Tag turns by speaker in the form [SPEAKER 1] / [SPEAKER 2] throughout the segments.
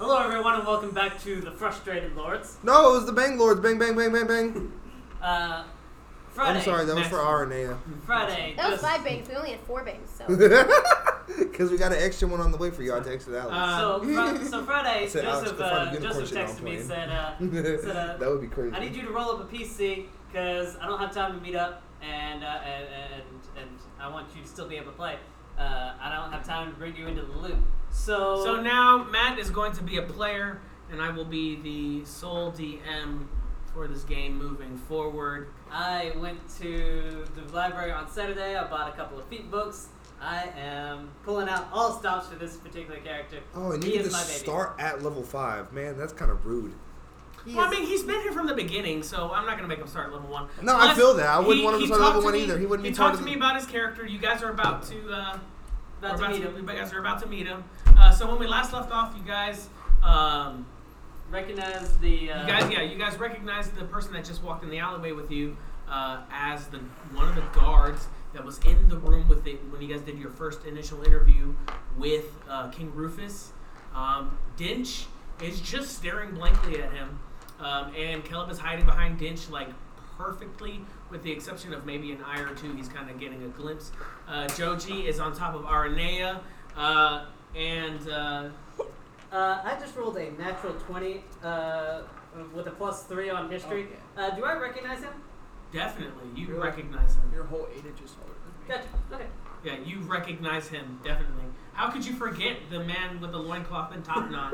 [SPEAKER 1] everyone, and welcome back to the Frustrated Lords.
[SPEAKER 2] No, it was the Bang Lords. Bang, bang, bang, bang, bang.
[SPEAKER 1] Uh, Friday.
[SPEAKER 2] I'm sorry, that was
[SPEAKER 1] next-
[SPEAKER 2] for RNA.
[SPEAKER 1] Friday.
[SPEAKER 3] That was
[SPEAKER 1] just-
[SPEAKER 3] five bangs. We only had four bangs, so
[SPEAKER 2] Because we got an extra one on the way for y'all to extra Alex.
[SPEAKER 1] So, fr- so Friday,
[SPEAKER 2] I said, Alex,
[SPEAKER 1] Joseph,
[SPEAKER 2] go find a
[SPEAKER 1] uh,
[SPEAKER 2] unicorn
[SPEAKER 1] Joseph
[SPEAKER 2] shit
[SPEAKER 1] texted
[SPEAKER 2] I'm
[SPEAKER 1] me
[SPEAKER 2] playing.
[SPEAKER 1] said, uh, said uh,
[SPEAKER 2] that would be crazy.
[SPEAKER 1] I need you to roll up a PC because I don't have time to meet up, and uh, and, and and I want you to still be able to play. Uh, I don't have time to bring you into the loop. So
[SPEAKER 2] Um,
[SPEAKER 4] So now Matt is going to be a player, and I will be the sole DM for this game moving forward.
[SPEAKER 1] I went to the library on Saturday. I bought a couple of feat books. I am pulling out all stops for this particular character.
[SPEAKER 2] oh, and
[SPEAKER 1] he
[SPEAKER 2] you get
[SPEAKER 1] is
[SPEAKER 2] to
[SPEAKER 1] my baby.
[SPEAKER 2] start at level five. Man, that's kind of rude.
[SPEAKER 3] he
[SPEAKER 4] Well, I
[SPEAKER 3] is-
[SPEAKER 4] mean, he's been here from the beginning, so I'm not going to make him start at level one.
[SPEAKER 2] No, I
[SPEAKER 4] Plus,
[SPEAKER 2] feel that. I wouldn't
[SPEAKER 4] he-
[SPEAKER 2] want him
[SPEAKER 4] he
[SPEAKER 2] to start at level one
[SPEAKER 4] talked me-
[SPEAKER 2] either. He wouldn't
[SPEAKER 4] He
[SPEAKER 2] be part of
[SPEAKER 4] talked to
[SPEAKER 2] the-
[SPEAKER 4] me about his character. You guys are about to. Uh,
[SPEAKER 1] About
[SPEAKER 4] we're
[SPEAKER 1] to meet him.
[SPEAKER 4] You guys are about to meet him. Uh, so when we last left off, you guys, um,
[SPEAKER 1] Recognize the. Uh,
[SPEAKER 4] you guys, yeah, you guys recognized the person that just walked in the alleyway with you uh, as the one of the guards that was in the room with the, when you guys did your first initial interview with uh, King Rufus. Um, Dinch is just staring blankly at him, um, and Caleb is hiding behind Dinch like perfectly, with the exception of maybe an eye or two. He's kind of getting a glimpse. Uh, Joji is on top of Aranea, uh, and. Uh,
[SPEAKER 1] Uh, I just rolled a natural 20 uh, with a plus 3 on history.
[SPEAKER 5] Okay.
[SPEAKER 1] Uh, do I recognize him?
[SPEAKER 4] Definitely, you
[SPEAKER 5] Really?
[SPEAKER 4] recognize him.
[SPEAKER 5] Your whole age is just older than me.
[SPEAKER 1] Gotcha. Okay.
[SPEAKER 4] Yeah, you recognize him, definitely. How could you forget the man with the loincloth and top knot?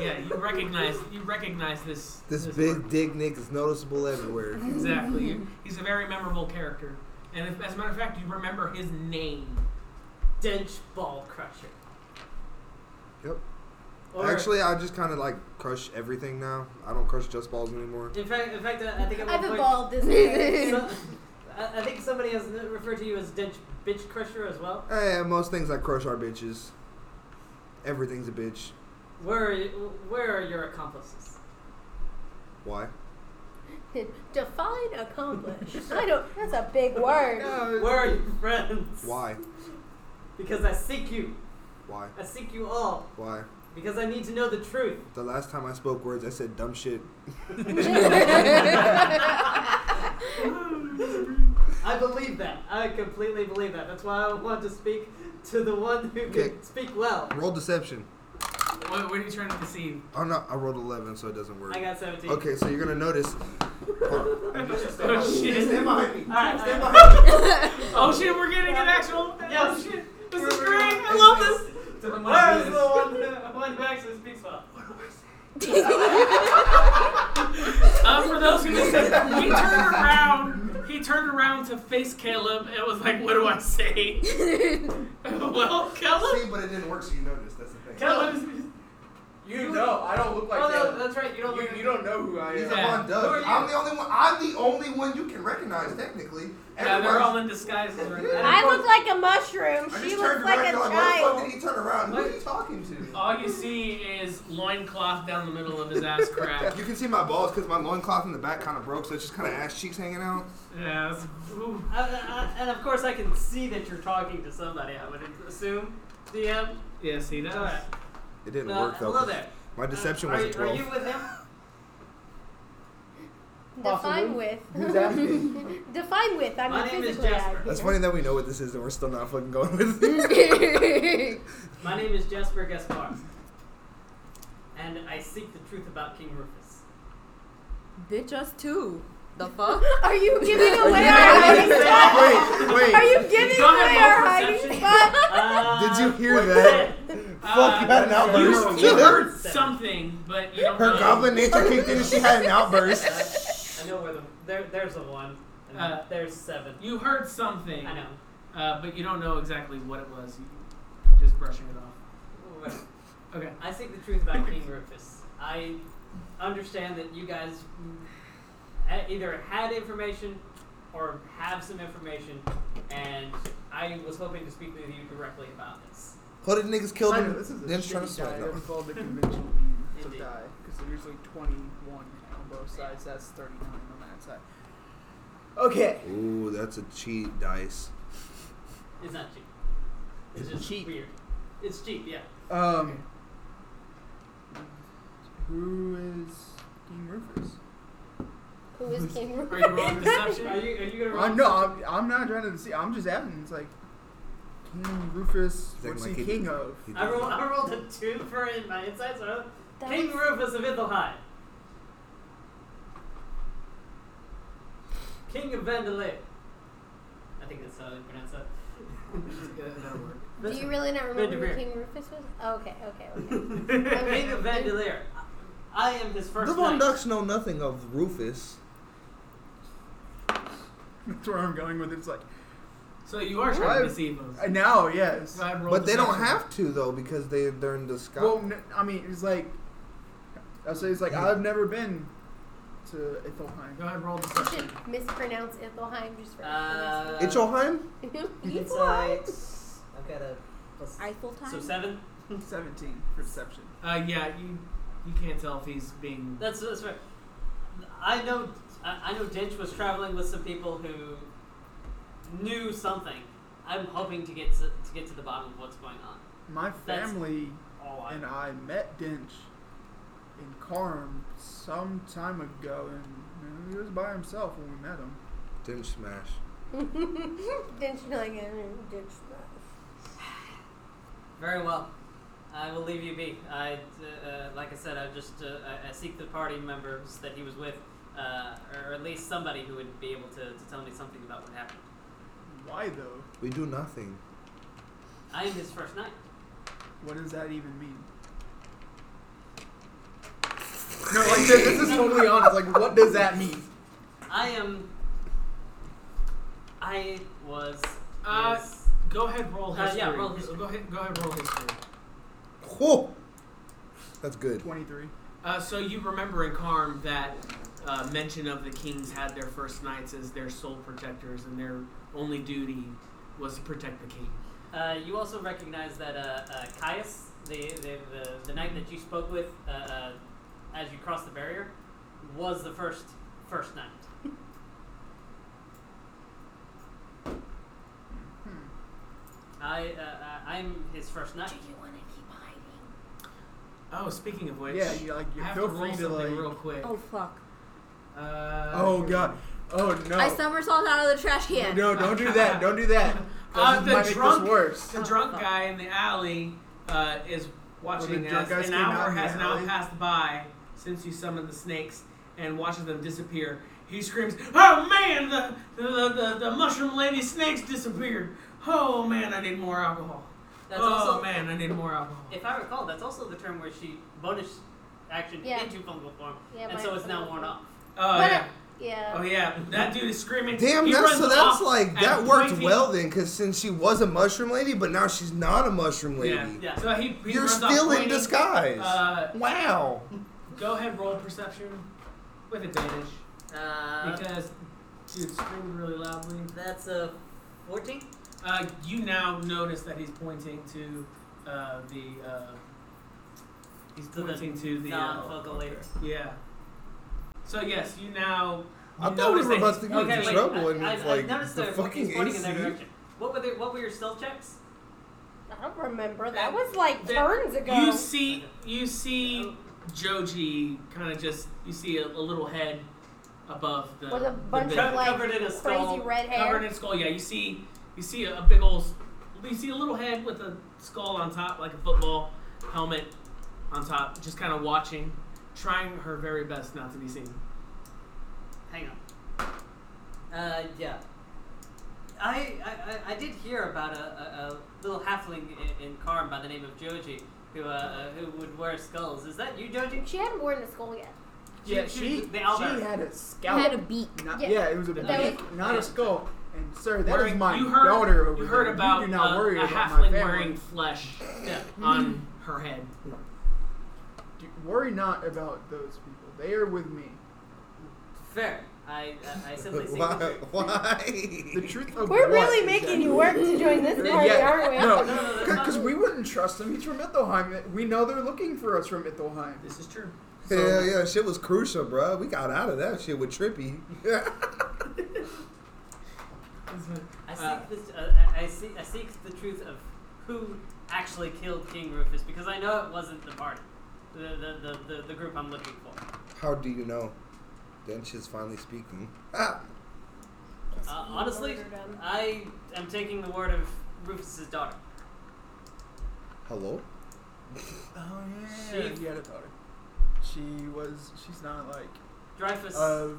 [SPEAKER 4] yeah, you recognize you recognize this
[SPEAKER 2] This
[SPEAKER 4] work.
[SPEAKER 2] big dick Nick is noticeable everywhere.
[SPEAKER 4] Exactly. You- He's a very memorable character. And if, as a matter of fact, you remember his name.
[SPEAKER 1] Dench Ball Crusher.
[SPEAKER 2] Yep.
[SPEAKER 1] Or,
[SPEAKER 2] Actually, I just kind of like crush everything now. I don't crush just balls anymore.
[SPEAKER 1] in fact, in fact, uh, I think at one
[SPEAKER 3] I've
[SPEAKER 1] point,
[SPEAKER 3] evolved as a
[SPEAKER 1] so- I, I think somebody has n- referred to you as Dench Bitch Crusher as well.
[SPEAKER 2] Hey, most things I crush are bitches. Everything's a bitch.
[SPEAKER 1] Where are, you, where are your accomplices?
[SPEAKER 2] Why?
[SPEAKER 3] Define accomplished. I don't. That's a big word.
[SPEAKER 1] Where are your friends?
[SPEAKER 2] Why?
[SPEAKER 1] Because I seek you.
[SPEAKER 2] Why?
[SPEAKER 1] I seek you all.
[SPEAKER 2] Why?
[SPEAKER 1] Because I need to know the truth.
[SPEAKER 2] The last time I spoke words, I said dumb shit.
[SPEAKER 1] I believe that. I completely believe that. That's why I want to speak to the one who can
[SPEAKER 2] Okay.
[SPEAKER 1] speak well.
[SPEAKER 2] Roll deception.
[SPEAKER 4] What, what are you trying to deceive?
[SPEAKER 2] Oh no, I rolled 11, so it doesn't work.
[SPEAKER 1] I got 17.
[SPEAKER 2] Okay, so you're gonna notice.
[SPEAKER 4] Oh shit.
[SPEAKER 1] All right. all right.
[SPEAKER 4] Oh shit, we're getting an actual. Oh
[SPEAKER 1] Yes.
[SPEAKER 4] shit. This is great. I love this.
[SPEAKER 1] Where is the one, the one who actually speaks well?
[SPEAKER 4] Uh, for those who missed it, he turned around. He turned around to face Caleb and was like, "What do I say?" well, Caleb.
[SPEAKER 2] but it didn't work, so you noticed. That's the thing.
[SPEAKER 1] Caleb.
[SPEAKER 5] You know, I don't look like
[SPEAKER 1] oh,
[SPEAKER 5] that.
[SPEAKER 1] no, that's right. You don't look
[SPEAKER 5] you, you don't know who I am.
[SPEAKER 4] Yeah.
[SPEAKER 2] Come on, Doug.
[SPEAKER 1] Who are you?
[SPEAKER 2] I'm the only one. I'm the only one you can recognize technically.
[SPEAKER 4] Yeah, they're
[SPEAKER 2] Everyone-
[SPEAKER 4] all in disguises right now.
[SPEAKER 3] I look like a mushroom.
[SPEAKER 2] I
[SPEAKER 3] She
[SPEAKER 2] just
[SPEAKER 3] looks
[SPEAKER 2] turned
[SPEAKER 3] like
[SPEAKER 2] around.
[SPEAKER 3] a
[SPEAKER 2] you're like, why the fuck
[SPEAKER 3] child.
[SPEAKER 2] did he turn around? Who are
[SPEAKER 1] What?
[SPEAKER 2] you talking to?
[SPEAKER 4] All you see is loincloth down the middle of his ass crack.
[SPEAKER 2] You can see my balls because my loincloth in the back kind of broke, so it's just kind of ass cheeks hanging out.
[SPEAKER 4] Yeah, that's, ooh.
[SPEAKER 1] I, I, I- and of course, I can see that you're talking to somebody. I would assume. DM.
[SPEAKER 4] yes, he does.
[SPEAKER 1] All right.
[SPEAKER 2] It didn't
[SPEAKER 1] Uh,
[SPEAKER 2] work though.
[SPEAKER 1] hello
[SPEAKER 2] 'cause
[SPEAKER 1] there.
[SPEAKER 2] My deception
[SPEAKER 1] uh,
[SPEAKER 2] was
[SPEAKER 1] are,
[SPEAKER 2] a
[SPEAKER 1] you- Are
[SPEAKER 2] 12.
[SPEAKER 1] you with him?
[SPEAKER 3] Define with.
[SPEAKER 5] Who's asking?
[SPEAKER 3] Define with. I'm
[SPEAKER 1] My
[SPEAKER 3] a
[SPEAKER 1] name is
[SPEAKER 3] physically
[SPEAKER 1] Jasper.
[SPEAKER 3] active.
[SPEAKER 2] That's funny that we know what this is and we're still not fucking going with it.
[SPEAKER 1] My name is Jasper Gaspar, and I seek the truth about King Rufus.
[SPEAKER 6] Bitch us too. The fuck?
[SPEAKER 3] Are you giving away our hiding spot?
[SPEAKER 2] wait, wait.
[SPEAKER 3] Are you giving
[SPEAKER 4] Don't have
[SPEAKER 3] away
[SPEAKER 4] no
[SPEAKER 3] our hiding
[SPEAKER 4] perception.
[SPEAKER 3] spot?
[SPEAKER 1] Uh,
[SPEAKER 2] Did you hear
[SPEAKER 1] what's
[SPEAKER 2] that? Fuck, you
[SPEAKER 5] Uh,
[SPEAKER 2] had an
[SPEAKER 4] You,
[SPEAKER 2] outburst.
[SPEAKER 4] Uh, you heard something, but you don't
[SPEAKER 2] Her
[SPEAKER 4] know.
[SPEAKER 2] goblin nature kicked in and she had an outburst.
[SPEAKER 1] I know where the there, there's a one. And
[SPEAKER 4] Uh,
[SPEAKER 1] there's seven.
[SPEAKER 4] You heard something.
[SPEAKER 1] I know.
[SPEAKER 4] Uh, but you don't know exactly what it was. You just brushing it off. Okay.
[SPEAKER 1] I seek the truth about King Rufus. I understand that you guys mm, e- either had information or have some information, and I was hoping to speak with you directly about this.
[SPEAKER 2] What did niggas kill
[SPEAKER 5] I know,
[SPEAKER 2] him?
[SPEAKER 5] this is a
[SPEAKER 2] Then trying to
[SPEAKER 5] shitty die.
[SPEAKER 2] smack
[SPEAKER 5] They're
[SPEAKER 2] them.
[SPEAKER 5] called the convention to
[SPEAKER 1] Indeed.
[SPEAKER 5] die because they're usually 21 on both sides. That's 39 on that side. Okay.
[SPEAKER 2] Ooh, that's a cheat dice.
[SPEAKER 1] It's not cheap. It's just
[SPEAKER 5] cheap.
[SPEAKER 1] weird. It's cheap, yeah.
[SPEAKER 5] Um. Who is King Rufus?
[SPEAKER 3] Who is King
[SPEAKER 4] Are
[SPEAKER 3] Rufus?
[SPEAKER 4] you rolling deception?
[SPEAKER 1] Are you, are you gonna roll?
[SPEAKER 5] Uh, no, I'm, I'm not trying to see. I'm just asking. It's like King Rufus.
[SPEAKER 2] Is that
[SPEAKER 5] What's
[SPEAKER 2] like
[SPEAKER 5] he
[SPEAKER 2] he-
[SPEAKER 5] king of?
[SPEAKER 2] He-
[SPEAKER 1] I rolled, I rolled a two for in my insight, so
[SPEAKER 3] That
[SPEAKER 1] King
[SPEAKER 3] was-
[SPEAKER 1] Rufus of Ithelheim. King of Vendelay. I think that's how they pronounce that.
[SPEAKER 4] Yeah, that'll work.
[SPEAKER 3] Do you really not
[SPEAKER 1] Red
[SPEAKER 3] remember who
[SPEAKER 1] Devere.
[SPEAKER 3] King Rufus was? Oh, okay, okay, okay.
[SPEAKER 1] King of Vandalier. I am his first
[SPEAKER 2] the Von
[SPEAKER 1] knight.
[SPEAKER 2] Ducks know nothing of Rufus.
[SPEAKER 5] That's where I'm going with it. It's like
[SPEAKER 4] So you are trying
[SPEAKER 5] Why-
[SPEAKER 4] to deceive us.
[SPEAKER 5] uh, now, yes.
[SPEAKER 4] Go ahead, roll
[SPEAKER 2] But they don't
[SPEAKER 4] deception.
[SPEAKER 2] have to though because they they're in the sky.
[SPEAKER 5] Well, n- I mean, it's like I say, it's like
[SPEAKER 2] Yeah.
[SPEAKER 5] I've never been to Ithelheim.
[SPEAKER 4] Go ahead, roll
[SPEAKER 3] You
[SPEAKER 4] deception.
[SPEAKER 3] should mispronounce Ithelheim just for
[SPEAKER 1] Uh,
[SPEAKER 2] it's Oheim?
[SPEAKER 3] He's
[SPEAKER 7] I've got a plus.
[SPEAKER 6] Eiffel time.
[SPEAKER 1] So seven.
[SPEAKER 5] Seventeen for deception.
[SPEAKER 4] Uh, yeah, you you can't tell if he's being.
[SPEAKER 1] That's that's right. I know I, I know Dinch was traveling with some people who knew something. I'm hoping to get to, to get to the bottom of what's going on.
[SPEAKER 5] My
[SPEAKER 1] That's-
[SPEAKER 5] family
[SPEAKER 1] All I
[SPEAKER 5] and Oh, I met Dinch in Carm some time ago, and he was by himself when we met him.
[SPEAKER 2] Didn't smash.
[SPEAKER 3] Didn't you like it? Didn't
[SPEAKER 1] Very well. I will leave you be. I, uh, uh, like I said, I just uh, I, I seek the party members that he was with, uh, or at least somebody who would be able to, to tell me something about what happened.
[SPEAKER 5] Why though?
[SPEAKER 2] We do nothing.
[SPEAKER 1] I am his first knight.
[SPEAKER 5] What does that even mean? No, like this, this is totally honest. Like, what does that mean?
[SPEAKER 1] I am. I was.
[SPEAKER 4] Uh,
[SPEAKER 1] his-
[SPEAKER 4] Go ahead, roll
[SPEAKER 1] Uh,
[SPEAKER 4] history.
[SPEAKER 1] yeah, roll history.
[SPEAKER 4] Go ahead, go ahead, roll history.
[SPEAKER 2] Whew. That's good.
[SPEAKER 5] Twenty-three.
[SPEAKER 4] Uh, so you remember in Karm that uh, mention of the kings had their first knights as their sole protectors, and their only duty was to protect the king.
[SPEAKER 1] Uh, you also recognize that uh, uh, Caius, the, the, the, the knight that you spoke with uh, uh, as you crossed the barrier, was the first first knight.
[SPEAKER 3] Hmm.
[SPEAKER 1] I uh, uh, I'm his first knight.
[SPEAKER 3] Do you want to keep hiding?
[SPEAKER 4] Oh, speaking of which,
[SPEAKER 5] Yeah, you like you
[SPEAKER 4] I have to
[SPEAKER 5] feel
[SPEAKER 4] roll
[SPEAKER 5] free to
[SPEAKER 4] something
[SPEAKER 5] like.
[SPEAKER 4] real quick.
[SPEAKER 6] Oh fuck!
[SPEAKER 4] Uh,
[SPEAKER 5] oh god. Oh no.
[SPEAKER 6] I somersaulted out of the trash can.
[SPEAKER 5] No, don't do that. Don't do that.
[SPEAKER 4] Uh,
[SPEAKER 5] This
[SPEAKER 4] the
[SPEAKER 5] might make
[SPEAKER 4] drunk-
[SPEAKER 5] this worse.
[SPEAKER 4] The
[SPEAKER 1] Oh,
[SPEAKER 4] drunk guy in the alley uh, is watching
[SPEAKER 5] Well, the drunk
[SPEAKER 4] as
[SPEAKER 5] guys
[SPEAKER 4] an
[SPEAKER 5] came out
[SPEAKER 4] hour
[SPEAKER 5] in the
[SPEAKER 4] has now
[SPEAKER 5] alley.
[SPEAKER 4] passed by since you summoned the snakes and watches them disappear. He screams, "Oh man, the the, the, the mushroom lady snakes disappeared! Oh man, I need more alcohol!
[SPEAKER 1] That's
[SPEAKER 4] oh
[SPEAKER 1] also
[SPEAKER 4] man, I need more alcohol!"
[SPEAKER 1] If I recall, that's also the term where she bonus action
[SPEAKER 3] Yeah.
[SPEAKER 1] into fungal form,
[SPEAKER 3] Yeah,
[SPEAKER 1] and
[SPEAKER 3] my-
[SPEAKER 1] so it's now worn off.
[SPEAKER 4] Oh
[SPEAKER 3] But,
[SPEAKER 4] yeah,
[SPEAKER 3] Yeah.
[SPEAKER 4] oh yeah, that dude is screaming.
[SPEAKER 2] Damn,
[SPEAKER 4] he
[SPEAKER 2] that's,
[SPEAKER 4] runs
[SPEAKER 2] so that's
[SPEAKER 4] off
[SPEAKER 2] like
[SPEAKER 4] at
[SPEAKER 2] that worked
[SPEAKER 4] pointing-
[SPEAKER 2] well then, because since she was a mushroom lady, but now she's not a mushroom lady.
[SPEAKER 4] Yeah,
[SPEAKER 1] Yeah.
[SPEAKER 4] So he, he
[SPEAKER 2] You're
[SPEAKER 4] runs off
[SPEAKER 2] still in
[SPEAKER 4] pointing.
[SPEAKER 2] disguise.
[SPEAKER 4] Uh,
[SPEAKER 2] wow.
[SPEAKER 4] go ahead, roll perception with advantage
[SPEAKER 1] Uh,
[SPEAKER 4] because dude screamed really loudly.
[SPEAKER 1] that's a fourteen.
[SPEAKER 4] Uh, you now notice that he's pointing to uh, the. Uh, he's
[SPEAKER 1] To the
[SPEAKER 4] pointing to the. Uh,
[SPEAKER 1] Non-fungal lady.
[SPEAKER 4] yeah. So yes, you now.
[SPEAKER 2] I
[SPEAKER 4] you
[SPEAKER 2] thought we
[SPEAKER 4] notice
[SPEAKER 2] were
[SPEAKER 4] that
[SPEAKER 2] about
[SPEAKER 4] he's
[SPEAKER 2] to get
[SPEAKER 1] Okay, wait.
[SPEAKER 2] into
[SPEAKER 4] pointing-
[SPEAKER 2] trouble,
[SPEAKER 1] I,
[SPEAKER 2] and
[SPEAKER 1] I,
[SPEAKER 2] it's
[SPEAKER 1] I
[SPEAKER 2] like
[SPEAKER 1] noticed
[SPEAKER 2] the
[SPEAKER 1] the
[SPEAKER 2] fucking
[SPEAKER 1] he's pointing in
[SPEAKER 2] AC.
[SPEAKER 1] their direction. What were the, what were your stealth checks?
[SPEAKER 3] I don't remember. That was like turns ago.
[SPEAKER 4] You see, you see Joji kind of just. You see a, a little head above the.
[SPEAKER 3] With a bunch
[SPEAKER 4] the
[SPEAKER 3] of
[SPEAKER 4] bed.
[SPEAKER 1] Co-
[SPEAKER 3] like
[SPEAKER 1] covered in a
[SPEAKER 3] crazy
[SPEAKER 1] skull,
[SPEAKER 3] red hair.
[SPEAKER 4] covered in skull. Yeah, you see, you see a, a big old, you see a little head with a skull on top, like a football helmet on top, just kind of watching, trying her very best not to be seen.
[SPEAKER 1] Hang on. Uh, yeah. I, I, I- I did hear about a, a, a little halfling in, in Karm by the name of Joji who uh, uh, who would wear skulls. Is that you, Joji?
[SPEAKER 3] She hadn't worn the skull yet.
[SPEAKER 5] Yeah,
[SPEAKER 1] she-
[SPEAKER 5] she
[SPEAKER 1] the
[SPEAKER 5] she
[SPEAKER 1] Albert.
[SPEAKER 5] had a
[SPEAKER 6] I
[SPEAKER 5] scalp.
[SPEAKER 6] had a beak.
[SPEAKER 5] Not-
[SPEAKER 3] Yeah.
[SPEAKER 5] yeah. it was a
[SPEAKER 1] That
[SPEAKER 5] beak,
[SPEAKER 1] was-
[SPEAKER 5] not
[SPEAKER 1] yeah.
[SPEAKER 5] a skull. And sir, that is
[SPEAKER 4] Wearing-
[SPEAKER 5] my
[SPEAKER 4] you heard,
[SPEAKER 5] daughter over
[SPEAKER 4] You heard
[SPEAKER 5] there.
[SPEAKER 4] about
[SPEAKER 5] you do not
[SPEAKER 4] uh,
[SPEAKER 5] worry
[SPEAKER 4] a
[SPEAKER 5] about
[SPEAKER 4] halfling
[SPEAKER 5] my family. Mm-hmm.
[SPEAKER 4] wearing flesh
[SPEAKER 1] Yeah.
[SPEAKER 4] on her head.
[SPEAKER 5] Do- worry not about those people. They are with me.
[SPEAKER 1] Fair. I, uh, I, I simply see
[SPEAKER 2] Why?
[SPEAKER 1] the
[SPEAKER 5] The
[SPEAKER 2] Why?
[SPEAKER 5] truth of
[SPEAKER 3] We're
[SPEAKER 5] what
[SPEAKER 3] really
[SPEAKER 5] is
[SPEAKER 3] making
[SPEAKER 5] that-
[SPEAKER 3] you work to join this party,
[SPEAKER 5] Yeah,
[SPEAKER 3] aren't we?
[SPEAKER 5] No,
[SPEAKER 1] no, that's not-
[SPEAKER 5] because we wouldn't trust him. He's from Ithelheim. We know they're looking for us from Ithelheim.
[SPEAKER 4] This is true.
[SPEAKER 2] Hell yeah, shit was crucial, bruh. We got out of that shit with Trippy.
[SPEAKER 1] I
[SPEAKER 4] Uh,
[SPEAKER 1] seek this. Uh, I- I seek. I seek the truth of who actually killed King Rufus because I know it wasn't the party. the, the, the, the, the group I'm looking for.
[SPEAKER 2] How do you know? Dench is finally speaking. Ah!
[SPEAKER 1] Uh, honestly, I am taking the word of Rufus's daughter.
[SPEAKER 2] Hello?
[SPEAKER 5] Oh
[SPEAKER 1] yeah.
[SPEAKER 5] She, had a daughter. She was. She's not like
[SPEAKER 1] Dreyfus.
[SPEAKER 5] of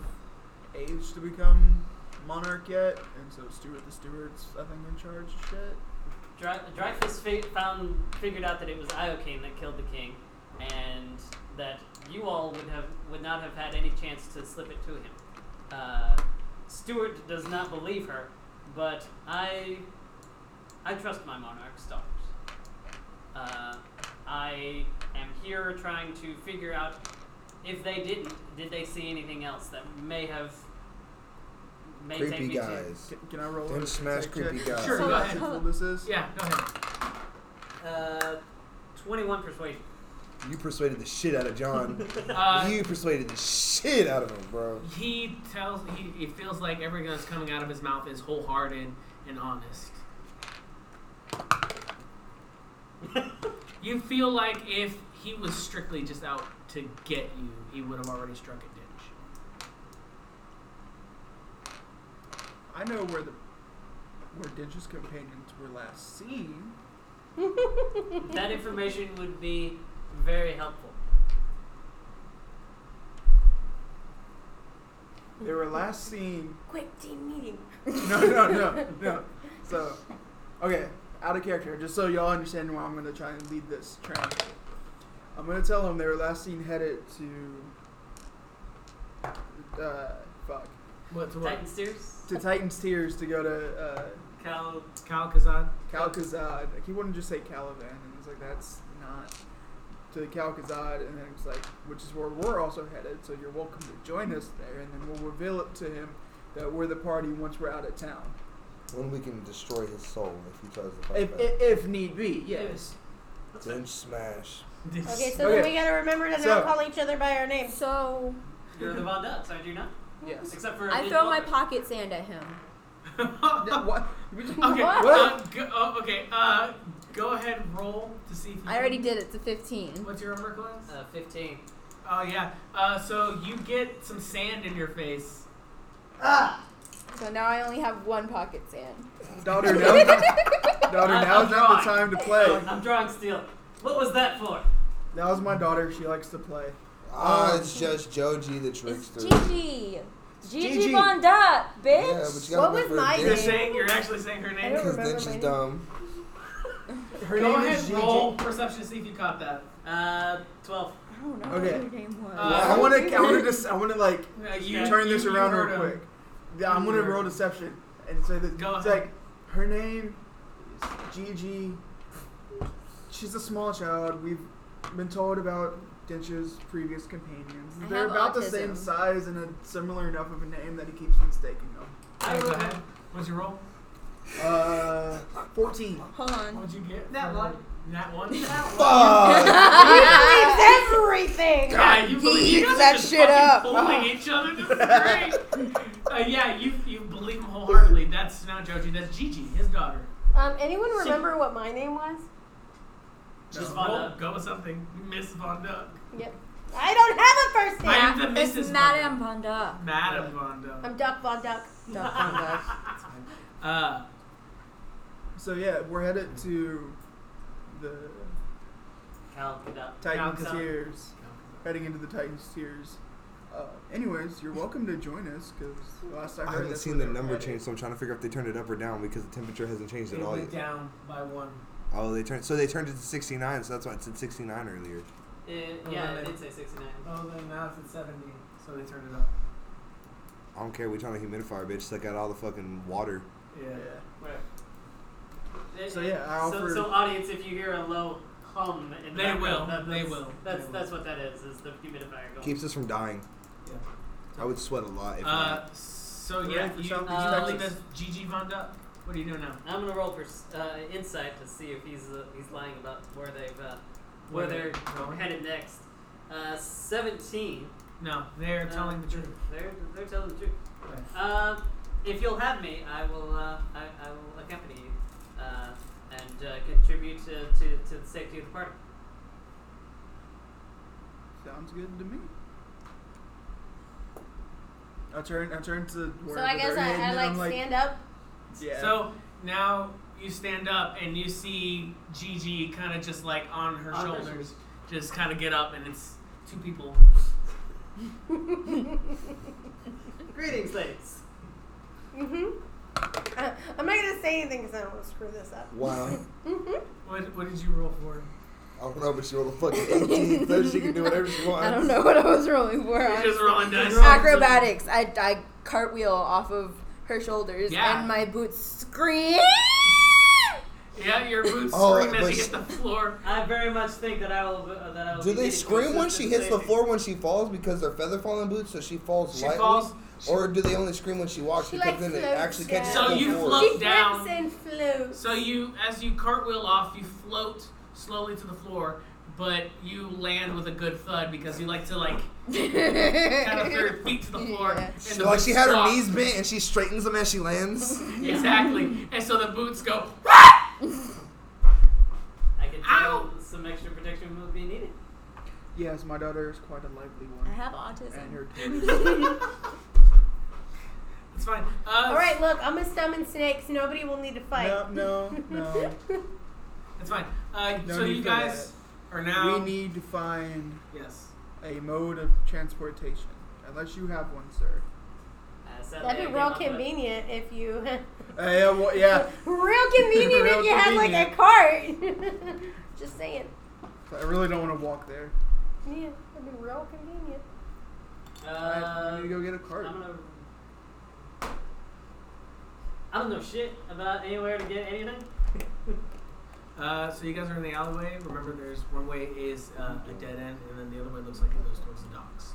[SPEAKER 5] age to become monarch yet, and so Stuart the Stuart's I think in charge of shit.
[SPEAKER 1] Dre- Dreyfus fi- found figured out that it was Iokane that killed the king, and that you all would have would not have had any chance to slip it to him. Uh, Stuart does not believe her, but I I trust my monarch's daughters. Uh, I am here trying to figure out if they didn't, did they see anything else that may have may take
[SPEAKER 2] Creepy
[SPEAKER 1] me to
[SPEAKER 2] guys.
[SPEAKER 5] Can, can I roll?
[SPEAKER 2] Don't
[SPEAKER 5] a
[SPEAKER 2] smash
[SPEAKER 5] tech
[SPEAKER 2] creepy
[SPEAKER 5] check?
[SPEAKER 2] guys.
[SPEAKER 4] Sure,
[SPEAKER 5] See
[SPEAKER 4] go
[SPEAKER 5] how
[SPEAKER 4] ahead.
[SPEAKER 5] truthful This is.
[SPEAKER 4] Yeah, go ahead.
[SPEAKER 1] uh, twenty one persuasion.
[SPEAKER 2] You persuaded the shit out of John.
[SPEAKER 4] Uh,
[SPEAKER 2] you persuaded the shit out of him, bro.
[SPEAKER 4] He tells he, he feels like everything that's coming out of his mouth is wholehearted and honest. you feel like if he was strictly just out to get you, he would have already struck a ditch.
[SPEAKER 5] I know where the where Dinch's companions were last seen.
[SPEAKER 1] That information would be very helpful.
[SPEAKER 5] They were last seen.
[SPEAKER 3] Quick team meeting.
[SPEAKER 5] No, no, no, no. So, okay, out of character. Just so y'all understand why I'm gonna try and lead this train. I'm gonna tell them they were last seen headed to. Uh, fuck.
[SPEAKER 4] What to what?
[SPEAKER 1] Titan Sears?
[SPEAKER 5] To Titan's Tears to go to uh,
[SPEAKER 1] Cal.
[SPEAKER 4] Kyle Kazan?
[SPEAKER 5] Calcazad. Like, he wouldn't just say Caliban, and it's like that's not to Calcazad, and then it's like which is where we're also headed. So you're welcome to join us there, and then we'll reveal it to him that we're the party once we're out of town,
[SPEAKER 2] When we can destroy his soul if he tries to fight
[SPEAKER 5] if
[SPEAKER 2] back.
[SPEAKER 5] if, if need be. Yes.
[SPEAKER 2] Dench smash.
[SPEAKER 3] Okay, so
[SPEAKER 5] Okay.
[SPEAKER 3] then we gotta remember to
[SPEAKER 5] So-
[SPEAKER 3] not call each other by our names.
[SPEAKER 6] So
[SPEAKER 1] You're the Von Dutts, aren't you not?
[SPEAKER 5] Yes.
[SPEAKER 1] Except for.
[SPEAKER 6] I
[SPEAKER 1] in
[SPEAKER 6] throw my
[SPEAKER 1] Walker.
[SPEAKER 6] pocket sand at him.
[SPEAKER 5] Yeah, what?
[SPEAKER 4] Okay,
[SPEAKER 6] What?
[SPEAKER 4] Uh, go, oh, okay. Uh, go ahead, roll to see. If you
[SPEAKER 6] I already did it to 15.
[SPEAKER 4] What's your armor class?
[SPEAKER 1] Uh, 15.
[SPEAKER 4] oh yeah. Uh, so you get some sand in your face.
[SPEAKER 6] So now I only have one pocket sand.
[SPEAKER 5] Daughter, now, daughter,
[SPEAKER 1] I-
[SPEAKER 5] now
[SPEAKER 1] I'm
[SPEAKER 5] is not
[SPEAKER 1] drawing.
[SPEAKER 5] the time to play.
[SPEAKER 1] I'm drawing steel. What was that for?
[SPEAKER 5] That was my daughter. She likes to play.
[SPEAKER 2] Ah,
[SPEAKER 5] Um,
[SPEAKER 2] it's just Joji the
[SPEAKER 6] It's
[SPEAKER 2] trickster.
[SPEAKER 6] Gigi. Gigi
[SPEAKER 5] Gigi.
[SPEAKER 6] Von Dutt,
[SPEAKER 2] Yeah,
[SPEAKER 6] bitch.
[SPEAKER 2] but you
[SPEAKER 3] What
[SPEAKER 2] gotta
[SPEAKER 3] was
[SPEAKER 2] wait for
[SPEAKER 3] my
[SPEAKER 4] You're
[SPEAKER 2] Dench.
[SPEAKER 3] name?
[SPEAKER 4] saying you're actually saying her name.
[SPEAKER 3] I don't
[SPEAKER 2] Because
[SPEAKER 3] remember
[SPEAKER 2] Dench
[SPEAKER 3] my
[SPEAKER 2] is
[SPEAKER 3] name.
[SPEAKER 2] dumb.
[SPEAKER 5] Her
[SPEAKER 4] Go
[SPEAKER 5] name
[SPEAKER 4] ahead,
[SPEAKER 5] is Gigi.
[SPEAKER 4] roll perception to see if you caught that.
[SPEAKER 1] Uh, 12.
[SPEAKER 6] I don't know
[SPEAKER 5] Okay.
[SPEAKER 6] what your name was.
[SPEAKER 4] Uh,
[SPEAKER 5] I want to. I want to. Dis- I want to like
[SPEAKER 4] Uh,
[SPEAKER 1] Yeah.
[SPEAKER 5] turn this
[SPEAKER 4] you- you
[SPEAKER 5] around
[SPEAKER 4] heard
[SPEAKER 5] real
[SPEAKER 4] him.
[SPEAKER 5] quick. Yeah, I'm gonna
[SPEAKER 4] You heard
[SPEAKER 5] roll
[SPEAKER 4] him.
[SPEAKER 5] deception and say that
[SPEAKER 4] Go
[SPEAKER 5] it's
[SPEAKER 4] ahead.
[SPEAKER 5] like her name is Gigi. She's a small child. We've been told about Dench's previous companions.
[SPEAKER 6] I
[SPEAKER 5] They're
[SPEAKER 6] have
[SPEAKER 5] about the same
[SPEAKER 6] autism.
[SPEAKER 5] size and a similar enough of a name that he keeps mistaking them.
[SPEAKER 4] Alright, go ahead. What's your roll?
[SPEAKER 5] Uh, fourteen.
[SPEAKER 6] Hold on.
[SPEAKER 4] What'd you get?
[SPEAKER 7] That
[SPEAKER 4] for-
[SPEAKER 7] one.
[SPEAKER 4] That one.
[SPEAKER 2] Fuck!
[SPEAKER 3] He believes everything!
[SPEAKER 4] yeah, you
[SPEAKER 6] He
[SPEAKER 4] believe
[SPEAKER 6] eats
[SPEAKER 4] you guys
[SPEAKER 6] that
[SPEAKER 4] are just
[SPEAKER 6] shit
[SPEAKER 4] fucking
[SPEAKER 6] up.
[SPEAKER 4] fooling each other. This is great. Uh, yeah, you you believe him wholeheartedly. That's not Joji. That's Gigi, his daughter.
[SPEAKER 3] Um, anyone remember what my name was?
[SPEAKER 1] Just
[SPEAKER 4] Roll-
[SPEAKER 1] Von Dutt.
[SPEAKER 4] Go with something, Miss Von Duck.
[SPEAKER 3] Yep. I don't have a first
[SPEAKER 4] I
[SPEAKER 3] name!
[SPEAKER 4] am the
[SPEAKER 6] It's
[SPEAKER 4] Mrs. Von
[SPEAKER 6] Madame Von Dutt.
[SPEAKER 4] Dutt. Madam Von Duck.
[SPEAKER 3] I'm Duck Von Duck.
[SPEAKER 6] Dutt Von Dutt.
[SPEAKER 4] Uh,
[SPEAKER 5] So yeah, we're headed to the
[SPEAKER 1] Cal, get Uh, up.
[SPEAKER 5] Titan's
[SPEAKER 4] Calcutta.
[SPEAKER 5] Tears. Heading into the Titan's Tears. Uh, anyways, you're welcome to join us because last I
[SPEAKER 2] I
[SPEAKER 5] heard,
[SPEAKER 2] haven't
[SPEAKER 5] that's
[SPEAKER 2] seen
[SPEAKER 5] where
[SPEAKER 2] the
[SPEAKER 5] they were
[SPEAKER 2] number
[SPEAKER 5] headed.
[SPEAKER 2] change, so I'm trying to figure out if they turned it up or down because the temperature hasn't changed
[SPEAKER 4] it
[SPEAKER 2] at all yet.
[SPEAKER 4] went down by one.
[SPEAKER 2] Oh, they turned so they turned it to 69, so that's why it said 69 earlier.
[SPEAKER 1] Uh, yeah, I did say 69.
[SPEAKER 4] Oh, then now it's at seventy, so they turned it up.
[SPEAKER 2] I don't care. We're trying to humidify, bitch. Suck out all the fucking water.
[SPEAKER 4] Yeah.
[SPEAKER 5] Yeah.
[SPEAKER 1] Whatever. Uh,
[SPEAKER 5] So, yeah, I
[SPEAKER 1] so,
[SPEAKER 5] offered-
[SPEAKER 1] so audience, if you hear a low hum in the
[SPEAKER 4] They
[SPEAKER 1] background,
[SPEAKER 4] will.
[SPEAKER 1] that-
[SPEAKER 4] They
[SPEAKER 1] that's-
[SPEAKER 4] will.
[SPEAKER 1] That's
[SPEAKER 4] They
[SPEAKER 1] that's what that is. Is the humidifier going?
[SPEAKER 2] Keeps us from dying.
[SPEAKER 4] Yeah.
[SPEAKER 2] I would sweat a lot. If
[SPEAKER 4] Uh, so
[SPEAKER 5] Ready
[SPEAKER 4] yeah,
[SPEAKER 5] for
[SPEAKER 4] you, you
[SPEAKER 5] something?
[SPEAKER 1] Uh,
[SPEAKER 4] believe that's Gigi Von Duck. What are you doing now?
[SPEAKER 1] I'm gonna roll for s- uh, insight to see if he's uh, he's lying about where they've uh, where
[SPEAKER 4] Where
[SPEAKER 1] they're
[SPEAKER 4] they're going?
[SPEAKER 1] headed next. Uh, Seventeen.
[SPEAKER 4] No, they're
[SPEAKER 1] Uh,
[SPEAKER 4] telling the truth.
[SPEAKER 1] They're they're telling the truth.
[SPEAKER 4] Okay.
[SPEAKER 1] Um, if you'll have me, I will uh, I, I will accompany you uh, and uh, contribute to, to, to the safety of the party.
[SPEAKER 5] Sounds good to me. I turn. I turn to.
[SPEAKER 3] So
[SPEAKER 5] wherever
[SPEAKER 3] I guess
[SPEAKER 5] they're
[SPEAKER 3] I,
[SPEAKER 5] heading,
[SPEAKER 3] I
[SPEAKER 5] and
[SPEAKER 3] like,
[SPEAKER 5] I'm
[SPEAKER 3] stand up.
[SPEAKER 5] Yeah.
[SPEAKER 4] So now you stand up and you see Gigi kind of just like on her
[SPEAKER 1] On her
[SPEAKER 4] shoulders, just kind of get up, and it's two people.
[SPEAKER 1] Greetings, ladies.
[SPEAKER 3] Mm-hmm. Uh, I'm not gonna say anything because I don't want to screw this up.
[SPEAKER 2] Wow.
[SPEAKER 3] Mm-hmm.
[SPEAKER 4] What, what did you roll for?
[SPEAKER 2] I don't know, but she rolled a fucking 18. so she can do whatever she wants.
[SPEAKER 6] I don't know what I was rolling for.
[SPEAKER 4] You're just rolling dice.
[SPEAKER 6] Acrobatics. I, I cartwheel off of her shoulders
[SPEAKER 4] Yeah.
[SPEAKER 6] and my boots scream.
[SPEAKER 4] Yeah, your boots
[SPEAKER 2] Oh,
[SPEAKER 4] scream as
[SPEAKER 2] but
[SPEAKER 4] you
[SPEAKER 2] s-
[SPEAKER 4] hit the floor.
[SPEAKER 1] I very much think that I will. Uh, that I will
[SPEAKER 2] Do
[SPEAKER 1] be
[SPEAKER 2] they
[SPEAKER 1] getting
[SPEAKER 2] scream when she
[SPEAKER 1] consistent
[SPEAKER 2] hits the
[SPEAKER 1] savings.
[SPEAKER 2] floor when she falls because they're feather falling boots, so she falls
[SPEAKER 4] She
[SPEAKER 2] lightly?
[SPEAKER 4] falls.
[SPEAKER 2] or do they only scream when she walks
[SPEAKER 3] She,
[SPEAKER 2] because
[SPEAKER 3] like,
[SPEAKER 2] then they
[SPEAKER 3] floats
[SPEAKER 2] actually
[SPEAKER 3] down.
[SPEAKER 2] catches
[SPEAKER 4] So
[SPEAKER 2] the
[SPEAKER 4] you
[SPEAKER 2] floor?
[SPEAKER 4] float-
[SPEAKER 3] She
[SPEAKER 4] down.
[SPEAKER 3] flips and floats.
[SPEAKER 4] So you, as you cartwheel off, you float slowly to the floor, but you land with a good thud because you like to like kind of throw your feet to the floor.
[SPEAKER 6] Yeah.
[SPEAKER 4] and
[SPEAKER 2] She-
[SPEAKER 4] the
[SPEAKER 2] like
[SPEAKER 4] boots
[SPEAKER 2] she had her
[SPEAKER 4] stop.
[SPEAKER 2] knees bent and she straightens them as she lands.
[SPEAKER 4] Exactly, and so the boots go.
[SPEAKER 1] I could
[SPEAKER 4] Ow!
[SPEAKER 1] tell some extra protection will be needed.
[SPEAKER 5] yes, my daughter is quite a lively
[SPEAKER 6] I
[SPEAKER 5] one.
[SPEAKER 6] have
[SPEAKER 5] And
[SPEAKER 6] autism.
[SPEAKER 5] her
[SPEAKER 4] It's fine. Uh,
[SPEAKER 3] All right, look, I'm a summon snake, so nobody will need to fight.
[SPEAKER 5] No, no, no.
[SPEAKER 4] It's fine. Uh,
[SPEAKER 5] No
[SPEAKER 4] so
[SPEAKER 5] need
[SPEAKER 4] you
[SPEAKER 5] for
[SPEAKER 4] guys are now.
[SPEAKER 5] we need to find
[SPEAKER 4] yes.
[SPEAKER 5] a mode of transportation. Unless you have one, sir.
[SPEAKER 1] Uh, sadly, I
[SPEAKER 3] That'd be
[SPEAKER 1] gave
[SPEAKER 3] real
[SPEAKER 1] up, but-
[SPEAKER 3] convenient if you.
[SPEAKER 5] Uh, yeah, well, yeah.
[SPEAKER 3] real convenient
[SPEAKER 5] Real
[SPEAKER 3] if you had like a
[SPEAKER 5] convenient.
[SPEAKER 3] cart. Just saying.
[SPEAKER 5] I really don't want to walk there.
[SPEAKER 3] Yeah, that'd be real convenient.
[SPEAKER 5] I
[SPEAKER 1] Uh,
[SPEAKER 5] need to go get a cart.
[SPEAKER 1] I'm gonna. I don't know shit about anywhere to get anything.
[SPEAKER 4] Uh, so you guys are in the alleyway. Remember, there's one way is uh, a dead end, and then the other way looks like it goes towards the docks.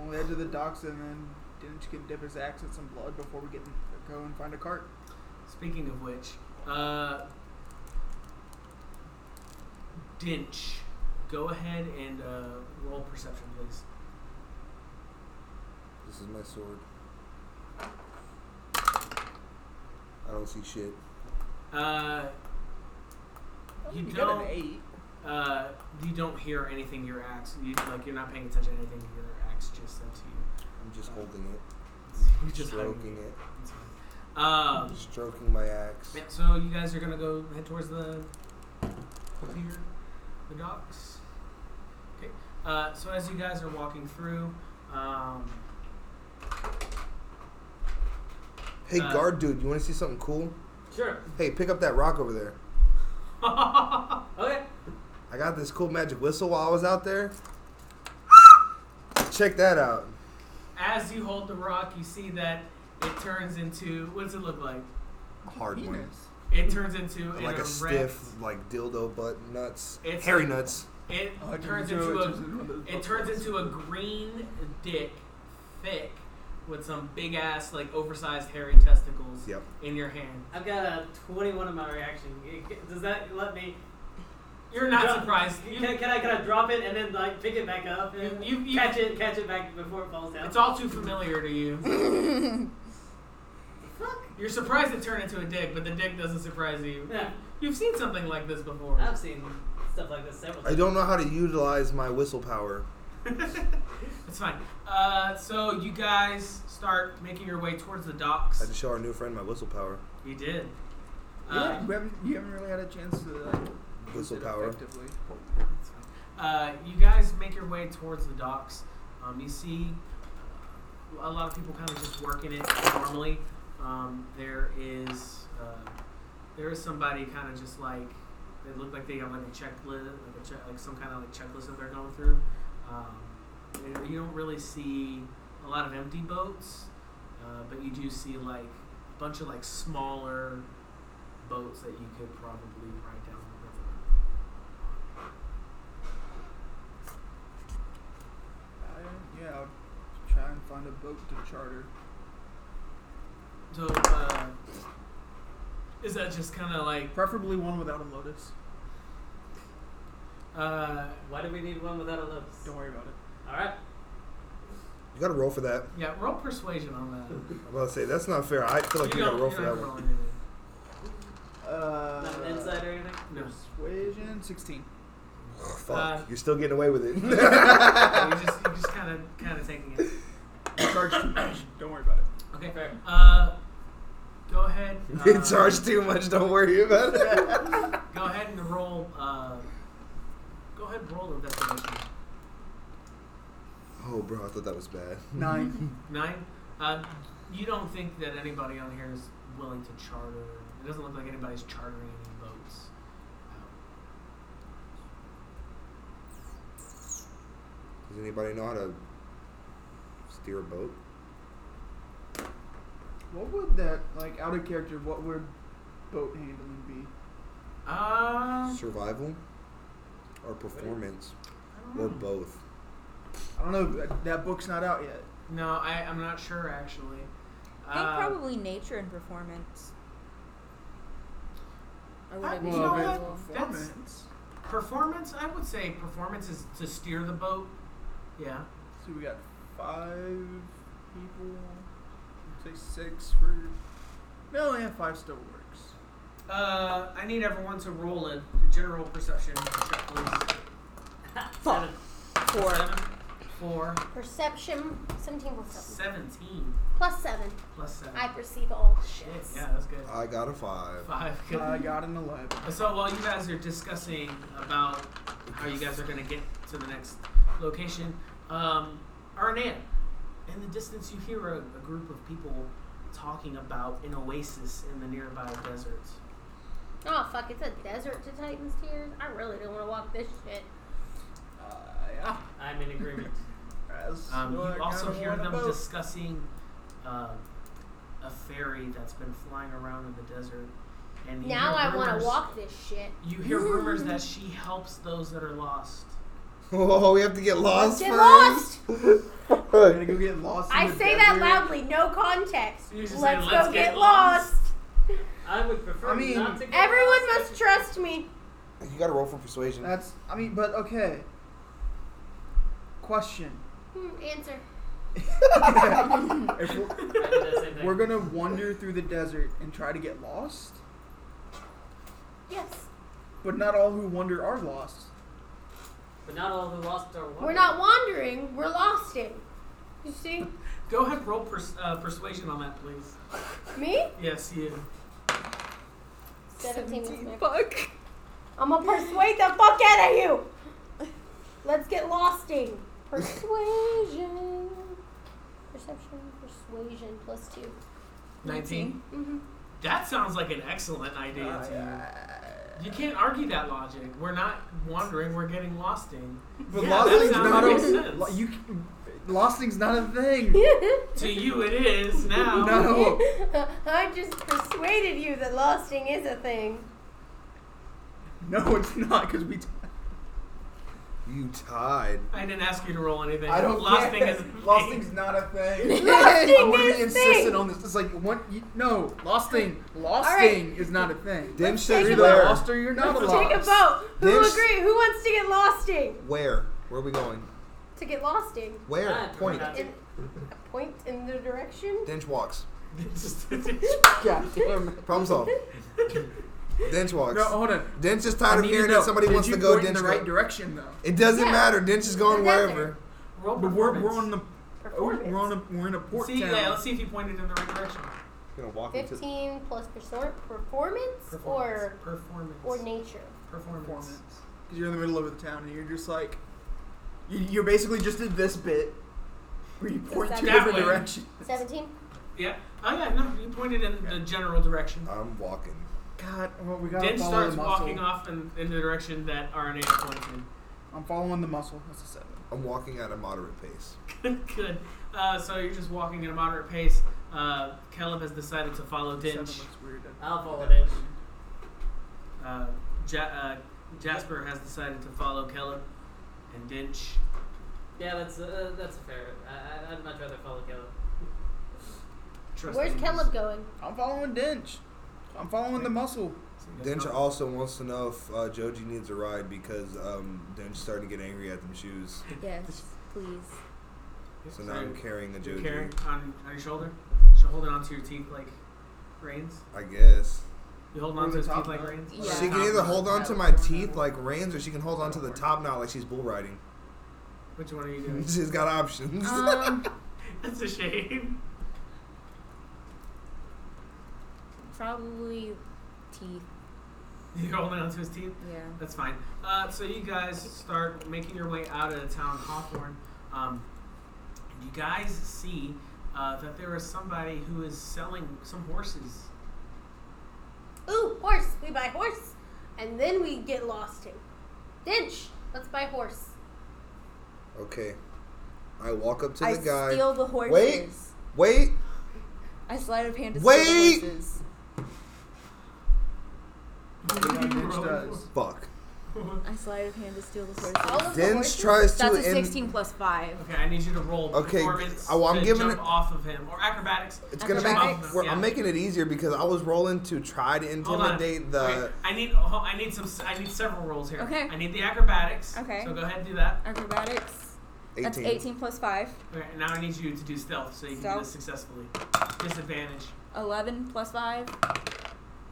[SPEAKER 5] On the edge of the docks, and then didn't you can dip his axe in some blood before we get in, go and find a cart?
[SPEAKER 4] Speaking of which, uh, Dinch, go ahead and uh, roll perception, please.
[SPEAKER 2] This is my sword. I don't see shit.
[SPEAKER 4] Uh, you
[SPEAKER 5] got an
[SPEAKER 4] don't.
[SPEAKER 5] eight.
[SPEAKER 4] Uh, you don't hear anything. Your axe. You, like you're not paying attention to anything. Your axe just said to you.
[SPEAKER 2] I'm just holding it,
[SPEAKER 4] You just
[SPEAKER 2] stroking it,
[SPEAKER 4] It's fine. Um,
[SPEAKER 2] stroking my axe.
[SPEAKER 4] Yeah, so you guys are gonna go head towards the the pier, the docks. Okay. Uh, so as you guys are walking through, um,
[SPEAKER 2] Hey,
[SPEAKER 4] Uh,
[SPEAKER 2] guard dude, you want to see something cool?
[SPEAKER 1] Sure.
[SPEAKER 2] Hey, pick up that rock over there.
[SPEAKER 1] Okay.
[SPEAKER 2] I got this cool magic whistle while I was out there. Check that out.
[SPEAKER 4] as you hold the rock, you see that it turns into what does it look like?
[SPEAKER 2] A hard one.
[SPEAKER 5] Penis.
[SPEAKER 4] It turns into an
[SPEAKER 2] Like a
[SPEAKER 4] erect,
[SPEAKER 2] stiff, like dildo butt nuts.
[SPEAKER 4] It's
[SPEAKER 2] Hairy
[SPEAKER 4] a-
[SPEAKER 2] nuts.
[SPEAKER 4] It
[SPEAKER 5] Oh, it
[SPEAKER 4] turns
[SPEAKER 5] into-
[SPEAKER 4] into
[SPEAKER 5] it
[SPEAKER 4] a
[SPEAKER 5] turns into one of those
[SPEAKER 4] it
[SPEAKER 5] butt
[SPEAKER 4] turns
[SPEAKER 5] plugs.
[SPEAKER 4] into a green dick, thick, with some big ass like oversized hairy testicles
[SPEAKER 2] Yep.
[SPEAKER 4] in your hand.
[SPEAKER 1] I've got a 21 in my reaction. Does that let me?
[SPEAKER 4] You're not
[SPEAKER 1] Drop-
[SPEAKER 4] surprised. You-
[SPEAKER 1] Can, can I can I drop it and then like pick it back up? And
[SPEAKER 4] You- you-
[SPEAKER 1] catch it, catch it back before it falls down.
[SPEAKER 4] It's all too familiar to you.
[SPEAKER 1] fuck.
[SPEAKER 4] You're surprised it turned into a dick, but the dick doesn't surprise you.
[SPEAKER 1] Yeah,
[SPEAKER 4] You've seen something like this before.
[SPEAKER 1] I've seen stuff like this several
[SPEAKER 2] I
[SPEAKER 1] times.
[SPEAKER 2] don't know how to utilize my whistle power.
[SPEAKER 4] it's fine. Uh, so you guys start making your way towards the docks.
[SPEAKER 2] I had to show our new friend my whistle power.
[SPEAKER 4] You did.
[SPEAKER 5] yeah,
[SPEAKER 4] Uh,
[SPEAKER 5] you haven't you haven't really had a chance to like use
[SPEAKER 2] Whistle
[SPEAKER 5] it
[SPEAKER 2] power.
[SPEAKER 5] effectively.
[SPEAKER 4] it's fine. Uh, you guys make your way towards the docks. Um, you see a lot of people kind of just working it normally. Um, there is uh, there is somebody kind of just like they look like they have like a checklist, like a check, like some kind of like checklist that they're going through. Um, there- you don't really see a lot of empty boats, uh, but you do see like a bunch of like smaller boats that you could probably ride down the river.
[SPEAKER 5] I, Uh, yeah, I'll try and find a boat to charter.
[SPEAKER 4] So, uh, is that just kind of like,
[SPEAKER 5] Preferably one without a lotus.
[SPEAKER 4] uh,
[SPEAKER 1] Why do we need one without a lotus?
[SPEAKER 5] Don't worry about it.
[SPEAKER 1] All right.
[SPEAKER 2] You gotta roll for that.
[SPEAKER 4] yeah, roll persuasion on that.
[SPEAKER 2] I'm about to say, that's not fair. I feel like you,
[SPEAKER 4] don't-
[SPEAKER 2] gotta roll
[SPEAKER 4] you
[SPEAKER 2] for
[SPEAKER 4] don't
[SPEAKER 2] that
[SPEAKER 4] have to
[SPEAKER 2] one.
[SPEAKER 4] roll anything.
[SPEAKER 5] Uh,
[SPEAKER 1] Not an insight or anything.
[SPEAKER 4] No.
[SPEAKER 5] Persuasion 16.
[SPEAKER 2] Fuck,
[SPEAKER 4] Uh,
[SPEAKER 2] you're still getting away with it.
[SPEAKER 4] So you're just, you're just kind of kind of taking it.
[SPEAKER 5] Charge too much. Don't worry about it.
[SPEAKER 4] Okay.
[SPEAKER 1] Fair.
[SPEAKER 4] Uh, go ahead.
[SPEAKER 2] you
[SPEAKER 4] uh,
[SPEAKER 2] didn't charge too much. Don't worry about it.
[SPEAKER 4] Go ahead and roll. Uh, go ahead and roll investigation.
[SPEAKER 2] oh, bro, I thought that was bad.
[SPEAKER 5] Nine.
[SPEAKER 4] Nine. Uh, you don't think that anybody on here is willing to charter? It doesn't look like anybody's chartering any boats. out.
[SPEAKER 2] Does anybody know how to steer a boat?
[SPEAKER 5] What would that like out of character? What would boat handling be?
[SPEAKER 4] Um,
[SPEAKER 2] Survival or performance or both?
[SPEAKER 5] I don't know. That, that book's not out yet.
[SPEAKER 4] no, I, I'm not sure actually.
[SPEAKER 6] I think
[SPEAKER 4] Uh,
[SPEAKER 6] probably nature and performance. Or would
[SPEAKER 4] I-
[SPEAKER 6] it be
[SPEAKER 4] you know
[SPEAKER 5] if
[SPEAKER 6] survival?
[SPEAKER 4] what?
[SPEAKER 5] it's
[SPEAKER 4] That's-
[SPEAKER 5] performance.
[SPEAKER 4] performance. I would say performance is to steer the boat. Yeah.
[SPEAKER 5] So we got five people. Say six for. No, yeah, five still works.
[SPEAKER 4] Uh, I need everyone to roll a general perception check, please.
[SPEAKER 1] Seven.
[SPEAKER 6] Four.
[SPEAKER 4] Seven, four,
[SPEAKER 3] Perception, 17 plus 7.
[SPEAKER 4] seventeen,
[SPEAKER 3] Plus 7.
[SPEAKER 4] plus seven.
[SPEAKER 3] I perceive all
[SPEAKER 4] Shit,
[SPEAKER 3] shit.
[SPEAKER 4] yeah, that's good.
[SPEAKER 2] I got a five.
[SPEAKER 4] Five. Good.
[SPEAKER 5] I got an eleven.
[SPEAKER 4] so while you guys are discussing about how you guys are gonna get to the next location, um, Arnea, in the distance you hear a, a group of people talking about an oasis in the nearby desert.
[SPEAKER 3] Oh, fuck, it's a desert to Titan's Tears. I really don't want to walk this shit.
[SPEAKER 5] Uh, yeah.
[SPEAKER 1] I'm in agreement.
[SPEAKER 5] That's
[SPEAKER 4] Um,
[SPEAKER 5] what
[SPEAKER 4] you
[SPEAKER 5] I
[SPEAKER 4] also
[SPEAKER 5] kinda
[SPEAKER 4] hear
[SPEAKER 5] want a
[SPEAKER 4] them
[SPEAKER 5] boat.
[SPEAKER 4] discussing uh, a ferry that's been flying around in the desert. And you
[SPEAKER 3] now
[SPEAKER 4] hear
[SPEAKER 3] I want
[SPEAKER 4] rumors-
[SPEAKER 3] to walk this shit.
[SPEAKER 4] You hear rumors that she helps those that are lost.
[SPEAKER 2] Oh, we have to get lost
[SPEAKER 3] Get
[SPEAKER 2] first.
[SPEAKER 5] I'm gonna go get lost. in
[SPEAKER 3] I
[SPEAKER 5] the
[SPEAKER 3] say that
[SPEAKER 5] desert.
[SPEAKER 3] loudly, no context.
[SPEAKER 4] You
[SPEAKER 3] Let's,
[SPEAKER 4] just say, "Let's get
[SPEAKER 3] go get, lost.
[SPEAKER 1] I would prefer
[SPEAKER 5] I mean,
[SPEAKER 1] not to. Get
[SPEAKER 3] Everyone
[SPEAKER 1] lost.
[SPEAKER 3] must trust me.
[SPEAKER 2] You got to roll for persuasion.
[SPEAKER 5] That's. I mean, but okay. Question:
[SPEAKER 3] Hmm, answer.
[SPEAKER 5] If we're,
[SPEAKER 1] I did that same thing.
[SPEAKER 5] we're gonna wander through the desert and try to get lost,
[SPEAKER 3] Yes.
[SPEAKER 5] but not all who wander are lost.
[SPEAKER 1] but not all who lost are.
[SPEAKER 3] We're not wandering, we're losting. You see?
[SPEAKER 4] Go ahead, roll pers- uh, persuasion on that, please.
[SPEAKER 3] Me?
[SPEAKER 4] Yes, you.
[SPEAKER 3] 17 was my-
[SPEAKER 6] Fuck.
[SPEAKER 3] I'm gonna persuade the fuck out of you. Let's get losting. Persuasion. Perception, persuasion, plus two.
[SPEAKER 4] 19.
[SPEAKER 3] Mm-hmm.
[SPEAKER 4] That sounds like an excellent idea
[SPEAKER 5] Uh,
[SPEAKER 4] to you. You can't argue that logic. We're not wandering, we're getting lost in.
[SPEAKER 5] But
[SPEAKER 4] Yeah, that
[SPEAKER 5] losting's
[SPEAKER 4] sounds-
[SPEAKER 5] not
[SPEAKER 4] makes
[SPEAKER 5] a
[SPEAKER 4] sense.
[SPEAKER 5] lo- you. c- Losting's not a thing.
[SPEAKER 4] To you, it is now.
[SPEAKER 5] No.
[SPEAKER 3] I just persuaded you that losting is a thing.
[SPEAKER 5] No, it's not because we. T-
[SPEAKER 2] You tied.
[SPEAKER 4] I didn't ask you to roll anything.
[SPEAKER 5] I don't
[SPEAKER 4] Last
[SPEAKER 5] care.
[SPEAKER 4] thing is.
[SPEAKER 5] Losting's not a thing. I
[SPEAKER 3] Losting
[SPEAKER 5] want to
[SPEAKER 3] is
[SPEAKER 5] be
[SPEAKER 3] thing.
[SPEAKER 5] insistent on this. It's like one. You, no, losting. Losting
[SPEAKER 3] right.
[SPEAKER 5] is not a thing.
[SPEAKER 2] Dim
[SPEAKER 3] take
[SPEAKER 2] says
[SPEAKER 5] You're
[SPEAKER 3] a
[SPEAKER 5] either
[SPEAKER 2] where?
[SPEAKER 5] a lost or you're not a
[SPEAKER 3] Let's
[SPEAKER 5] lost.
[SPEAKER 3] take a vote. Who
[SPEAKER 2] There's-
[SPEAKER 3] agree? Who wants to get losting?
[SPEAKER 2] Where? Where are we going?
[SPEAKER 3] To get losting.
[SPEAKER 2] Where?
[SPEAKER 1] Ah,
[SPEAKER 2] Point.
[SPEAKER 1] we're not-
[SPEAKER 3] In, a point in the direction.
[SPEAKER 2] Dench walks.
[SPEAKER 5] God damn it.
[SPEAKER 2] Problem solved. Dench walks.
[SPEAKER 5] No, hold on.
[SPEAKER 2] Dench is
[SPEAKER 5] I
[SPEAKER 2] tired of
[SPEAKER 5] need to
[SPEAKER 2] hearing
[SPEAKER 5] know,
[SPEAKER 2] that somebody
[SPEAKER 5] did
[SPEAKER 2] wants
[SPEAKER 5] you
[SPEAKER 2] to go.
[SPEAKER 5] point
[SPEAKER 2] Dench
[SPEAKER 5] in the
[SPEAKER 2] go-
[SPEAKER 5] right direction though.
[SPEAKER 2] It doesn't
[SPEAKER 3] Yeah.
[SPEAKER 2] matter. Dench is going
[SPEAKER 3] It doesn't.
[SPEAKER 2] wherever.
[SPEAKER 4] roll
[SPEAKER 5] But we're, we're
[SPEAKER 4] performance.
[SPEAKER 5] on the we're,
[SPEAKER 3] Performance.
[SPEAKER 5] we're on a we're in a port
[SPEAKER 4] See,
[SPEAKER 5] town.
[SPEAKER 4] yeah, let's see if you pointed in the right direction.
[SPEAKER 2] Gonna walk into.
[SPEAKER 3] 15 plus perso- performance,
[SPEAKER 4] Performance.
[SPEAKER 3] or
[SPEAKER 4] Performance.
[SPEAKER 3] or nature.
[SPEAKER 4] Performance.
[SPEAKER 5] Performance. Because you're in the middle of the town and you're just like, you, you're basically just in this bit where you point
[SPEAKER 3] that
[SPEAKER 5] two
[SPEAKER 4] that
[SPEAKER 5] different
[SPEAKER 4] way?
[SPEAKER 5] directions.
[SPEAKER 3] 17.
[SPEAKER 4] Yeah. Oh, yeah, no, you pointed in the general direction.
[SPEAKER 2] I'm walking.
[SPEAKER 5] God, well, we gotta
[SPEAKER 4] Din
[SPEAKER 5] follow
[SPEAKER 4] starts
[SPEAKER 5] the muscle.
[SPEAKER 4] walking off in, in the direction that RNA is pointing.
[SPEAKER 5] I'm following the muscle. That's a seven.
[SPEAKER 2] I'm walking at a moderate pace.
[SPEAKER 4] Good, good. Uh, so you're just walking at a moderate pace. Uh, Caleb has decided to follow
[SPEAKER 5] Seven
[SPEAKER 4] Dinch.
[SPEAKER 5] looks weird.
[SPEAKER 1] I'll follow Dinch.
[SPEAKER 4] Uh, ja- uh, Jasper has decided to follow Caleb and Dinch.
[SPEAKER 1] Yeah, that's uh, that's a fair. I, I- I'd much rather follow Caleb.
[SPEAKER 4] Trust
[SPEAKER 3] Where's
[SPEAKER 4] me.
[SPEAKER 3] Caleb going?
[SPEAKER 5] I'm following Dinch. I'm following the muscle.
[SPEAKER 2] Dench also wants to know if uh, Joji needs a ride because um, Dench started to get angry at them shoes.
[SPEAKER 6] Yes, please.
[SPEAKER 2] So now I'm carrying a
[SPEAKER 4] You're
[SPEAKER 2] Joji.
[SPEAKER 4] carrying on, on your shoulder. So holding onto your teeth like reins.
[SPEAKER 2] I guess.
[SPEAKER 4] You hold
[SPEAKER 5] Or
[SPEAKER 4] on
[SPEAKER 5] the
[SPEAKER 4] to his
[SPEAKER 5] top
[SPEAKER 4] teeth like
[SPEAKER 5] knot.
[SPEAKER 4] reins?
[SPEAKER 6] Yeah.
[SPEAKER 2] She can either hold on to my teeth like reins, or she can hold on to the top knot like she's bull riding.
[SPEAKER 4] Which one are you doing?
[SPEAKER 2] She's got options.
[SPEAKER 6] Um,
[SPEAKER 4] That's a shame.
[SPEAKER 6] probably teeth.
[SPEAKER 4] You're holding on to his teeth?
[SPEAKER 6] Yeah.
[SPEAKER 4] That's fine. Uh, so you guys start making your way out of the town, Hawthorne. Um, and you guys see uh, that there is somebody who is selling some horses.
[SPEAKER 3] Ooh, horse. We buy horse. And then we get lost him. Dinch, let's buy horse.
[SPEAKER 2] Okay. I walk up to the
[SPEAKER 6] I
[SPEAKER 2] guy.
[SPEAKER 6] steal the horses.
[SPEAKER 2] Wait. Wait.
[SPEAKER 6] I slide of hand to
[SPEAKER 2] Wait!
[SPEAKER 6] steal the horses.
[SPEAKER 5] Mitch does.
[SPEAKER 2] Fuck.
[SPEAKER 6] I slide of hand to steal the
[SPEAKER 3] All
[SPEAKER 6] horses.
[SPEAKER 3] of the
[SPEAKER 2] Dinch
[SPEAKER 3] horses?
[SPEAKER 2] tries to.
[SPEAKER 6] That's a
[SPEAKER 2] in-
[SPEAKER 6] 16 plus 5.
[SPEAKER 4] Okay, I need you to roll
[SPEAKER 2] Okay,
[SPEAKER 4] performance
[SPEAKER 2] oh, I'm
[SPEAKER 4] to
[SPEAKER 2] giving
[SPEAKER 4] jump
[SPEAKER 2] it-
[SPEAKER 4] off of him or acrobatics.
[SPEAKER 2] It's gonna
[SPEAKER 4] Acrobatics.
[SPEAKER 2] make. We're,
[SPEAKER 4] Yeah.
[SPEAKER 2] I'm making it easier because I was rolling to try to
[SPEAKER 4] Hold on.
[SPEAKER 2] intimidate the.
[SPEAKER 4] Okay, I need oh, I need some I need several rolls here.
[SPEAKER 6] Okay.
[SPEAKER 4] I need the acrobatics.
[SPEAKER 6] Okay.
[SPEAKER 4] So go ahead and do that.
[SPEAKER 6] Acrobatics.
[SPEAKER 2] 18.
[SPEAKER 6] That's 18 plus 5.
[SPEAKER 4] Okay, and now I need you to do stealth so you can do
[SPEAKER 6] Stealth.
[SPEAKER 4] this successfully. Disadvantage.
[SPEAKER 6] 11 plus 5.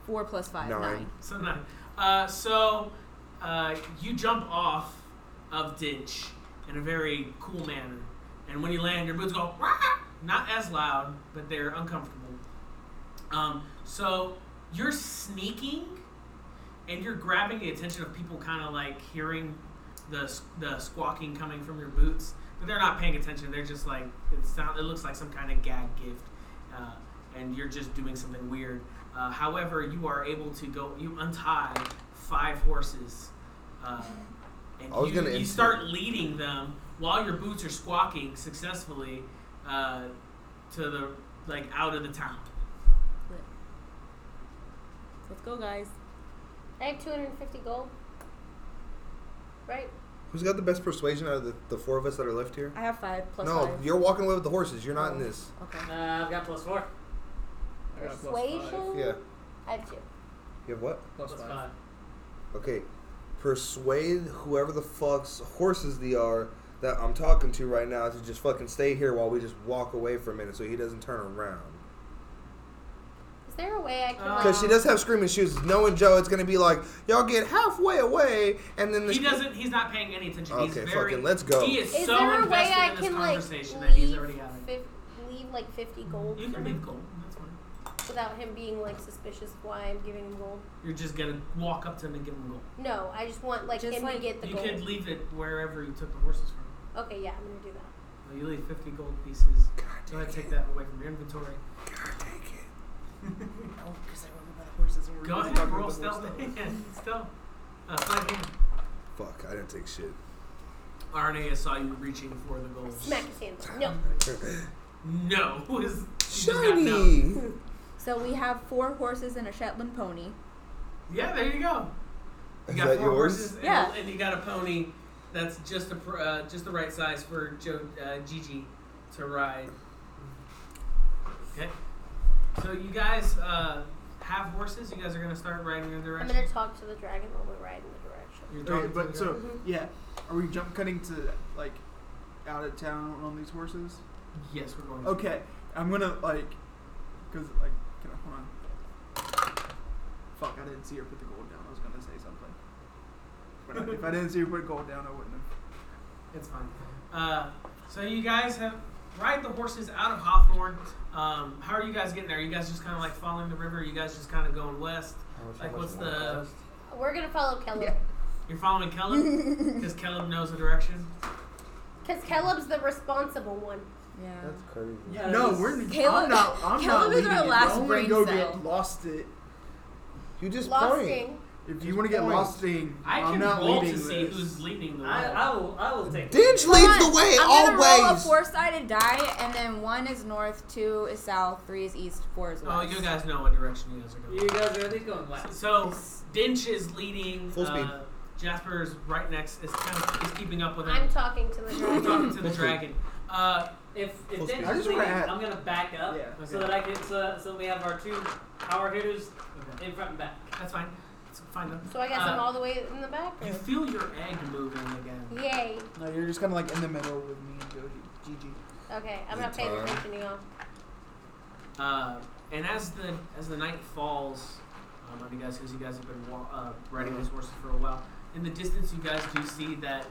[SPEAKER 6] 4 plus 5.
[SPEAKER 2] Nine.
[SPEAKER 6] 9.
[SPEAKER 4] So nine. Uh, so uh, you jump off of Dinch in a very cool manner, and when you land, your boots go "Wah!" not as loud, but they're uncomfortable. Um, so you're sneaking, and you're grabbing the attention of people, kind of like hearing the s- the squawking coming from your boots, but they're not paying attention. They're just like it sound. It looks like some kind of gag gift, uh, and you're just doing something weird. Uh, however, you are able to go. You untie five horses, uh, and
[SPEAKER 2] I was
[SPEAKER 4] you,
[SPEAKER 2] gonna
[SPEAKER 4] you
[SPEAKER 2] int-
[SPEAKER 4] start leading them while your boots are squawking successfully uh, to the like out of the town.
[SPEAKER 6] Let's go, guys.
[SPEAKER 3] I have 250 gold. Right?
[SPEAKER 2] Who's got the best persuasion out of the, the four of us that are left here?
[SPEAKER 6] I have 5 plus
[SPEAKER 2] no,
[SPEAKER 6] 5.
[SPEAKER 2] you're walking away with the horses. You're not in this.
[SPEAKER 6] Okay.
[SPEAKER 1] Uh, I've got plus four.
[SPEAKER 5] I got a plus five.
[SPEAKER 3] Persuasion?
[SPEAKER 2] Yeah.
[SPEAKER 3] I have two.
[SPEAKER 2] You have what?
[SPEAKER 5] Plus
[SPEAKER 1] Plus
[SPEAKER 5] five.
[SPEAKER 1] five.
[SPEAKER 2] Okay. Persuade whoever the fuck's horses they are that I'm talking to right now to just fucking stay here while we just walk away for a minute so he doesn't turn around.
[SPEAKER 3] Is there a way I can,
[SPEAKER 4] Uh,
[SPEAKER 3] like,
[SPEAKER 2] Because she does have screaming shoes. Knowing Joe, it's gonna be like y'all get halfway away, and then the
[SPEAKER 4] He doesn't. He's not paying any attention. he's
[SPEAKER 2] Okay,
[SPEAKER 4] very,
[SPEAKER 2] fucking let's go.
[SPEAKER 4] He is,
[SPEAKER 3] is
[SPEAKER 4] so
[SPEAKER 3] there a way
[SPEAKER 4] invested
[SPEAKER 3] I
[SPEAKER 4] in this
[SPEAKER 3] can, like,
[SPEAKER 4] conversation that he's
[SPEAKER 3] leave
[SPEAKER 4] already out of it.
[SPEAKER 3] fif- leave, like, 50 gold
[SPEAKER 4] You
[SPEAKER 3] for
[SPEAKER 4] can
[SPEAKER 3] him
[SPEAKER 4] leave gold. That's fine.
[SPEAKER 3] without him being, like, suspicious of why I'm giving him gold?
[SPEAKER 4] You're just gonna walk up to him and give him gold.
[SPEAKER 3] No, I just want, like,
[SPEAKER 6] Just,
[SPEAKER 3] him to
[SPEAKER 6] like-
[SPEAKER 3] get the
[SPEAKER 4] you
[SPEAKER 3] gold.
[SPEAKER 4] could leave it wherever you took the horses from.
[SPEAKER 3] Okay, yeah, I'm gonna do that.
[SPEAKER 4] Well, you leave 50 gold pieces. Go ahead, take that away from your inventory.
[SPEAKER 7] Oh, because I remember about the horses. and we're
[SPEAKER 4] Go
[SPEAKER 7] really
[SPEAKER 4] ahead,
[SPEAKER 7] talking
[SPEAKER 4] roll
[SPEAKER 7] about the horse
[SPEAKER 4] stealth.
[SPEAKER 7] stuff.
[SPEAKER 4] stealth. Uh, sleight of hand.
[SPEAKER 2] Fuck, I didn't take shit.
[SPEAKER 4] Arnea saw you reaching for the gold.
[SPEAKER 3] Smack his hand. No.
[SPEAKER 4] No. is- you just got no.
[SPEAKER 2] Shiny.
[SPEAKER 6] So we have 4 horses and a Shetland pony.
[SPEAKER 4] Yeah, there you go. You
[SPEAKER 2] Is
[SPEAKER 4] got
[SPEAKER 2] that
[SPEAKER 4] four
[SPEAKER 2] yours?
[SPEAKER 4] horses and,
[SPEAKER 6] Yeah.
[SPEAKER 4] and you got a pony that's just the pr- uh, just the right size for Joe uh, Gigi to ride. Okay. So you guys uh, have horses. You guys are gonna start riding in the
[SPEAKER 3] I'm
[SPEAKER 4] direction.
[SPEAKER 3] gonna talk to the dragon while we ride in the direction.
[SPEAKER 4] You're
[SPEAKER 5] Okay,
[SPEAKER 4] talking to
[SPEAKER 5] but
[SPEAKER 4] the
[SPEAKER 5] so
[SPEAKER 4] guy.
[SPEAKER 5] yeah, are we jump cutting to like out of town on these horses?
[SPEAKER 4] yes, we're going.
[SPEAKER 5] Okay, I'm gonna like, cause like, can I, hold on. Fuck, I didn't see her put the gold down. I was gonna say something. But I- if I didn't see her put gold down, I wouldn't have.
[SPEAKER 4] It's fine. Uh, so you guys have ride the horses out of Hawthorne. Um, how are you guys getting there? you guys just kind of like following the river? you guys just kind of going west? Like what's the?
[SPEAKER 3] We're gonna follow Caleb.
[SPEAKER 4] You're following Caleb because Caleb knows the direction.
[SPEAKER 3] Because Caleb's the responsible one.
[SPEAKER 6] Yeah.
[SPEAKER 2] That's crazy.
[SPEAKER 1] Yeah,
[SPEAKER 5] no,
[SPEAKER 1] this-
[SPEAKER 5] we're
[SPEAKER 6] Caleb-
[SPEAKER 5] I'm not. I'm
[SPEAKER 6] Caleb
[SPEAKER 5] not
[SPEAKER 6] is our
[SPEAKER 5] leaving it.
[SPEAKER 6] last
[SPEAKER 5] Y'all
[SPEAKER 6] brain
[SPEAKER 5] wanna go
[SPEAKER 6] cell.
[SPEAKER 5] get lost it.
[SPEAKER 2] You just point.
[SPEAKER 3] Losting.
[SPEAKER 5] If you want to get
[SPEAKER 2] point.
[SPEAKER 5] lost, in,
[SPEAKER 4] I
[SPEAKER 5] am
[SPEAKER 4] can
[SPEAKER 5] not
[SPEAKER 4] roll to
[SPEAKER 5] leaving
[SPEAKER 4] see
[SPEAKER 5] this.
[SPEAKER 4] who's leading the way.
[SPEAKER 1] I, I will. I will take. it.
[SPEAKER 2] Dinge leads the
[SPEAKER 6] Hold on.
[SPEAKER 2] way
[SPEAKER 6] I'm gonna roll a
[SPEAKER 2] always.
[SPEAKER 6] four-sided die, and then one is north, two is south, three is east, four is
[SPEAKER 4] oh,
[SPEAKER 6] west.
[SPEAKER 4] you guys know what direction you guys are going.
[SPEAKER 1] You guys are at least going last.
[SPEAKER 4] So Dinch is leading.
[SPEAKER 2] Full speed.
[SPEAKER 4] Uh, Jasper's right next. Is kind of is keeping up with
[SPEAKER 3] I'm
[SPEAKER 4] him.
[SPEAKER 3] talking to the
[SPEAKER 4] We're
[SPEAKER 3] dragon.
[SPEAKER 4] talking to the
[SPEAKER 2] Full speed.
[SPEAKER 4] dragon. Uh,
[SPEAKER 1] If
[SPEAKER 2] Full
[SPEAKER 1] if
[SPEAKER 2] speed.
[SPEAKER 1] Dinch
[SPEAKER 5] I
[SPEAKER 1] is
[SPEAKER 5] just wanna
[SPEAKER 1] leading,
[SPEAKER 5] add-
[SPEAKER 1] I'm gonna back up
[SPEAKER 5] Yeah.
[SPEAKER 1] so
[SPEAKER 4] Okay.
[SPEAKER 1] that I can so, so we have our two power hitters
[SPEAKER 4] okay,
[SPEAKER 1] in front and back.
[SPEAKER 4] that's fine. It's fine though.
[SPEAKER 3] so I guess
[SPEAKER 4] Uh,
[SPEAKER 3] I'm all the way in the back?
[SPEAKER 4] You feel your egg moving again.
[SPEAKER 3] Yay.
[SPEAKER 5] No, you're just kind of like in the middle with me and Joji. Gigi.
[SPEAKER 3] Okay, I'm
[SPEAKER 2] Good
[SPEAKER 3] not paying
[SPEAKER 2] time.
[SPEAKER 3] attention to y'all.
[SPEAKER 4] Uh, and as the as the night falls, um, on you guys because you guys have been wa- uh, riding these horses for a while. In the distance, you guys do see that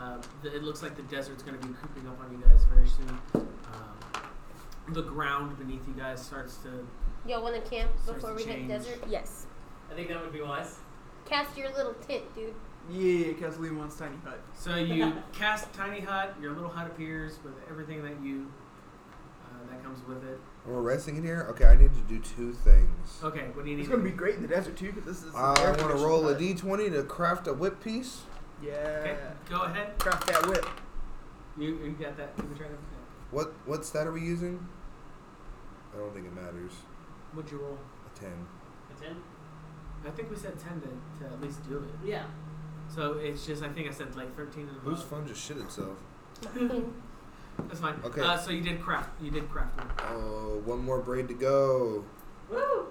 [SPEAKER 4] uh, the, it looks like the desert's going to be creeping up on you guys very soon. Um, the ground beneath you guys starts to
[SPEAKER 3] Y'all want to camp
[SPEAKER 4] Starts
[SPEAKER 3] before
[SPEAKER 4] to
[SPEAKER 3] we hit
[SPEAKER 4] change.
[SPEAKER 3] desert?
[SPEAKER 6] Yes.
[SPEAKER 1] I think that would be wise.
[SPEAKER 3] Cast your little tent, dude.
[SPEAKER 5] Yeah, Kathleen wants tiny hut.
[SPEAKER 4] So you cast tiny hut. Your little hut appears with everything that you uh, that comes with it.
[SPEAKER 2] And we're resting in here? Okay, I need to do two things.
[SPEAKER 4] Okay, what do you need?
[SPEAKER 5] It's gonna be great in the desert too, because this is.
[SPEAKER 2] I
[SPEAKER 5] air
[SPEAKER 2] want to
[SPEAKER 5] conditioned
[SPEAKER 2] roll a
[SPEAKER 5] hut.
[SPEAKER 2] d20 to craft a whip piece.
[SPEAKER 5] Yeah.
[SPEAKER 4] Okay, go ahead.
[SPEAKER 5] Craft that whip.
[SPEAKER 4] uh, You, you got that? You can try that.
[SPEAKER 2] What what stat are we using? I don't think it matters.
[SPEAKER 4] What'd you roll?
[SPEAKER 2] A 10.
[SPEAKER 1] A ten?
[SPEAKER 4] I think we said ten to, to at least do it.
[SPEAKER 1] Yeah.
[SPEAKER 4] So it's just I think I said like thirteen and
[SPEAKER 5] Uh,
[SPEAKER 2] Whose
[SPEAKER 4] above.
[SPEAKER 2] phone just shit itself?
[SPEAKER 4] That's fine.
[SPEAKER 2] Okay.
[SPEAKER 4] Uh, so you did craft. You did craft one.
[SPEAKER 2] Oh, one more braid to go.
[SPEAKER 1] Woo!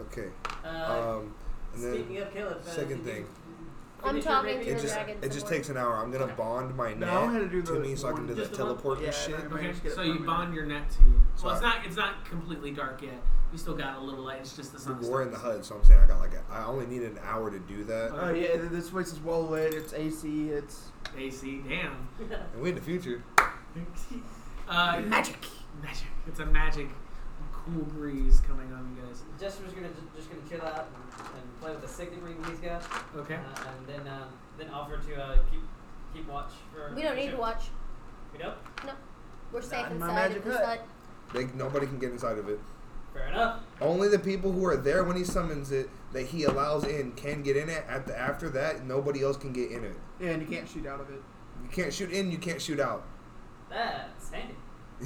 [SPEAKER 2] Okay.
[SPEAKER 1] Uh,
[SPEAKER 2] Um, and then
[SPEAKER 1] speaking of Caleb, uh,
[SPEAKER 2] second
[SPEAKER 1] did you
[SPEAKER 2] thing.
[SPEAKER 3] I'm
[SPEAKER 1] finish your
[SPEAKER 3] talking
[SPEAKER 1] baby?
[SPEAKER 3] to
[SPEAKER 2] it
[SPEAKER 3] the
[SPEAKER 2] just
[SPEAKER 3] dragon
[SPEAKER 2] it just
[SPEAKER 3] somewhere.
[SPEAKER 2] takes an hour. I'm gonna
[SPEAKER 1] Okay.
[SPEAKER 2] bond my
[SPEAKER 5] No, I had
[SPEAKER 2] net
[SPEAKER 5] to do
[SPEAKER 2] to
[SPEAKER 5] the
[SPEAKER 2] me so I can
[SPEAKER 5] one-
[SPEAKER 2] do
[SPEAKER 1] just
[SPEAKER 2] that
[SPEAKER 1] the one-
[SPEAKER 2] teleport
[SPEAKER 5] yeah,
[SPEAKER 2] and shit.
[SPEAKER 5] no,
[SPEAKER 4] Okay.
[SPEAKER 5] Just get it
[SPEAKER 4] So you
[SPEAKER 5] from me.
[SPEAKER 4] bond your net to. You. Well, it's
[SPEAKER 2] Sorry.
[SPEAKER 4] not. It's not completely dark yet. You still got a little light. It's just the sun.
[SPEAKER 2] We're in the
[SPEAKER 4] starts.
[SPEAKER 2] HUD, so I'm saying I got like a, I only needed an hour to do that.
[SPEAKER 5] Oh yeah, th- this place is well lit. It's AC. It's
[SPEAKER 4] AC. Damn.
[SPEAKER 2] And we in the future.
[SPEAKER 4] uh, magic. Magic. It's a magic, cool breeze coming on you guys.
[SPEAKER 1] Jester's gonna ju- just gonna chill out and, and play with the signet ring he's got,
[SPEAKER 4] Okay.
[SPEAKER 5] Uh-huh.
[SPEAKER 1] uh, and then uh, then offer to uh, keep keep watch for.
[SPEAKER 3] We don't
[SPEAKER 1] the
[SPEAKER 3] need to
[SPEAKER 1] ship.
[SPEAKER 3] watch.
[SPEAKER 1] We don't.
[SPEAKER 3] We're safe
[SPEAKER 5] in my
[SPEAKER 3] inside
[SPEAKER 5] magic
[SPEAKER 3] of this
[SPEAKER 5] hut.
[SPEAKER 3] hut.
[SPEAKER 2] They, nobody can get inside of it.
[SPEAKER 1] Fair enough.
[SPEAKER 2] Only the people who are there when he summons it that he allows in can get in it. At the, after that, nobody else can get in it.
[SPEAKER 5] yeah, and you can't shoot out of it.
[SPEAKER 2] You can't shoot in, you can't shoot out.
[SPEAKER 1] That's handy.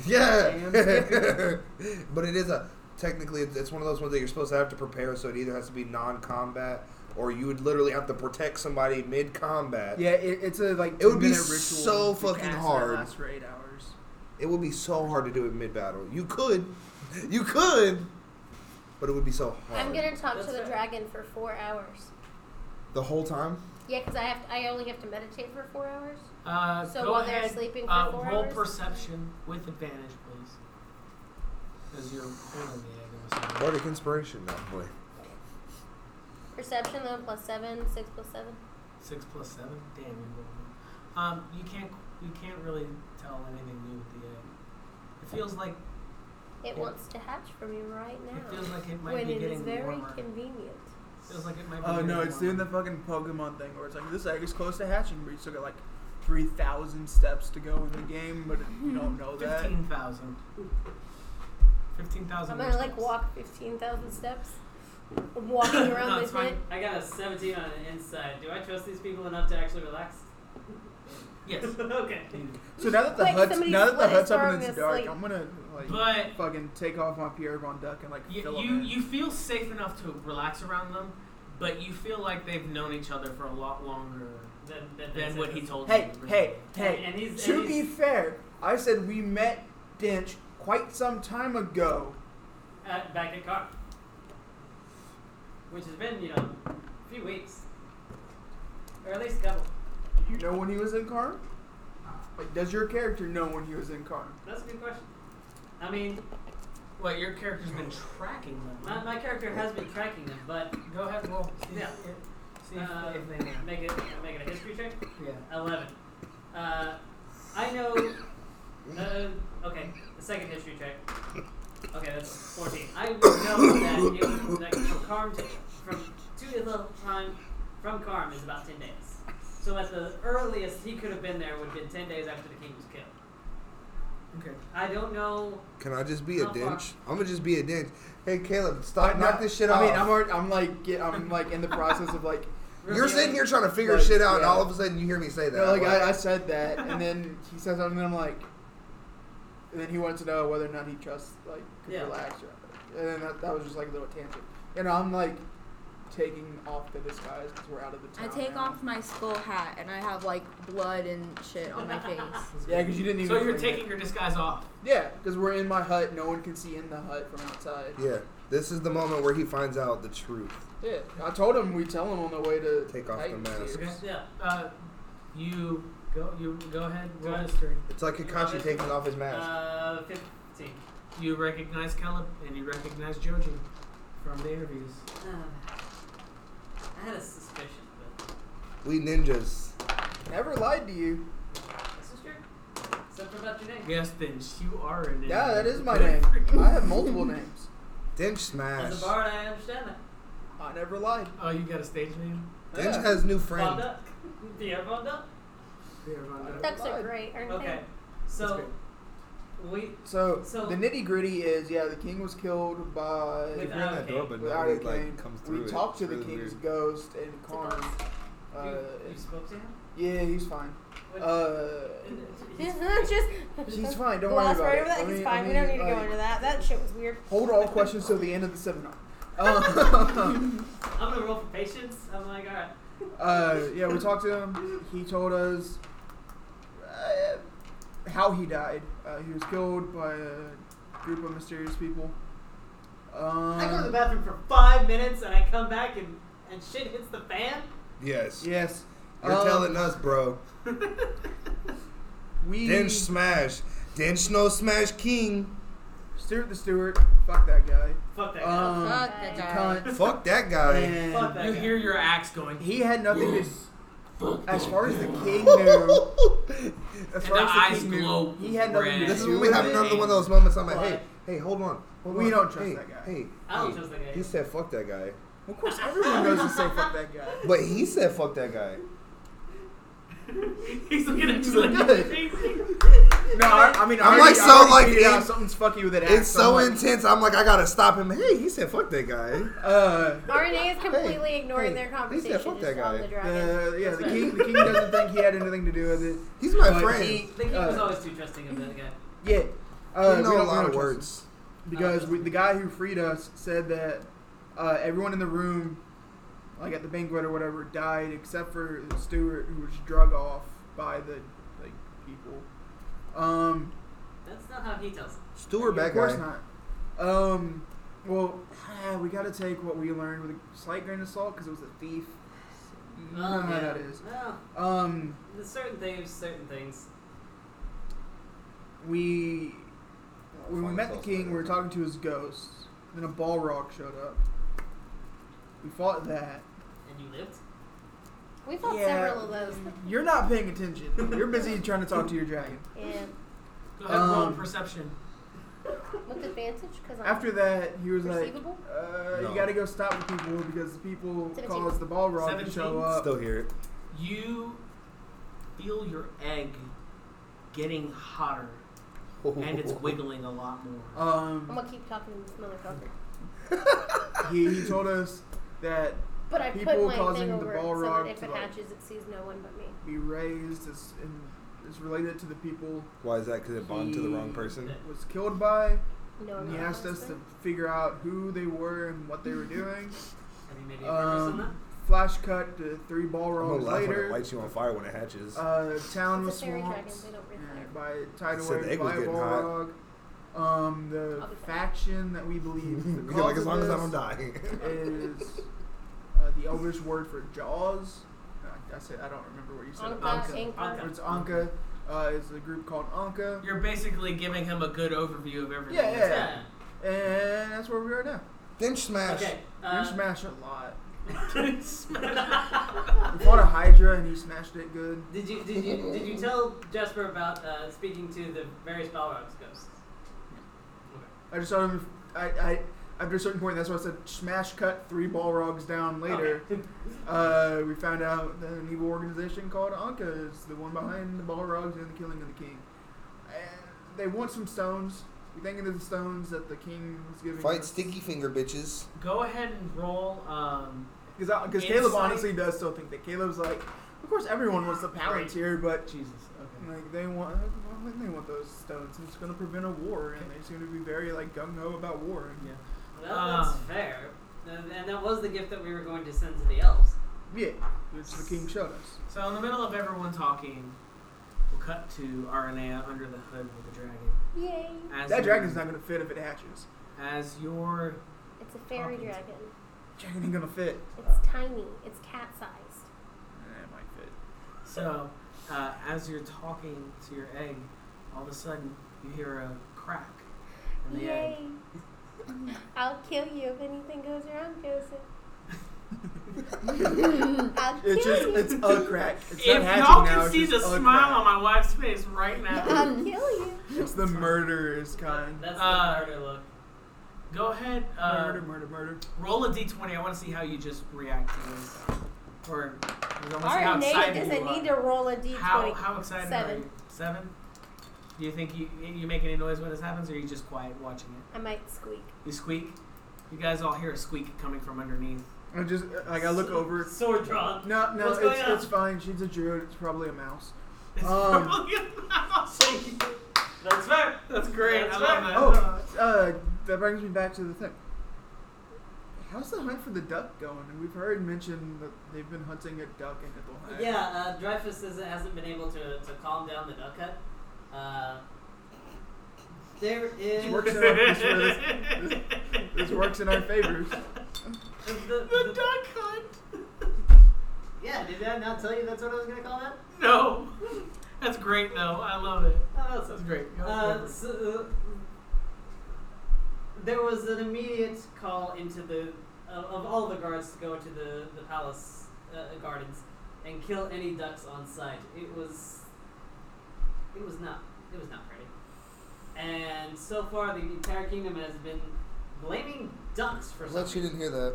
[SPEAKER 2] Yeah.
[SPEAKER 5] Damn skippy.
[SPEAKER 2] but it is a technically it's it's one of those ones that you're supposed to have to prepare. So it either has to be non-combat or you would literally have to protect somebody mid-combat.
[SPEAKER 5] Yeah, it, it's a like.
[SPEAKER 2] It would be
[SPEAKER 5] two-minute ritual
[SPEAKER 2] so
[SPEAKER 5] to
[SPEAKER 2] fucking
[SPEAKER 5] cast that
[SPEAKER 2] hard.
[SPEAKER 5] Lasts for eight hours.
[SPEAKER 2] It would be so hard to do it mid-battle. You could, you could, but it would be so hard.
[SPEAKER 3] I'm gonna talk
[SPEAKER 1] That's
[SPEAKER 3] to the
[SPEAKER 1] fair.
[SPEAKER 3] dragon for four hours.
[SPEAKER 2] the whole time.
[SPEAKER 3] Yeah, 'cause I have I only have to meditate for four hours.
[SPEAKER 4] Uh,
[SPEAKER 3] So
[SPEAKER 4] go
[SPEAKER 3] while they're
[SPEAKER 4] ahead.
[SPEAKER 3] sleeping for
[SPEAKER 4] uh,
[SPEAKER 3] four
[SPEAKER 4] roll
[SPEAKER 3] hours?
[SPEAKER 4] perception with advantage, please. Because you're holding the egg. I'm assuming.
[SPEAKER 2] Bardic inspiration, that boy.
[SPEAKER 3] Perception though plus seven, six plus seven.
[SPEAKER 4] Six plus seven. Damn, you rolled. low. Um, you can't. You can't really tell anything new with the egg. It feels like
[SPEAKER 3] It wants to hatch from you right
[SPEAKER 4] it
[SPEAKER 3] now.
[SPEAKER 4] feels like it might
[SPEAKER 3] When
[SPEAKER 4] be
[SPEAKER 3] it
[SPEAKER 4] getting
[SPEAKER 3] is very
[SPEAKER 4] warmer.
[SPEAKER 3] convenient.
[SPEAKER 4] feels like it might be.
[SPEAKER 5] Oh no,
[SPEAKER 4] getting
[SPEAKER 5] it's doing the
[SPEAKER 4] warmer.
[SPEAKER 5] fucking Pokemon thing where it's like this egg is close to hatching, but you still got like three thousand steps to go in the game, but you don't know oh, that.
[SPEAKER 4] Fifteen thousand. Fifteen thousand.
[SPEAKER 3] I'm gonna like walk fifteen thousand steps. I'm walking
[SPEAKER 4] No,
[SPEAKER 3] around
[SPEAKER 4] it's
[SPEAKER 3] with it.
[SPEAKER 4] fine.
[SPEAKER 1] I got a 17 on an inside. Do I trust these people enough to actually relax?
[SPEAKER 4] Yes.
[SPEAKER 1] okay.
[SPEAKER 5] So now that the
[SPEAKER 3] Wait,
[SPEAKER 5] hut's
[SPEAKER 3] somebody
[SPEAKER 5] now that the
[SPEAKER 3] split
[SPEAKER 5] hut's
[SPEAKER 3] his
[SPEAKER 5] up
[SPEAKER 3] arm
[SPEAKER 5] and it's
[SPEAKER 3] this
[SPEAKER 5] dark,
[SPEAKER 3] late.
[SPEAKER 5] I'm gonna like
[SPEAKER 4] But
[SPEAKER 5] fucking take off my Pierre Von Duck and like
[SPEAKER 4] you,
[SPEAKER 5] fill him
[SPEAKER 4] you,
[SPEAKER 5] in.
[SPEAKER 4] you feel safe enough to relax around them, but you feel like they've known each other for a lot longer
[SPEAKER 1] Then, then,
[SPEAKER 4] than what he told
[SPEAKER 5] Hey,
[SPEAKER 4] you.
[SPEAKER 5] hey,
[SPEAKER 1] And,
[SPEAKER 5] hey.
[SPEAKER 1] and he's,
[SPEAKER 5] To
[SPEAKER 1] and
[SPEAKER 5] be
[SPEAKER 1] he's,
[SPEAKER 5] fair, I said we met Dinch quite some time ago.
[SPEAKER 1] uh, back at car, which has been you know a few weeks, or at least a couple.
[SPEAKER 5] Do you know when he was in Karn? Like, does your character know when he was in Karn?
[SPEAKER 1] That's a good question. I mean,
[SPEAKER 4] Well, your character's been tracking them.
[SPEAKER 1] my, my character has been tracking them, but
[SPEAKER 4] Go ahead, roll. See
[SPEAKER 1] Yeah.
[SPEAKER 4] if- See if,
[SPEAKER 1] uh,
[SPEAKER 4] if they know.
[SPEAKER 1] make it make it a history check.
[SPEAKER 4] Yeah.
[SPEAKER 1] Eleven. Uh, I know. Uh, okay, the second history check. Okay, that's fourteen. I know that it was that from Karm to from to the time from Karm is about ten days. So at the earliest he could have been there would have been ten days after the king was killed.
[SPEAKER 4] Okay.
[SPEAKER 1] I don't know.
[SPEAKER 2] Can I just be a
[SPEAKER 1] How far?
[SPEAKER 2] dinch? I'm gonna just be a dinch. Hey Caleb, stop, knock this shit
[SPEAKER 5] I
[SPEAKER 2] off.
[SPEAKER 5] mean, I'm already, I'm like, get, I'm like in the process of like,
[SPEAKER 2] You're sitting here trying to figure
[SPEAKER 5] Like,
[SPEAKER 2] shit out, and
[SPEAKER 5] yeah.
[SPEAKER 2] all of a sudden you hear me say that.
[SPEAKER 5] you know, like
[SPEAKER 2] Like,
[SPEAKER 5] I, I said that, and then he says something, and I'm like, and then he wants to know whether or not he trusts, like, could
[SPEAKER 1] Yeah.
[SPEAKER 5] relax, or, and then that, that was just like a little tangent. And I'm like, taking off the disguise because we're out of the
[SPEAKER 6] I
[SPEAKER 5] town.
[SPEAKER 6] take
[SPEAKER 5] now.
[SPEAKER 6] off my skull hat and I have like blood and shit on my face.
[SPEAKER 5] Yeah, because you didn't even.
[SPEAKER 4] So you're
[SPEAKER 5] bring it.
[SPEAKER 4] taking your disguise off.
[SPEAKER 5] Yeah, because we're in my hut. No one can see in the hut from outside.
[SPEAKER 2] yeah, this is the moment where he finds out the truth.
[SPEAKER 5] Yeah, I told him we tell him on the way to
[SPEAKER 2] Take off the
[SPEAKER 5] Titan's
[SPEAKER 2] mask.
[SPEAKER 5] here.
[SPEAKER 1] Yeah.
[SPEAKER 4] Uh, you go. You go ahead. Roll
[SPEAKER 1] Go.
[SPEAKER 4] history.
[SPEAKER 2] It's like Kakashi taking off his mask.
[SPEAKER 1] Uh, fifteen.
[SPEAKER 4] You recognize Caleb and you recognize Joji. from the interviews.
[SPEAKER 1] I had a suspicion, but
[SPEAKER 2] We ninjas.
[SPEAKER 5] Never lied to you.
[SPEAKER 1] this is true. Except for about your name.
[SPEAKER 4] Yes, then you are an.
[SPEAKER 5] Yeah, that
[SPEAKER 4] interview.
[SPEAKER 5] is my name. I have multiple names.
[SPEAKER 2] Dinch smash.
[SPEAKER 1] As a bard, I understand that.
[SPEAKER 5] I never lied.
[SPEAKER 4] Oh, you got a stage name?
[SPEAKER 2] Dinch
[SPEAKER 5] Yeah.
[SPEAKER 2] has new
[SPEAKER 1] Von
[SPEAKER 2] friend.
[SPEAKER 1] Duck. Pierre Von Duck.
[SPEAKER 4] Yeah, Von Duck.
[SPEAKER 3] Ducks are
[SPEAKER 5] Lied.
[SPEAKER 3] great, aren't
[SPEAKER 1] Okay.
[SPEAKER 4] That's
[SPEAKER 1] So
[SPEAKER 4] great.
[SPEAKER 1] we
[SPEAKER 5] So,
[SPEAKER 1] So-
[SPEAKER 5] the nitty gritty is yeah, the king was killed by
[SPEAKER 2] If
[SPEAKER 1] Without
[SPEAKER 2] you're in
[SPEAKER 1] a
[SPEAKER 2] that door, but
[SPEAKER 5] without a
[SPEAKER 2] nobody like
[SPEAKER 5] cane.
[SPEAKER 2] comes
[SPEAKER 5] We
[SPEAKER 2] through. it,
[SPEAKER 5] talked to
[SPEAKER 2] it's
[SPEAKER 5] the
[SPEAKER 2] really
[SPEAKER 5] king's
[SPEAKER 2] weird.
[SPEAKER 5] ghost and Karn. Uh,
[SPEAKER 1] you, you spoke to him.
[SPEAKER 5] yeah, he's fine.
[SPEAKER 1] What-
[SPEAKER 5] Uh,
[SPEAKER 3] they? just
[SPEAKER 5] he's fine. Don't worry
[SPEAKER 3] gloss
[SPEAKER 5] about
[SPEAKER 3] right
[SPEAKER 5] it.
[SPEAKER 3] over that.
[SPEAKER 5] I
[SPEAKER 3] it's
[SPEAKER 5] mean- I
[SPEAKER 3] fine. we
[SPEAKER 5] mean,
[SPEAKER 3] don't need to go
[SPEAKER 5] like,
[SPEAKER 3] into that. That shit was weird.
[SPEAKER 5] Hold all questions till the end of the seminar. Um,
[SPEAKER 1] I'm gonna roll for patience. I'm like, all right.
[SPEAKER 5] uh, yeah, we talked to him. He told us uh, how he died. Uh, he was killed by a group of mysterious people. Um,
[SPEAKER 1] I go to the bathroom for five minutes and I come back and, and shit hits the fan.
[SPEAKER 2] Yes.
[SPEAKER 5] Yes.
[SPEAKER 2] You're
[SPEAKER 5] Um,
[SPEAKER 2] telling us, bro.
[SPEAKER 5] We
[SPEAKER 2] Dinch smash. Dinch no smash king.
[SPEAKER 5] Stuart the Stewart. Fuck that guy.
[SPEAKER 1] Fuck that. guy.
[SPEAKER 5] Um,
[SPEAKER 6] Fuck
[SPEAKER 3] Okay.
[SPEAKER 6] that guy.
[SPEAKER 5] cunt.
[SPEAKER 2] Fuck that guy.
[SPEAKER 5] And
[SPEAKER 1] Fuck that.
[SPEAKER 4] You
[SPEAKER 1] guy.
[SPEAKER 4] hear your axe going.
[SPEAKER 5] He had nothing to. As far as the king knew, as
[SPEAKER 4] And
[SPEAKER 5] far
[SPEAKER 4] the
[SPEAKER 5] as
[SPEAKER 4] eyes
[SPEAKER 5] the king
[SPEAKER 4] glow
[SPEAKER 5] knew, he had nothing
[SPEAKER 4] red.
[SPEAKER 5] to
[SPEAKER 2] This is
[SPEAKER 5] do
[SPEAKER 2] when we
[SPEAKER 5] with
[SPEAKER 2] have
[SPEAKER 5] it.
[SPEAKER 2] another one of those moments. I'm like,
[SPEAKER 1] Why?
[SPEAKER 2] hey, hey, hold on, hold
[SPEAKER 5] We
[SPEAKER 2] on.
[SPEAKER 5] don't trust
[SPEAKER 2] hey,
[SPEAKER 5] that guy.
[SPEAKER 2] Hey,
[SPEAKER 1] I don't
[SPEAKER 2] hey.
[SPEAKER 1] trust that guy.
[SPEAKER 2] He said, "Fuck that guy,"
[SPEAKER 5] Of course, everyone knows to say fuck that guy.
[SPEAKER 2] but he said, "Fuck that guy."
[SPEAKER 4] He's looking at you like
[SPEAKER 5] Good.
[SPEAKER 4] crazy.
[SPEAKER 5] No, I, I mean,
[SPEAKER 2] I'm
[SPEAKER 5] I
[SPEAKER 2] like,
[SPEAKER 5] already,
[SPEAKER 2] so,
[SPEAKER 5] I already
[SPEAKER 2] like,
[SPEAKER 5] figured out
[SPEAKER 2] it-
[SPEAKER 5] something's fucky with it.
[SPEAKER 2] It's so intense. I'm like, I gotta stop him. Hey, he said, "Fuck that guy."
[SPEAKER 5] Uh,
[SPEAKER 3] RNA is completely
[SPEAKER 2] hey,
[SPEAKER 3] ignoring their
[SPEAKER 2] he said,
[SPEAKER 3] conversation
[SPEAKER 2] "Fuck
[SPEAKER 3] just
[SPEAKER 2] that
[SPEAKER 3] on
[SPEAKER 2] guy."
[SPEAKER 3] the dragon.
[SPEAKER 5] the, yeah, the king, the king doesn't think he had anything to do with it.
[SPEAKER 2] He's my
[SPEAKER 5] But
[SPEAKER 2] friend.
[SPEAKER 5] he-
[SPEAKER 1] The king was
[SPEAKER 5] uh,
[SPEAKER 1] always too trusting of that guy.
[SPEAKER 5] Yeah, uh,
[SPEAKER 2] we know a
[SPEAKER 5] we don't- we
[SPEAKER 2] lot
[SPEAKER 5] don't
[SPEAKER 2] of
[SPEAKER 5] trust him.
[SPEAKER 2] words.
[SPEAKER 5] because we, the guy who freed us said that uh, everyone in the room, like at the banquet or whatever, died except for Stewart, who was drug off by the like people. Um,
[SPEAKER 1] That's not how he tells. it.
[SPEAKER 2] Stuart,
[SPEAKER 5] of
[SPEAKER 2] bad
[SPEAKER 5] course
[SPEAKER 2] guy.
[SPEAKER 5] not. Um, well, we got to take what we learned with a slight grain of salt because it was a thief. You know
[SPEAKER 1] Oh,
[SPEAKER 5] how
[SPEAKER 1] yeah.
[SPEAKER 5] that is.
[SPEAKER 1] Well,
[SPEAKER 5] Um,
[SPEAKER 1] there's certain things, certain things.
[SPEAKER 5] we when we
[SPEAKER 2] Find
[SPEAKER 5] met the
[SPEAKER 2] ourselves
[SPEAKER 5] king, we were
[SPEAKER 2] later.
[SPEAKER 5] talking to his ghost. Then a Balrog showed up. We fought that.
[SPEAKER 1] And you lived.
[SPEAKER 3] We fought
[SPEAKER 5] Yeah.
[SPEAKER 3] several of those.
[SPEAKER 5] You're not paying attention. You're busy trying to talk to your dragon.
[SPEAKER 3] Yeah.
[SPEAKER 4] Go ahead, roll
[SPEAKER 5] Um,
[SPEAKER 4] perception.
[SPEAKER 3] With advantage, because I'm
[SPEAKER 5] After that, he was like,
[SPEAKER 3] Perceivable?
[SPEAKER 5] uh,
[SPEAKER 2] No.
[SPEAKER 5] "You got to go stop the people because the people
[SPEAKER 3] Seventeen.
[SPEAKER 5] caused the Balrog to
[SPEAKER 4] Seventeen?
[SPEAKER 5] show up."
[SPEAKER 2] Still hear it.
[SPEAKER 4] You feel your egg getting hotter, and it's wiggling a lot more.
[SPEAKER 3] I'm
[SPEAKER 5] Um,
[SPEAKER 3] gonna keep talking to this motherfucker.
[SPEAKER 5] he, he told us that
[SPEAKER 3] But I
[SPEAKER 5] People
[SPEAKER 3] put my thing
[SPEAKER 5] causing the
[SPEAKER 3] over it so
[SPEAKER 5] Balrog
[SPEAKER 3] that if
[SPEAKER 5] to,
[SPEAKER 3] it
[SPEAKER 5] like-
[SPEAKER 3] hatches, it sees no one but me.
[SPEAKER 5] we raised is and is related to the people
[SPEAKER 2] Why is that? Because it bonded to the wrong person.
[SPEAKER 5] that was killed by,
[SPEAKER 3] No one.
[SPEAKER 5] and he
[SPEAKER 3] but
[SPEAKER 5] asked us
[SPEAKER 3] myself.
[SPEAKER 5] to figure out who they were and what they were doing.
[SPEAKER 1] Have you made any progress on that?
[SPEAKER 5] Um, flash cut to three
[SPEAKER 2] I'm gonna
[SPEAKER 5] Balrogs
[SPEAKER 2] laugh when it
[SPEAKER 5] later.
[SPEAKER 2] lights you on fire when it hatches.
[SPEAKER 5] Uh, town was
[SPEAKER 3] It's a fairy dragon.
[SPEAKER 5] swamped.
[SPEAKER 3] They don't breathe fire.
[SPEAKER 5] and by tidal
[SPEAKER 2] said the
[SPEAKER 5] wave
[SPEAKER 2] egg was
[SPEAKER 5] by a
[SPEAKER 2] getting hot.
[SPEAKER 5] Balrog. Um, the
[SPEAKER 3] I'll be fine.
[SPEAKER 5] faction that we believe the
[SPEAKER 2] You're like,
[SPEAKER 5] cause
[SPEAKER 2] as long
[SPEAKER 5] of
[SPEAKER 2] as I
[SPEAKER 5] this
[SPEAKER 2] don't die.
[SPEAKER 5] is uh, the Elvish word for jaws. Uh, I, I said I don't remember what you said.
[SPEAKER 3] Anka,
[SPEAKER 5] about
[SPEAKER 4] Anka.
[SPEAKER 3] Anka.
[SPEAKER 5] it.
[SPEAKER 4] Anka.
[SPEAKER 5] It's Anka. Uh, is a group called Anka,
[SPEAKER 4] You're basically giving him a good overview of everything.
[SPEAKER 5] Yeah,
[SPEAKER 4] that's
[SPEAKER 5] yeah. and that's where we are now.
[SPEAKER 2] Dinch smash.
[SPEAKER 1] Okay.
[SPEAKER 5] We
[SPEAKER 1] Uh,
[SPEAKER 5] smash a lot.
[SPEAKER 4] happening.
[SPEAKER 5] We fought a Hydra and he smashed it good.
[SPEAKER 1] did you did you did you tell Jasper about uh, speaking to the various Balrog's ghosts?
[SPEAKER 5] I just saw him. I, I after a certain point, that's why I said smash cut three Balrogs down later.
[SPEAKER 1] Okay.
[SPEAKER 5] Uh, we found out that an evil organization called Anka is the one behind the Balrogs and the killing of the king. And they want some stones. We think it is the stones that the king was giving.
[SPEAKER 2] Fight sticky finger bitches.
[SPEAKER 4] Go ahead and roll. Um,
[SPEAKER 5] Because Caleb
[SPEAKER 4] Insight.
[SPEAKER 5] honestly does still think that Caleb's like, of course everyone wants the palantir, but
[SPEAKER 4] Jesus. Okay.
[SPEAKER 5] like they want, why wouldn't they want those stones? It's going to prevent a war, and they seem to be very like gung ho about war.
[SPEAKER 4] Yeah.
[SPEAKER 1] Well, that's
[SPEAKER 4] Um,
[SPEAKER 1] fair. And, and that was the gift that we were going to send to the elves.
[SPEAKER 5] Yeah, which the king showed us.
[SPEAKER 4] So in the middle of everyone talking, we'll cut to Aranea under the hood with the dragon.
[SPEAKER 3] Yay!
[SPEAKER 4] As
[SPEAKER 5] That
[SPEAKER 4] your-
[SPEAKER 5] dragon's not going to fit if it hatches.
[SPEAKER 4] As your
[SPEAKER 3] It's a fairy
[SPEAKER 4] Talking to-
[SPEAKER 3] dragon.
[SPEAKER 5] Dragon ain't going to fit.
[SPEAKER 3] It's tiny. It's cat sized.
[SPEAKER 5] Eh, it might fit.
[SPEAKER 4] So, uh, as you're talking to your egg, all of a sudden you hear a crack in the egg.
[SPEAKER 3] Yay! I'll kill you if anything goes wrong, Joseph. I'll kill
[SPEAKER 5] It's just
[SPEAKER 3] you.
[SPEAKER 5] it's a crack. It's not
[SPEAKER 4] If
[SPEAKER 5] hatching
[SPEAKER 4] y'all
[SPEAKER 5] now,
[SPEAKER 4] can
[SPEAKER 5] it's
[SPEAKER 4] see
[SPEAKER 5] just
[SPEAKER 4] the
[SPEAKER 5] a
[SPEAKER 4] smile on
[SPEAKER 5] crack.
[SPEAKER 4] my wife's face right now,
[SPEAKER 3] I'll kill you.
[SPEAKER 5] It's the murderer's kind.
[SPEAKER 1] That's
[SPEAKER 4] Uh,
[SPEAKER 1] the murder look.
[SPEAKER 4] go ahead. Uh,
[SPEAKER 5] Murder, murder, murder.
[SPEAKER 4] roll a d20. I want to see how you just react to this. Or I want to see how
[SPEAKER 3] Our Nate
[SPEAKER 4] excited
[SPEAKER 3] doesn't
[SPEAKER 4] you are.
[SPEAKER 3] need to roll a d20.
[SPEAKER 4] how how excited are
[SPEAKER 3] Seven.
[SPEAKER 4] you? Seven. Do you think you you make any noise when this happens, or are you just quiet watching it?
[SPEAKER 3] I might squeak.
[SPEAKER 4] You squeak. You guys all hear a squeak coming from underneath.
[SPEAKER 5] I just like I look over.
[SPEAKER 1] Sword drawn.
[SPEAKER 5] No, no,
[SPEAKER 1] What's
[SPEAKER 5] it's,
[SPEAKER 1] going on?
[SPEAKER 5] it's fine. She's a druid. It's probably a mouse.
[SPEAKER 4] It's
[SPEAKER 5] Um.
[SPEAKER 4] probably a mouse.
[SPEAKER 1] That's fair.
[SPEAKER 4] That's great.
[SPEAKER 1] That's
[SPEAKER 4] I love
[SPEAKER 1] right.
[SPEAKER 4] that.
[SPEAKER 5] Oh, uh, that brings me back to the thing. How's the hunt for the duck going? And we've heard mention that they've been hunting a duck in Ithalheim.
[SPEAKER 1] Yeah, uh, Dreyfus isn't, hasn't been able to, to calm down the duck hut. Uh, there is
[SPEAKER 5] She works out this, this, this works in our favors.
[SPEAKER 1] the, the-
[SPEAKER 4] The
[SPEAKER 1] the-
[SPEAKER 4] duck hunt.
[SPEAKER 1] Yeah, did I not tell you that's what I was gonna call that?
[SPEAKER 4] No. That's great though. I love it.
[SPEAKER 1] Oh, that's
[SPEAKER 4] That's great. Go
[SPEAKER 1] Uh,
[SPEAKER 4] for it.
[SPEAKER 1] so, uh, there was an immediate call into the of of all the guards to go into the the palace uh, gardens and kill any ducks on sight. It was it was not it was not pretty. And so far, the entire kingdom has been blaming ducks for
[SPEAKER 2] I'm glad she
[SPEAKER 1] something.
[SPEAKER 2] didn't hear that.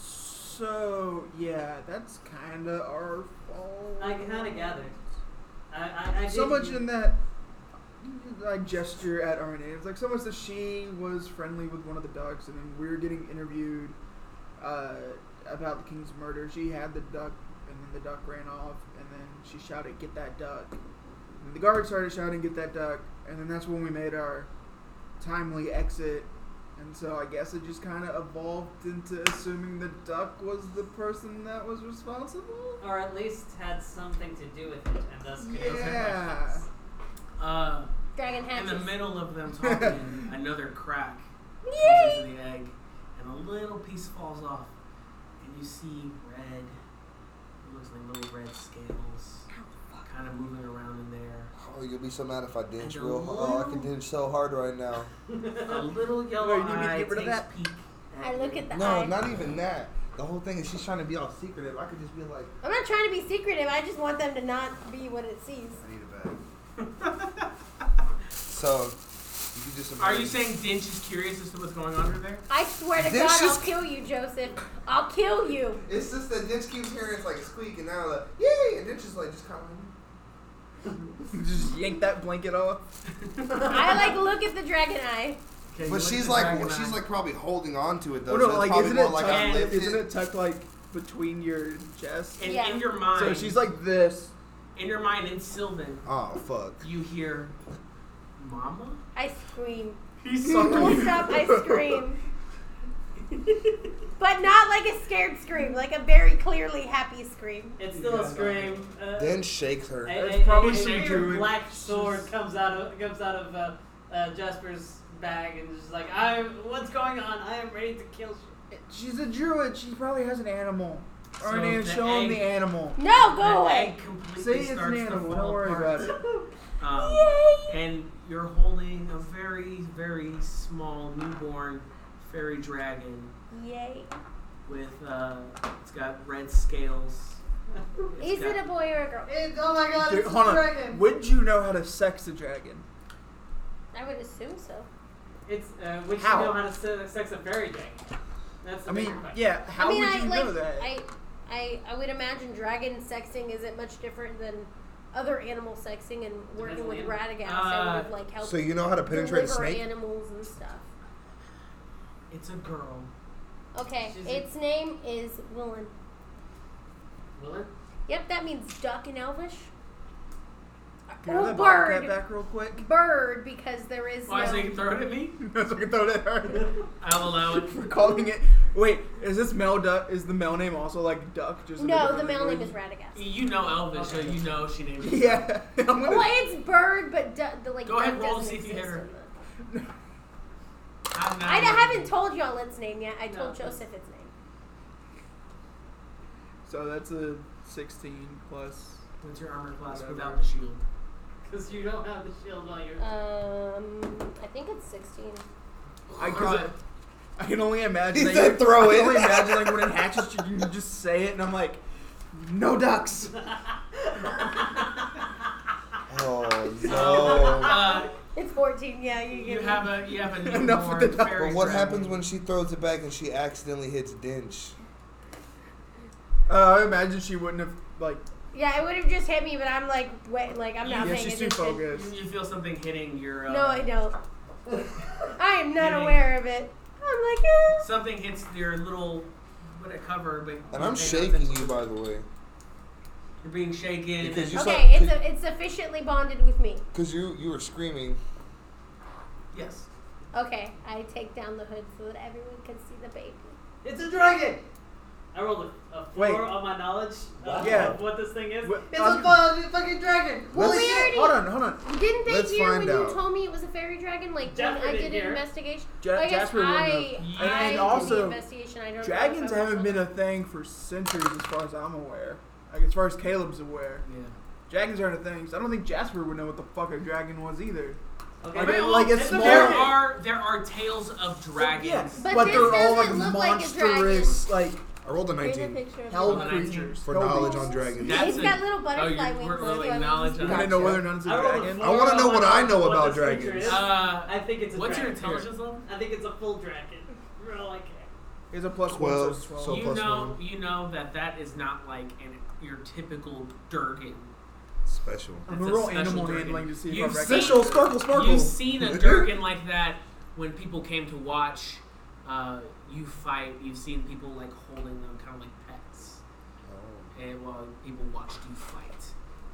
[SPEAKER 5] So yeah, that's kind of our fault.
[SPEAKER 1] I kind of gathered. I, I, I
[SPEAKER 5] so
[SPEAKER 1] did-
[SPEAKER 5] much in that like gesture at our names like so much that she was friendly with one of the ducks and then we were getting interviewed uh, about the king's murder she had the duck and then the duck ran off and then she shouted get that duck and the guard started shouting get that duck and then that's when we made our timely exit and so i guess it just kind of evolved into assuming the duck was the person that was responsible
[SPEAKER 1] or at least had something to do with it, and thus could have
[SPEAKER 5] Yeah.
[SPEAKER 1] questions.
[SPEAKER 4] Uh, in
[SPEAKER 3] Dragon hatches.
[SPEAKER 4] the middle of them talking, another crack comes
[SPEAKER 3] Yay!
[SPEAKER 4] into the egg, and a little piece falls off, and you see red. It looks like little red scales, kind of moving around in there.
[SPEAKER 2] Oh, you'll be so mad if I dinge
[SPEAKER 4] And a
[SPEAKER 2] real hard. Oh, I can
[SPEAKER 4] little-
[SPEAKER 2] dinge so hard right now.
[SPEAKER 4] A little yellow
[SPEAKER 5] you need me to
[SPEAKER 4] eye
[SPEAKER 5] get rid of
[SPEAKER 4] takes
[SPEAKER 5] that?
[SPEAKER 4] peek.
[SPEAKER 3] I look at the
[SPEAKER 2] No,
[SPEAKER 3] eye.
[SPEAKER 2] not even that. The whole thing is she's trying to be all secretive. I could just be like,
[SPEAKER 3] I'm not trying to be secretive. I just want them to not be what it sees.
[SPEAKER 2] I need a bag. So, you can just.
[SPEAKER 4] Are
[SPEAKER 2] imagine-
[SPEAKER 4] you saying Dinch is curious as to what's going on over there?
[SPEAKER 3] I swear to
[SPEAKER 2] This
[SPEAKER 3] God,
[SPEAKER 2] is-
[SPEAKER 3] I'll kill you, Joseph. I'll kill you.
[SPEAKER 2] It's just that Dinch keeps hearing it's like squeak, and now like, yay! And Dinch is like, just calm
[SPEAKER 5] just yank that blanket off
[SPEAKER 3] I like look at the dragon eye.
[SPEAKER 4] Okay, you
[SPEAKER 2] But
[SPEAKER 4] look
[SPEAKER 2] she's
[SPEAKER 4] at the
[SPEAKER 2] like,
[SPEAKER 4] dragon
[SPEAKER 2] she's
[SPEAKER 4] eye.
[SPEAKER 2] like probably holding on to it though. so
[SPEAKER 5] Well, Oh, no,
[SPEAKER 2] it's
[SPEAKER 5] like
[SPEAKER 2] probably
[SPEAKER 5] isn't
[SPEAKER 2] more
[SPEAKER 5] it
[SPEAKER 2] like
[SPEAKER 5] tucked?
[SPEAKER 2] I
[SPEAKER 4] tucked-
[SPEAKER 2] lift
[SPEAKER 5] isn't
[SPEAKER 2] it.
[SPEAKER 5] it tucked like between your chest?
[SPEAKER 4] And
[SPEAKER 3] Yeah.
[SPEAKER 4] in your mind,
[SPEAKER 5] So she's like this.
[SPEAKER 4] in your mind, in Sylvan,
[SPEAKER 2] Oh fuck!
[SPEAKER 4] you hear, "Mama."
[SPEAKER 3] I scream.
[SPEAKER 4] He's
[SPEAKER 3] Full stop, I scream. but not like a scared scream, like a very clearly happy scream.
[SPEAKER 1] It's still a scream. Uh,
[SPEAKER 2] Dinch shakes her.
[SPEAKER 1] A,
[SPEAKER 5] That's
[SPEAKER 1] a- a-
[SPEAKER 5] probably
[SPEAKER 1] a
[SPEAKER 5] she
[SPEAKER 1] weird
[SPEAKER 5] drew it.
[SPEAKER 1] black sword comes out of comes out of uh, uh, Jasper's bag and is just like, I what's going on? I am ready to kill you.
[SPEAKER 5] She's a druid. She probably has an animal.
[SPEAKER 4] So
[SPEAKER 5] Arnie,
[SPEAKER 4] the
[SPEAKER 5] show him
[SPEAKER 4] egg-
[SPEAKER 5] the animal.
[SPEAKER 3] No,
[SPEAKER 4] That
[SPEAKER 3] go away.
[SPEAKER 4] egg completely
[SPEAKER 5] Say it's an
[SPEAKER 4] starts to
[SPEAKER 5] animal.
[SPEAKER 4] fall
[SPEAKER 5] Don't worry
[SPEAKER 4] apart.
[SPEAKER 5] about it.
[SPEAKER 4] Um,
[SPEAKER 3] Yay!
[SPEAKER 4] and you're holding a very, very small newborn fairy dragon
[SPEAKER 3] Yay.
[SPEAKER 4] with uh, it's got red scales. It's
[SPEAKER 3] Is
[SPEAKER 4] got-
[SPEAKER 3] it a boy or a girl?
[SPEAKER 1] It, oh my god,
[SPEAKER 5] Dude,
[SPEAKER 1] it's
[SPEAKER 5] hold
[SPEAKER 1] a
[SPEAKER 5] on.
[SPEAKER 1] dragon.
[SPEAKER 5] Would you know how to sex a dragon?
[SPEAKER 3] I would assume so.
[SPEAKER 1] It's uh, would you
[SPEAKER 5] How?
[SPEAKER 1] know how to se- sex a fairy dragon? That's the
[SPEAKER 5] I mean,
[SPEAKER 1] bigger question.
[SPEAKER 5] yeah. How
[SPEAKER 3] I mean,
[SPEAKER 5] would
[SPEAKER 3] I
[SPEAKER 5] you
[SPEAKER 3] like.
[SPEAKER 5] know that?
[SPEAKER 3] I, I, I would imagine dragon sexing isn't much different than other animal sexing and working
[SPEAKER 1] on
[SPEAKER 3] with
[SPEAKER 1] the
[SPEAKER 3] radagas.
[SPEAKER 4] Uh,
[SPEAKER 3] I would have like helped
[SPEAKER 2] So you know how to penetrate a
[SPEAKER 3] deliver
[SPEAKER 2] snake?
[SPEAKER 3] animals and stuff.
[SPEAKER 4] It's a girl.
[SPEAKER 3] Okay,
[SPEAKER 1] She's a-
[SPEAKER 3] its name is Willen.
[SPEAKER 1] Will it?
[SPEAKER 3] Yep, that means duck in Elvish.
[SPEAKER 5] Can I have
[SPEAKER 3] Or
[SPEAKER 5] that bobcat
[SPEAKER 3] bird.
[SPEAKER 5] back real quick?
[SPEAKER 3] Bird, because there is
[SPEAKER 4] Why so you
[SPEAKER 3] no.
[SPEAKER 4] can throw it at me?
[SPEAKER 5] so I can throw it at her.
[SPEAKER 4] I'll allow it.
[SPEAKER 5] We're calling it. Wait, is this male duck? Is the male name also like duck? Just in a
[SPEAKER 3] No,
[SPEAKER 5] different
[SPEAKER 3] the male name
[SPEAKER 5] language?
[SPEAKER 3] is Radagast.
[SPEAKER 4] You know Elvis, so
[SPEAKER 1] Okay.
[SPEAKER 4] you know she named it.
[SPEAKER 5] Yeah. I'm gonna-
[SPEAKER 3] Well, it's bird, but du- the like.
[SPEAKER 4] Go ahead,
[SPEAKER 3] duck
[SPEAKER 4] roll to
[SPEAKER 3] doesn't
[SPEAKER 4] see if you hit
[SPEAKER 3] exist
[SPEAKER 4] her.
[SPEAKER 3] in the-
[SPEAKER 4] I'm not
[SPEAKER 3] I
[SPEAKER 4] even-
[SPEAKER 3] haven't told y'all its name yet. I
[SPEAKER 1] No.
[SPEAKER 3] told Joseph its name.
[SPEAKER 5] So that's a 16 plus.
[SPEAKER 4] What's your armor class
[SPEAKER 5] Whatever.
[SPEAKER 4] without the shield?
[SPEAKER 1] Because you
[SPEAKER 3] Uh.
[SPEAKER 1] don't have the shield while you're.
[SPEAKER 3] Um, I think it's 16.
[SPEAKER 5] I
[SPEAKER 4] Throw
[SPEAKER 5] cause
[SPEAKER 4] it.
[SPEAKER 5] I can only imagine.
[SPEAKER 2] He
[SPEAKER 5] that
[SPEAKER 2] said
[SPEAKER 5] you-
[SPEAKER 2] throw
[SPEAKER 5] I
[SPEAKER 2] it.
[SPEAKER 5] can only imagine like when it hatches, you, you just say it, and I'm like, no ducks.
[SPEAKER 2] Oh no!
[SPEAKER 4] Uh,
[SPEAKER 3] It's 14. Yeah, you
[SPEAKER 4] you
[SPEAKER 3] get
[SPEAKER 4] have a you have a newborn
[SPEAKER 5] Enough with the duck.
[SPEAKER 4] fairy
[SPEAKER 2] But what
[SPEAKER 4] dragon.
[SPEAKER 2] happens when she throws it back and she accidentally hits Dinch?
[SPEAKER 5] Uh, I imagine she wouldn't have like.
[SPEAKER 3] Yeah, it would have just hit me, but I'm like, wait, like I'm not
[SPEAKER 5] yeah,
[SPEAKER 3] paying
[SPEAKER 5] she's too
[SPEAKER 3] attention.
[SPEAKER 5] focused.
[SPEAKER 4] you, you feel something hitting your uh,
[SPEAKER 3] No, I don't. I am not
[SPEAKER 4] Hitting-
[SPEAKER 3] aware of it. I'm like, eh.
[SPEAKER 4] something hits your little what a cover, but
[SPEAKER 2] And
[SPEAKER 4] you
[SPEAKER 2] I'm
[SPEAKER 4] pay no
[SPEAKER 2] shaking
[SPEAKER 4] attention.
[SPEAKER 2] you, by the way,
[SPEAKER 4] You're being shaken.
[SPEAKER 2] Because
[SPEAKER 4] and-
[SPEAKER 2] you-
[SPEAKER 3] okay,
[SPEAKER 2] saw-
[SPEAKER 3] it's a, it's sufficiently bonded with me.
[SPEAKER 2] because you you were screaming.
[SPEAKER 4] yes.
[SPEAKER 3] Okay, I take down the hood so that everyone can see the baby.
[SPEAKER 1] It's a dragon. I rolled a, a four
[SPEAKER 5] Wait.
[SPEAKER 1] on my knowledge of,
[SPEAKER 5] Yeah.
[SPEAKER 1] of what this thing is.
[SPEAKER 5] Wh-
[SPEAKER 1] it's
[SPEAKER 5] I'm-
[SPEAKER 1] a fucking, fucking dragon.
[SPEAKER 3] Well,
[SPEAKER 5] Let's-
[SPEAKER 3] we already-
[SPEAKER 5] Hold on, hold on.
[SPEAKER 3] Didn't they
[SPEAKER 2] Let's
[SPEAKER 3] hear when
[SPEAKER 2] find out.
[SPEAKER 3] you told me it was a fairy dragon? Like
[SPEAKER 1] Jasper
[SPEAKER 3] when I
[SPEAKER 1] didn't
[SPEAKER 3] did an
[SPEAKER 1] hear.
[SPEAKER 3] investigation.
[SPEAKER 5] Ja-
[SPEAKER 3] I guess
[SPEAKER 5] Jasper wouldn't
[SPEAKER 3] I,
[SPEAKER 5] have.
[SPEAKER 3] I
[SPEAKER 5] And
[SPEAKER 3] did the
[SPEAKER 5] also,
[SPEAKER 3] investigation. I don't know if
[SPEAKER 5] Dragons
[SPEAKER 3] I was
[SPEAKER 5] haven't been
[SPEAKER 3] on-
[SPEAKER 5] a thing for centuries, as far as I'm aware. Like as far as Caleb's aware,
[SPEAKER 4] Yeah.
[SPEAKER 5] dragons aren't a thing. So I don't think Jasper would know what the fuck a dragon was either.
[SPEAKER 1] Okay.
[SPEAKER 5] Like,
[SPEAKER 4] Wait,
[SPEAKER 5] it-
[SPEAKER 4] well,
[SPEAKER 5] like it's
[SPEAKER 1] it's a
[SPEAKER 5] small.
[SPEAKER 4] There
[SPEAKER 1] Dragon.
[SPEAKER 4] are there are tales of dragons.
[SPEAKER 5] Yeah,
[SPEAKER 3] But
[SPEAKER 5] but,
[SPEAKER 3] this
[SPEAKER 5] they're all like
[SPEAKER 3] doesn't look like a
[SPEAKER 5] monstrous, like,
[SPEAKER 2] I rolled a
[SPEAKER 3] Here's a
[SPEAKER 2] 19
[SPEAKER 3] picture of
[SPEAKER 5] hell
[SPEAKER 4] Hold on,
[SPEAKER 5] creatures.
[SPEAKER 2] for
[SPEAKER 5] Hell
[SPEAKER 2] knowledge
[SPEAKER 5] beasts.
[SPEAKER 2] on dragons.
[SPEAKER 4] That's
[SPEAKER 3] He's
[SPEAKER 4] a-
[SPEAKER 3] got little butterfly
[SPEAKER 4] oh, you
[SPEAKER 3] wings.
[SPEAKER 4] weren't
[SPEAKER 3] That's
[SPEAKER 4] really
[SPEAKER 3] why I was
[SPEAKER 4] acknowledging
[SPEAKER 5] I
[SPEAKER 4] that.
[SPEAKER 5] didn't know whether or not it's a
[SPEAKER 1] I rolled a
[SPEAKER 5] dragon.
[SPEAKER 1] four
[SPEAKER 2] I wanna know
[SPEAKER 1] on my
[SPEAKER 2] what I
[SPEAKER 1] knowledge
[SPEAKER 2] know
[SPEAKER 1] of what
[SPEAKER 2] about
[SPEAKER 1] this creature
[SPEAKER 2] dragons.
[SPEAKER 1] is.
[SPEAKER 4] Uh,
[SPEAKER 1] I think it's a
[SPEAKER 4] what's your
[SPEAKER 1] dragon.
[SPEAKER 4] intelligence level?
[SPEAKER 1] I think it's a full dragon. Roll like
[SPEAKER 5] It's a plus one, so
[SPEAKER 2] Twelve,
[SPEAKER 5] it's twelve.
[SPEAKER 2] so-
[SPEAKER 4] you
[SPEAKER 2] plus
[SPEAKER 4] know,
[SPEAKER 2] one.
[SPEAKER 4] you know that that is not like an, your typical Durgan.
[SPEAKER 2] Special.
[SPEAKER 5] I'm
[SPEAKER 4] That's
[SPEAKER 5] gonna
[SPEAKER 4] a
[SPEAKER 5] roll
[SPEAKER 4] special
[SPEAKER 5] animal
[SPEAKER 4] Durgan.
[SPEAKER 5] handling to see if
[SPEAKER 4] You've
[SPEAKER 5] I recognize.
[SPEAKER 4] seen-
[SPEAKER 5] Special sparkle, sparkle.
[SPEAKER 4] You've seen a Durgan like that when people came to watch uh, you fight. You've seen people like holding them, kind of like pets, and while people watched you fight.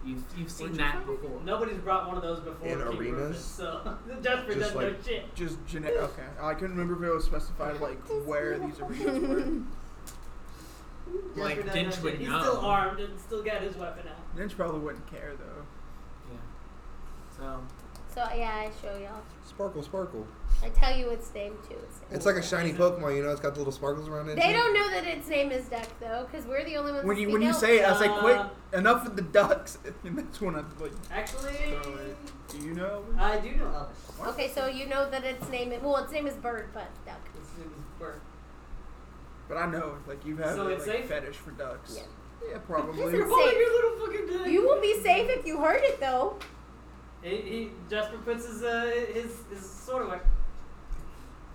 [SPEAKER 4] You've you've seen
[SPEAKER 5] Where'd you
[SPEAKER 4] that
[SPEAKER 5] find it?
[SPEAKER 4] before.
[SPEAKER 1] Nobody's brought one of those before.
[SPEAKER 2] In
[SPEAKER 1] King
[SPEAKER 2] arenas?
[SPEAKER 1] Rufus, so Jasper
[SPEAKER 2] Just
[SPEAKER 1] doesn't know
[SPEAKER 2] like-
[SPEAKER 1] shit.
[SPEAKER 5] Just genetic. Okay, I couldn't remember if it was specified like where these arenas were.
[SPEAKER 1] Jasper
[SPEAKER 4] Like,
[SPEAKER 1] doesn't know
[SPEAKER 4] Dinch
[SPEAKER 1] shit.
[SPEAKER 4] would
[SPEAKER 1] He's
[SPEAKER 4] know.
[SPEAKER 1] still armed and still got his weapon out.
[SPEAKER 5] Ninch probably wouldn't care though.
[SPEAKER 4] Yeah. So
[SPEAKER 3] So yeah, I show y'all.
[SPEAKER 2] Sparkle, sparkle.
[SPEAKER 3] I tell you its name too. Its name.
[SPEAKER 2] It's like a shiny Pokemon, you know. It's got the little sparkles around it.
[SPEAKER 3] They don't know that its name is Duck though, because we're the only ones.
[SPEAKER 5] When
[SPEAKER 3] that
[SPEAKER 5] you
[SPEAKER 3] speak
[SPEAKER 5] when you
[SPEAKER 3] out.
[SPEAKER 5] say it, I say quick
[SPEAKER 1] Uh,
[SPEAKER 5] enough with the ducks, and that's when I like.
[SPEAKER 1] Actually,
[SPEAKER 5] throw it. Do you know?
[SPEAKER 1] I do know Elvish.
[SPEAKER 3] Okay, so you know that its name. Is, well, its name is Bird, but Duck.
[SPEAKER 1] This is work.
[SPEAKER 5] But I know, like you have
[SPEAKER 1] So
[SPEAKER 5] a,
[SPEAKER 1] it's
[SPEAKER 5] like,
[SPEAKER 1] safe?
[SPEAKER 5] fetish for ducks.
[SPEAKER 3] Yeah.
[SPEAKER 5] Yeah, probably.
[SPEAKER 3] You're
[SPEAKER 1] You're
[SPEAKER 3] holding
[SPEAKER 1] holding
[SPEAKER 3] safe.
[SPEAKER 1] your little fucking dick.
[SPEAKER 3] You will be safe if you heard it though.
[SPEAKER 1] He, he Jasper puts his uh, his his sword away.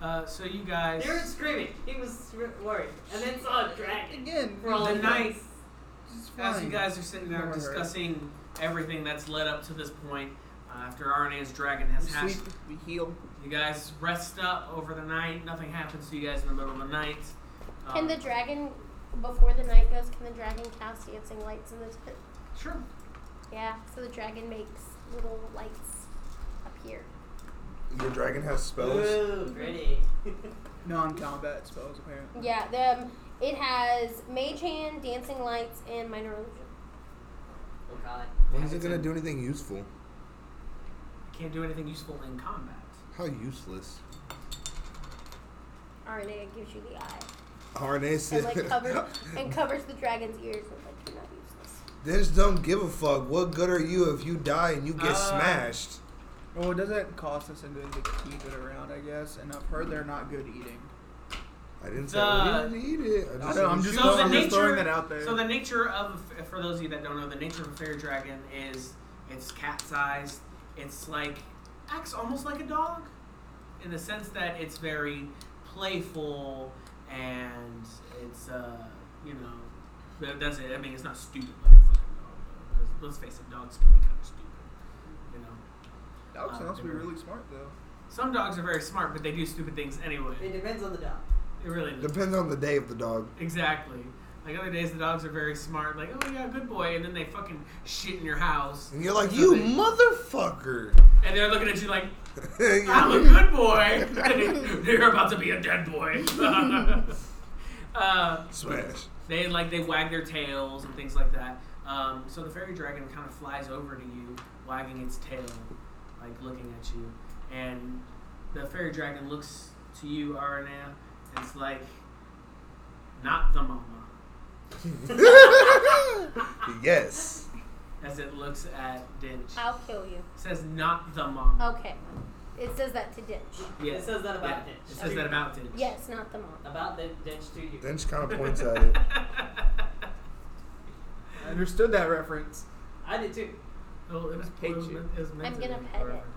[SPEAKER 4] uh, so you guys.
[SPEAKER 1] They were screaming. He was r- worried, and then saw a dragon.
[SPEAKER 5] Again,
[SPEAKER 1] For all
[SPEAKER 4] The
[SPEAKER 1] he
[SPEAKER 4] knight-
[SPEAKER 1] knows.
[SPEAKER 5] it's fine.
[SPEAKER 4] As you guys are sitting there
[SPEAKER 5] Never heard.
[SPEAKER 4] discussing everything that's led up to this point, uh, after Arne's dragon has
[SPEAKER 5] we
[SPEAKER 4] hatched,
[SPEAKER 5] sleep, we heal.
[SPEAKER 4] you guys rest up over the night. Nothing happens to you guys in the middle of the night. Um,
[SPEAKER 3] Can the dragon, before the night goes, can the dragon cast dancing lights in the tent?
[SPEAKER 4] sure?
[SPEAKER 3] Yeah, so the dragon makes little lights appear.
[SPEAKER 2] Your dragon has spells.
[SPEAKER 1] Ooh, pretty.
[SPEAKER 5] Non-combat spells apparently.
[SPEAKER 3] Yeah, the, um, it has mage hand, dancing lights, and minor illusion.
[SPEAKER 1] Oh God.
[SPEAKER 2] When is it gonna do anything useful?
[SPEAKER 4] Can't do anything useful in combat.
[SPEAKER 2] How useless.
[SPEAKER 3] Arne gives you the eye
[SPEAKER 2] Arne
[SPEAKER 3] and
[SPEAKER 2] said,
[SPEAKER 3] like covers and covers the dragon's ears and like you're not useless.
[SPEAKER 2] "They just don't give a fuck. What good are you if you die and you get
[SPEAKER 4] Uh,
[SPEAKER 2] smashed?"
[SPEAKER 5] Well, it doesn't cost us anything to keep it around, I guess. And I've heard they're not good eating.
[SPEAKER 2] I didn't say
[SPEAKER 4] the-
[SPEAKER 2] we didn't eat it. I
[SPEAKER 5] I
[SPEAKER 2] just
[SPEAKER 5] don't know, I'm
[SPEAKER 2] said
[SPEAKER 5] just,
[SPEAKER 2] we
[SPEAKER 4] So
[SPEAKER 5] throwing-
[SPEAKER 4] the
[SPEAKER 5] I'm just throwing
[SPEAKER 4] nature-
[SPEAKER 5] that out there.
[SPEAKER 4] So the nature of, for those of you that don't know, the nature of a fairy dragon is it's cat-sized. It's like acts almost like a dog, in the sense that it's very playful and it's uh you know that- that's it. I mean it's not stupid like a fucking dog because let's face it, dogs can be kind of stupid. You know,
[SPEAKER 5] Dogs
[SPEAKER 4] Uh,
[SPEAKER 5] sounds to be
[SPEAKER 4] they're-
[SPEAKER 5] really smart though.
[SPEAKER 4] some dogs are very smart, but they do stupid things anyway.
[SPEAKER 1] It depends on the dog.
[SPEAKER 4] It really
[SPEAKER 2] Depends on the day of the dog.
[SPEAKER 4] Exactly. Like other days, the dogs are very smart. Like, oh yeah, good boy, and then they fucking shit in your house,
[SPEAKER 2] And you're like,
[SPEAKER 4] So
[SPEAKER 2] you
[SPEAKER 4] they-
[SPEAKER 2] motherfucker.
[SPEAKER 4] and they're looking at you like,
[SPEAKER 2] You're
[SPEAKER 4] I'm a
[SPEAKER 2] like,
[SPEAKER 4] good boy, and you're about to be a dead boy. uh,
[SPEAKER 2] Smash.
[SPEAKER 4] they like they wag their tails and things like that. Um, so the fairy dragon kind of flies over to you, wagging its tail, like looking at you, and the fairy dragon looks to you, Arana, and it's like, not the mama.
[SPEAKER 2] yes.
[SPEAKER 4] as it looks at Dinch.
[SPEAKER 3] I'll kill you.
[SPEAKER 4] says not the mom.
[SPEAKER 3] Oh. Okay. It says that to Ditch.
[SPEAKER 4] Yeah.
[SPEAKER 1] It says that about
[SPEAKER 4] Yeah.
[SPEAKER 1] Ditch.
[SPEAKER 4] It says that about Dinch.
[SPEAKER 3] Yes, not the mom.
[SPEAKER 1] About the Ditch to you.
[SPEAKER 2] Then she kind of points at it.
[SPEAKER 5] I understood that reference.
[SPEAKER 1] I did too.
[SPEAKER 4] Well, Oh, it was,
[SPEAKER 5] I hate
[SPEAKER 4] it was,
[SPEAKER 5] you.
[SPEAKER 4] meant- it was meant
[SPEAKER 3] I'm
[SPEAKER 4] to
[SPEAKER 3] gonna
[SPEAKER 4] be
[SPEAKER 3] pet
[SPEAKER 4] a
[SPEAKER 3] it.
[SPEAKER 4] reference.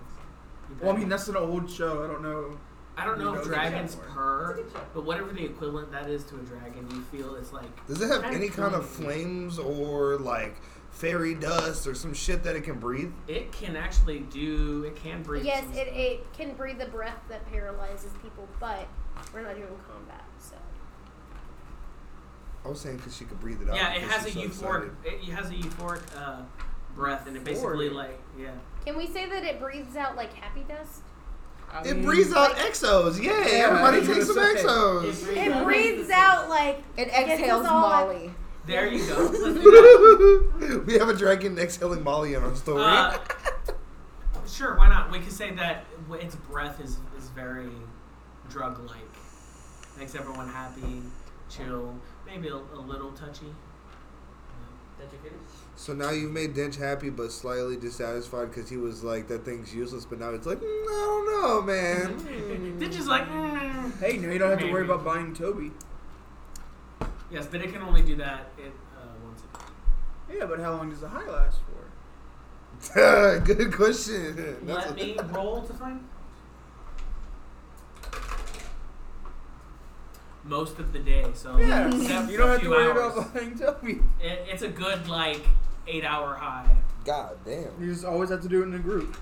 [SPEAKER 4] You
[SPEAKER 5] Well, I
[SPEAKER 4] pet
[SPEAKER 5] mean,
[SPEAKER 4] it.
[SPEAKER 5] that's an old show. I don't know.
[SPEAKER 4] I don't know
[SPEAKER 5] No,
[SPEAKER 4] if
[SPEAKER 5] it's a good
[SPEAKER 4] dragons
[SPEAKER 5] show.
[SPEAKER 1] It's a
[SPEAKER 4] purr,
[SPEAKER 1] good show.
[SPEAKER 4] but whatever the equivalent that is to a dragon, you feel it's like
[SPEAKER 2] Does it have
[SPEAKER 4] I'm
[SPEAKER 2] any kind of
[SPEAKER 4] telling you.
[SPEAKER 2] flames or like fairy dust or some shit that it can breathe?
[SPEAKER 4] it can actually do. It can breathe.
[SPEAKER 3] Yes,
[SPEAKER 4] some
[SPEAKER 3] it,
[SPEAKER 4] stuff.
[SPEAKER 3] it can breathe the breath that paralyzes people, but we're not doing combat, so.
[SPEAKER 2] I was saying because she could breathe it out.
[SPEAKER 4] Yeah, it
[SPEAKER 2] because
[SPEAKER 4] has a
[SPEAKER 2] she's so
[SPEAKER 4] euphoric.
[SPEAKER 2] excited.
[SPEAKER 4] It has a euphoric uh, breath, and it basically
[SPEAKER 5] Euphoric?
[SPEAKER 4] like yeah.
[SPEAKER 3] Can we say that it breathes out like happy dust?
[SPEAKER 5] I
[SPEAKER 2] It
[SPEAKER 5] mean,
[SPEAKER 2] breathes out exos. Yay!
[SPEAKER 5] Mm. Yeah, I
[SPEAKER 2] everybody
[SPEAKER 5] was
[SPEAKER 2] take some
[SPEAKER 5] gonna say.
[SPEAKER 2] exos.
[SPEAKER 1] breathes
[SPEAKER 3] It
[SPEAKER 1] out-
[SPEAKER 3] breathes out like
[SPEAKER 6] It
[SPEAKER 3] us
[SPEAKER 6] exhales
[SPEAKER 3] all out.
[SPEAKER 6] Molly.
[SPEAKER 4] There you go. Let's do that.
[SPEAKER 2] we have a dragon exhaling Molly in our story.
[SPEAKER 4] Uh, sure, why not? We could say that w- its breath is, is very drug like. Makes everyone happy, chill, maybe a, a little touchy.
[SPEAKER 1] Did you finish?
[SPEAKER 2] so now you've made Dench happy but slightly dissatisfied because he was like, that thing's useless, but now it's like, "Mm, I don't know,
[SPEAKER 4] Mm.
[SPEAKER 2] man.
[SPEAKER 4] Ditch is like, "Mm."
[SPEAKER 5] Hey, no, you don't have to worry
[SPEAKER 4] Maybe.
[SPEAKER 5] about buying Toby.
[SPEAKER 4] yes, but it can only do that it, uh, once a day.
[SPEAKER 5] Yeah, but how long does the high last for?
[SPEAKER 2] Good question. That's
[SPEAKER 4] Let
[SPEAKER 2] a-
[SPEAKER 4] me roll to find. Most of the day, so
[SPEAKER 5] Yeah,
[SPEAKER 4] except for
[SPEAKER 5] you don't
[SPEAKER 4] a
[SPEAKER 5] have to
[SPEAKER 4] few
[SPEAKER 5] worry
[SPEAKER 4] hours.
[SPEAKER 5] about buying Toby.
[SPEAKER 4] It, it's a good like eight hour high.
[SPEAKER 2] God
[SPEAKER 5] You
[SPEAKER 2] damn.
[SPEAKER 5] just always have to do it in a group.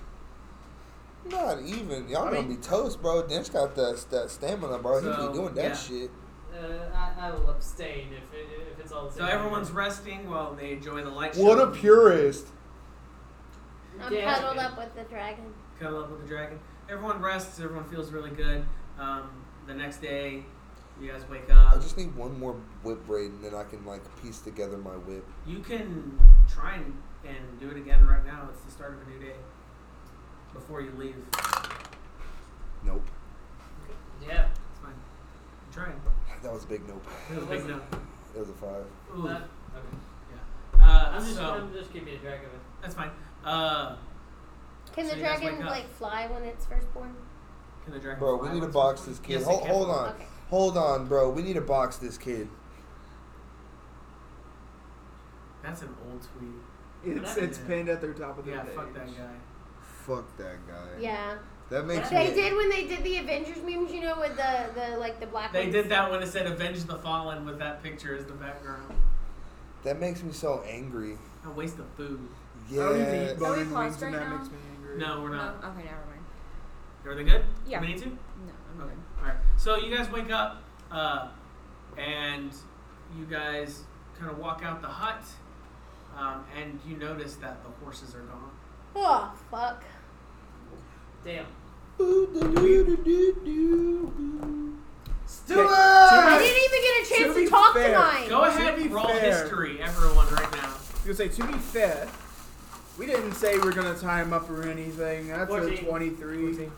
[SPEAKER 2] Not even. Y'all
[SPEAKER 5] I
[SPEAKER 2] gonna
[SPEAKER 5] mean-
[SPEAKER 2] be toast, bro. Dench got that, that stamina, bro. he
[SPEAKER 4] So,
[SPEAKER 2] be doing that
[SPEAKER 4] yeah.
[SPEAKER 2] shit.
[SPEAKER 1] Uh, I, I will abstain if, it, if it's all the
[SPEAKER 4] So
[SPEAKER 1] same.
[SPEAKER 4] everyone's resting while they enjoy the light show.
[SPEAKER 2] purist.
[SPEAKER 3] I'm
[SPEAKER 1] Yeah.
[SPEAKER 3] cuddled up with the dragon.
[SPEAKER 4] Cuddle up with the dragon. Everyone rests. Everyone feels really good. Um, the next day, you guys wake
[SPEAKER 2] I
[SPEAKER 4] up.
[SPEAKER 2] just need one more whip braid and then I can like piece together my whip.
[SPEAKER 4] You can try and, and do it again right now. It's the start of a new day. Before you leave, it's
[SPEAKER 2] Nope.
[SPEAKER 1] Yeah.
[SPEAKER 4] fine. Try it.
[SPEAKER 2] That was a big nope.
[SPEAKER 4] It was a big no.
[SPEAKER 2] It was a five.
[SPEAKER 4] Ooh.
[SPEAKER 1] Uh, okay.
[SPEAKER 4] Uh,
[SPEAKER 1] I'm just,
[SPEAKER 4] so
[SPEAKER 1] I'm just keeping a track of it.
[SPEAKER 4] that's fine. Uh,
[SPEAKER 3] Can
[SPEAKER 4] So
[SPEAKER 3] the
[SPEAKER 4] you guys
[SPEAKER 3] dragon
[SPEAKER 4] wake up.
[SPEAKER 3] like fly when it's first born?
[SPEAKER 4] can the dragon?
[SPEAKER 2] Bro, we
[SPEAKER 4] fly
[SPEAKER 2] need to
[SPEAKER 4] once
[SPEAKER 2] box
[SPEAKER 4] more?
[SPEAKER 2] this kid.
[SPEAKER 4] Yes, it
[SPEAKER 2] hold,
[SPEAKER 4] can
[SPEAKER 2] hold
[SPEAKER 4] fly.
[SPEAKER 2] on.
[SPEAKER 3] Okay.
[SPEAKER 2] Hold on, bro. We need to box this kid.
[SPEAKER 4] That's an old tweet.
[SPEAKER 5] It's
[SPEAKER 1] Yeah.
[SPEAKER 5] it's pinned at their top of their
[SPEAKER 4] Yeah,
[SPEAKER 5] page.
[SPEAKER 4] fuck that guy.
[SPEAKER 2] Fuck that guy.
[SPEAKER 3] Yeah.
[SPEAKER 2] That makes
[SPEAKER 3] They
[SPEAKER 2] me.
[SPEAKER 3] did when they did the Avengers memes, you know, with the, the like the black
[SPEAKER 4] They
[SPEAKER 3] ones.
[SPEAKER 4] did that when it said "Avenge the Fallen" with that picture as the background.
[SPEAKER 2] That makes me so angry.
[SPEAKER 4] A waste of food.
[SPEAKER 5] I don't even
[SPEAKER 2] Yeah.
[SPEAKER 5] eat
[SPEAKER 6] Are we
[SPEAKER 5] bone and wings,
[SPEAKER 6] paused
[SPEAKER 5] and
[SPEAKER 6] right
[SPEAKER 5] that
[SPEAKER 6] now?
[SPEAKER 5] makes me angry.
[SPEAKER 4] No, we're
[SPEAKER 6] No.
[SPEAKER 4] not.
[SPEAKER 6] Oh, Okay, never mind.
[SPEAKER 4] Everything good?
[SPEAKER 6] Yeah.
[SPEAKER 4] We need to?
[SPEAKER 6] No, I'm
[SPEAKER 4] Okay.
[SPEAKER 6] good.
[SPEAKER 4] All right. So you guys wake up, uh, and you guys kind of walk out the hut, um, and you notice that the horses are gone.
[SPEAKER 3] Oh fuck.
[SPEAKER 1] Damn.
[SPEAKER 5] Stuart!
[SPEAKER 3] I didn't even get a chance
[SPEAKER 5] To
[SPEAKER 3] to,
[SPEAKER 5] be
[SPEAKER 3] talk
[SPEAKER 5] fair-
[SPEAKER 3] to mine.
[SPEAKER 4] Go ahead
[SPEAKER 5] To be
[SPEAKER 4] and roll
[SPEAKER 5] fair.
[SPEAKER 4] history, everyone, right now.
[SPEAKER 5] You say to be fair, we didn't say we're gonna tie him up or anything. That's a
[SPEAKER 1] 14.
[SPEAKER 5] twenty-three.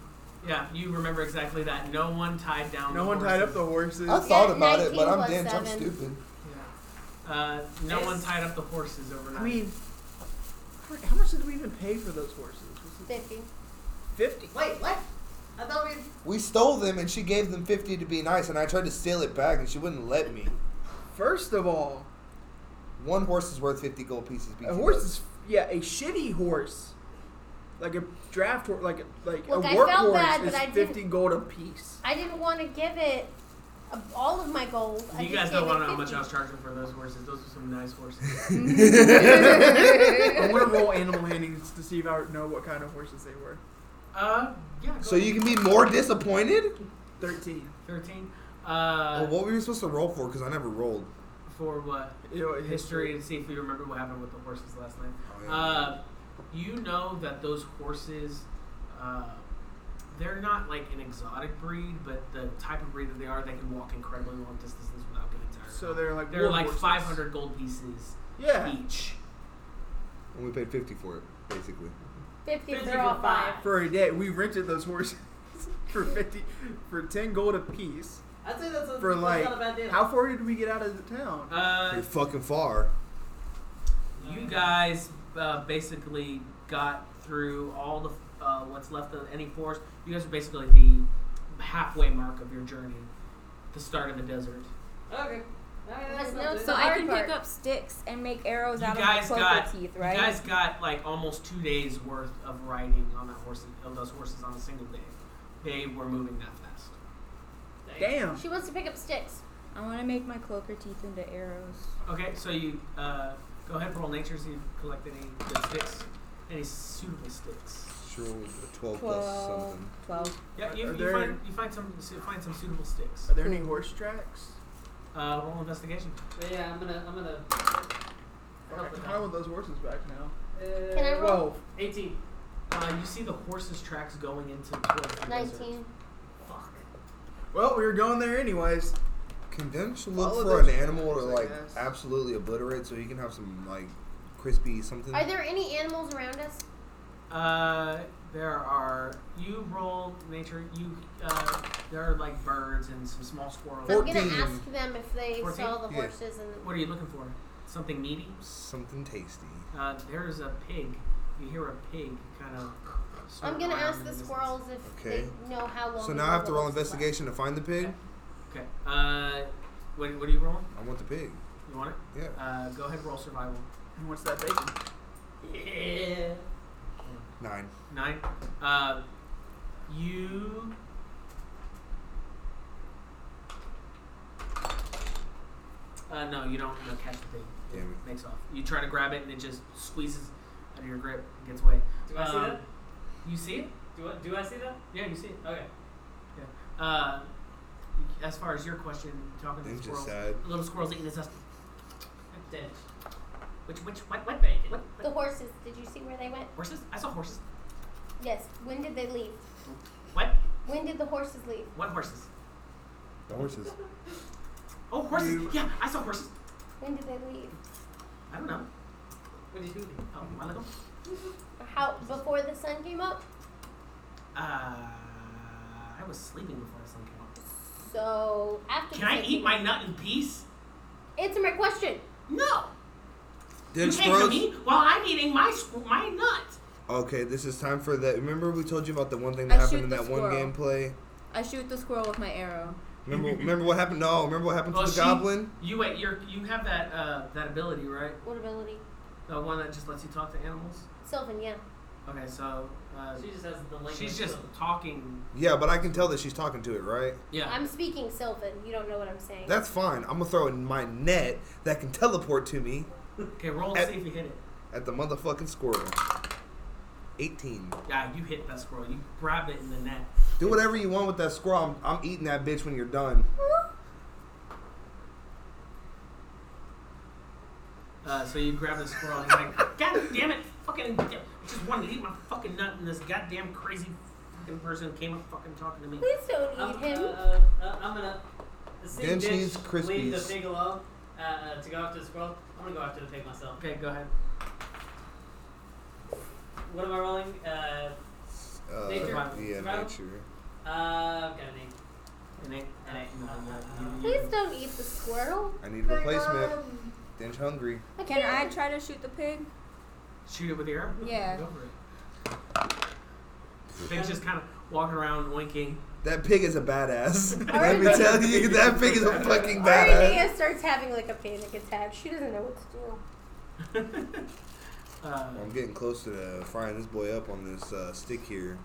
[SPEAKER 4] Yeah, you remember exactly that. No one tied down.
[SPEAKER 5] No
[SPEAKER 4] the
[SPEAKER 5] one tied up the
[SPEAKER 4] horses.
[SPEAKER 5] horses.
[SPEAKER 2] I thought about it,
[SPEAKER 3] 19
[SPEAKER 2] but I'm
[SPEAKER 3] plus
[SPEAKER 2] dense. I'm
[SPEAKER 3] seven.
[SPEAKER 2] stupid.
[SPEAKER 4] Yeah. Uh, no
[SPEAKER 1] Yes.
[SPEAKER 4] one tied up the horses overnight.
[SPEAKER 5] I mean, how- how much did we even pay for those horses? Was it
[SPEAKER 3] Fifty.
[SPEAKER 5] fifty?
[SPEAKER 1] Wait, what? I thought we.
[SPEAKER 2] We stole them, and she gave them fifty to be nice, and I tried to steal it back, and she wouldn't let me.
[SPEAKER 5] First of all,
[SPEAKER 2] One horse is worth fifty gold pieces.
[SPEAKER 5] a
[SPEAKER 2] BT
[SPEAKER 5] horse
[SPEAKER 2] does.
[SPEAKER 5] is yeah, a shitty horse, like a draft horse, like a, like
[SPEAKER 3] Look,
[SPEAKER 5] a
[SPEAKER 3] I
[SPEAKER 5] workhorse
[SPEAKER 3] felt bad,
[SPEAKER 5] is
[SPEAKER 3] but I didn't-
[SPEAKER 5] fifty gold a piece.
[SPEAKER 3] I didn't want to give it a, all of my gold. I
[SPEAKER 4] you
[SPEAKER 3] just
[SPEAKER 4] guys
[SPEAKER 3] gave
[SPEAKER 4] don't want
[SPEAKER 3] it
[SPEAKER 4] to know how much
[SPEAKER 3] 50.
[SPEAKER 4] I was charging for those horses. Those are some nice horses.
[SPEAKER 5] I want to roll animal handings to see if I know what kind of horses they were.
[SPEAKER 4] Uh, yeah. Go
[SPEAKER 2] So you can be more disappointed.
[SPEAKER 5] Thirteen.
[SPEAKER 4] Thirteen. Uh,
[SPEAKER 2] Well, Oh, what were you supposed to roll for? Because I never rolled.
[SPEAKER 4] for what?
[SPEAKER 5] You know,
[SPEAKER 4] history and see if you remember what happened with the horses last night.
[SPEAKER 2] Oh, yeah.
[SPEAKER 4] Uh, you know that those horses, uh, they're not like an exotic breed, but the type of breed that they are, they can walk incredibly long distances without getting tired.
[SPEAKER 5] So they're like
[SPEAKER 4] they're
[SPEAKER 5] war
[SPEAKER 4] like
[SPEAKER 5] horses.
[SPEAKER 4] 500 gold pieces
[SPEAKER 5] Yeah.
[SPEAKER 4] each.
[SPEAKER 2] And we paid fifty for it, basically.
[SPEAKER 3] Fifty
[SPEAKER 1] Fifty
[SPEAKER 3] for all
[SPEAKER 1] for
[SPEAKER 3] five.
[SPEAKER 1] five.
[SPEAKER 5] for a day. We rented those horses for fifty, for ten gold a piece.
[SPEAKER 1] I'd say that's, a,
[SPEAKER 5] For
[SPEAKER 1] that's
[SPEAKER 5] like,
[SPEAKER 1] not a bad deal.
[SPEAKER 5] how far did we get out of the town?
[SPEAKER 4] Uh,
[SPEAKER 2] Pretty fucking far.
[SPEAKER 4] you guys uh, basically got through all the uh, what's left of any forest. You guys are basically at the halfway mark of your journey, the start of the desert.
[SPEAKER 1] Okay. Alright, that's
[SPEAKER 3] Let's know
[SPEAKER 1] not
[SPEAKER 6] So
[SPEAKER 3] the
[SPEAKER 1] bad.
[SPEAKER 6] I
[SPEAKER 3] hard
[SPEAKER 6] can pick
[SPEAKER 3] part.
[SPEAKER 6] up sticks and make arrows
[SPEAKER 4] You
[SPEAKER 6] out
[SPEAKER 4] guys
[SPEAKER 6] of my
[SPEAKER 4] got-
[SPEAKER 6] cloaker teeth, right?
[SPEAKER 4] You guys got like almost two days worth of riding on that horse of those horses on a single day. They were moving that fast.
[SPEAKER 5] Damn.
[SPEAKER 3] She wants to pick up sticks.
[SPEAKER 6] I want to make my cloaker teeth into arrows.
[SPEAKER 4] Okay, so you uh, go ahead and roll nature. See if you collect any good sticks, any suitable sticks.
[SPEAKER 2] Sure, a 12 Oh, plus
[SPEAKER 6] Twelve.
[SPEAKER 2] something.
[SPEAKER 6] Twelve.
[SPEAKER 4] Yeah, you,
[SPEAKER 5] Are
[SPEAKER 4] you
[SPEAKER 5] there-
[SPEAKER 4] find you find some you find some suitable sticks.
[SPEAKER 5] Are there any
[SPEAKER 6] Cool.
[SPEAKER 5] horse tracks?
[SPEAKER 4] Uh, roll investigation.
[SPEAKER 1] But yeah, I'm gonna, I'm gonna.
[SPEAKER 5] I
[SPEAKER 1] Help
[SPEAKER 5] can
[SPEAKER 1] it
[SPEAKER 5] run
[SPEAKER 1] out.
[SPEAKER 5] with those horses back now.
[SPEAKER 1] Uh,
[SPEAKER 3] Can I roll?
[SPEAKER 5] Twelve.
[SPEAKER 1] 18.
[SPEAKER 4] Uh, you see the horses' tracks going into towards the desert.
[SPEAKER 3] 19.
[SPEAKER 1] Fuck.
[SPEAKER 5] Well, we were going there anyways.
[SPEAKER 2] Can don't you look
[SPEAKER 5] Follow
[SPEAKER 2] for
[SPEAKER 5] those
[SPEAKER 2] an animal to
[SPEAKER 5] patterns, I
[SPEAKER 2] like
[SPEAKER 5] guess.
[SPEAKER 2] absolutely obliterate so he can have some like crispy something?
[SPEAKER 3] Are there any animals around us?
[SPEAKER 4] Uh, there are you roll nature. You uh, there are like birds and some small squirrels.
[SPEAKER 3] I'm gonna
[SPEAKER 2] 14.
[SPEAKER 3] ask them if they saw
[SPEAKER 4] 14?
[SPEAKER 3] the
[SPEAKER 2] Yeah.
[SPEAKER 3] horses and
[SPEAKER 4] What are you looking for? Something meaty?
[SPEAKER 2] something tasty.
[SPEAKER 4] Uh, there's a pig. You hear a pig kind of.
[SPEAKER 3] I'm gonna ask the squirrels if
[SPEAKER 2] Okay.
[SPEAKER 3] they know how long.
[SPEAKER 2] So
[SPEAKER 3] the
[SPEAKER 2] now I have to roll
[SPEAKER 3] horses left.
[SPEAKER 2] investigation to find the pig.
[SPEAKER 4] Okay. Uh, what, what are you rolling?
[SPEAKER 2] I want the pig.
[SPEAKER 4] You want it?
[SPEAKER 2] Yeah.
[SPEAKER 4] Uh, go ahead, roll survival.
[SPEAKER 5] And what's that bacon?
[SPEAKER 4] Yeah.
[SPEAKER 2] Nine.
[SPEAKER 4] Nine. Uh, you. Uh, no, you don't. You don't catch the pig.
[SPEAKER 2] Damn it.
[SPEAKER 4] Makes off. You try to grab it and it just squeezes out of your grip and gets away.
[SPEAKER 1] Do I see
[SPEAKER 4] Um,
[SPEAKER 1] that?
[SPEAKER 4] You see it?
[SPEAKER 1] Do I, do I see that?
[SPEAKER 4] Yeah, you see it.
[SPEAKER 1] Okay.
[SPEAKER 4] Uh, as far as your question, talking to the
[SPEAKER 2] Things just
[SPEAKER 4] squirrels,
[SPEAKER 2] sad.
[SPEAKER 4] the little squirrels eating this. us-
[SPEAKER 1] Dead.
[SPEAKER 4] Which, which, what, what,
[SPEAKER 1] Bacon.
[SPEAKER 4] what,
[SPEAKER 3] The
[SPEAKER 4] what?
[SPEAKER 3] horses. Did you see where they went?
[SPEAKER 4] Horses? I saw horses.
[SPEAKER 3] Yes. When did they leave?
[SPEAKER 4] What?
[SPEAKER 3] When did the horses leave?
[SPEAKER 4] What horses?
[SPEAKER 2] The horses.
[SPEAKER 4] Oh, horses!
[SPEAKER 5] You-
[SPEAKER 4] Yeah, I saw horses.
[SPEAKER 3] When did they leave?
[SPEAKER 4] I don't know.
[SPEAKER 1] What did you do?
[SPEAKER 4] Oh, my little.
[SPEAKER 3] How before the sun came up?
[SPEAKER 4] Uh, I was sleeping before the sun came up.
[SPEAKER 3] So after.
[SPEAKER 4] Can
[SPEAKER 3] the
[SPEAKER 4] I
[SPEAKER 3] sun
[SPEAKER 4] eat
[SPEAKER 3] came up-
[SPEAKER 4] my nut in peace?
[SPEAKER 3] Answer my question.
[SPEAKER 4] No.
[SPEAKER 2] Did
[SPEAKER 4] you can't come
[SPEAKER 2] squirrels?
[SPEAKER 4] eat while I'm eating my squ- my nut.
[SPEAKER 2] Okay, this is time for that. Remember we told you about the one thing
[SPEAKER 6] I
[SPEAKER 2] that
[SPEAKER 6] shoot
[SPEAKER 2] happened in
[SPEAKER 6] the
[SPEAKER 2] that one
[SPEAKER 6] squirrel.
[SPEAKER 2] gameplay.
[SPEAKER 6] I shoot the squirrel with my arrow.
[SPEAKER 2] Remember, remember what happened? No, remember what happened
[SPEAKER 4] Oh,
[SPEAKER 2] to the
[SPEAKER 4] she-
[SPEAKER 2] goblin?
[SPEAKER 4] You wait. You're you have that uh that ability right?
[SPEAKER 3] What ability?
[SPEAKER 4] The one that just lets you talk to animals.
[SPEAKER 3] Sylvan. Yeah.
[SPEAKER 4] Okay, so uh,
[SPEAKER 1] She just has the language.
[SPEAKER 4] she's just
[SPEAKER 1] of-
[SPEAKER 4] talking.
[SPEAKER 2] Yeah, but I can tell that she's talking to it, right?
[SPEAKER 4] Yeah.
[SPEAKER 3] I'm speaking Sylvan. You don't know what I'm saying.
[SPEAKER 2] That's fine. I'm gonna throw in my net that can teleport to me
[SPEAKER 4] Okay, roll and
[SPEAKER 2] At-
[SPEAKER 4] see if you hit it.
[SPEAKER 2] at the motherfucking squirrel. 18.
[SPEAKER 4] Yeah, you hit that squirrel. You grab it in the net.
[SPEAKER 2] Do whatever you want with that squirrel. I'm, I'm eating that bitch when you're done.
[SPEAKER 4] Uh, so you grab the squirrel and you're like, God damn it, fucking, I just wanted to eat my fucking nut and this goddamn crazy fucking person came up fucking talking to me.
[SPEAKER 3] Please don't eat
[SPEAKER 1] I'm,
[SPEAKER 3] him.
[SPEAKER 1] Uh, uh, uh, I'm gonna. See
[SPEAKER 2] Then
[SPEAKER 1] Ditch
[SPEAKER 2] she's
[SPEAKER 1] Leave the
[SPEAKER 2] Krispies.
[SPEAKER 1] pig alone uh, uh, to go after the squirrel. I'm gonna go after the pig myself.
[SPEAKER 4] Okay, go ahead.
[SPEAKER 1] What am I rolling? Uh,
[SPEAKER 2] Uh,
[SPEAKER 1] Nature?
[SPEAKER 2] Yeah,
[SPEAKER 1] Survival?
[SPEAKER 2] nature.
[SPEAKER 1] uh, I've got an eight.
[SPEAKER 4] And it, and it, no, no, you-
[SPEAKER 3] Please don't eat the squirrel.
[SPEAKER 2] I need a replacement. Dinge hungry.
[SPEAKER 3] I
[SPEAKER 6] Can I
[SPEAKER 3] can't.
[SPEAKER 6] try to shoot the pig?
[SPEAKER 4] shoot it with your arrow?
[SPEAKER 6] Yeah.
[SPEAKER 4] Go for it. Finn's just kind of walking around winking.
[SPEAKER 2] That pig is a badass. Let
[SPEAKER 3] Alright.
[SPEAKER 2] me tell you, that pig is a fucking badass.
[SPEAKER 3] Ariana starts having like a panic attack. She doesn't know what to do.
[SPEAKER 4] uh,
[SPEAKER 2] I'm getting close to uh, frying this boy up on this uh, stick here.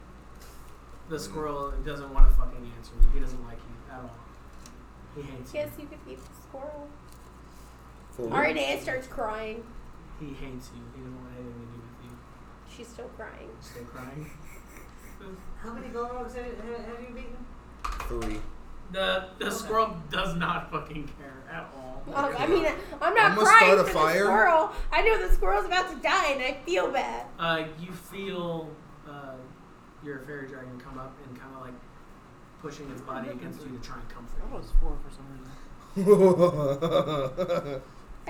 [SPEAKER 4] the squirrel doesn't want to fucking answer you. He doesn't like you at all. He hates
[SPEAKER 3] Yes, you could eat the squirrel.
[SPEAKER 2] For real.
[SPEAKER 3] Ariana starts crying.
[SPEAKER 4] you. He hates you. He doesn't want anything to do with you.
[SPEAKER 3] She's still crying.
[SPEAKER 4] Stay crying.
[SPEAKER 1] How many bulldogs have, have, have you beaten?
[SPEAKER 2] Three.
[SPEAKER 4] The the squirrel does not fucking care at all.
[SPEAKER 3] Um, I mean, I'm not
[SPEAKER 2] I'm gonna
[SPEAKER 3] crying
[SPEAKER 2] start a
[SPEAKER 3] for
[SPEAKER 2] fire.
[SPEAKER 3] the squirrel. I know the squirrel's about to die, and I feel bad.
[SPEAKER 4] Uh, you feel uh, your fairy dragon come up and kind of like pushing its body against you to try and comfort
[SPEAKER 7] That
[SPEAKER 4] you.
[SPEAKER 7] was four for some reason.
[SPEAKER 3] I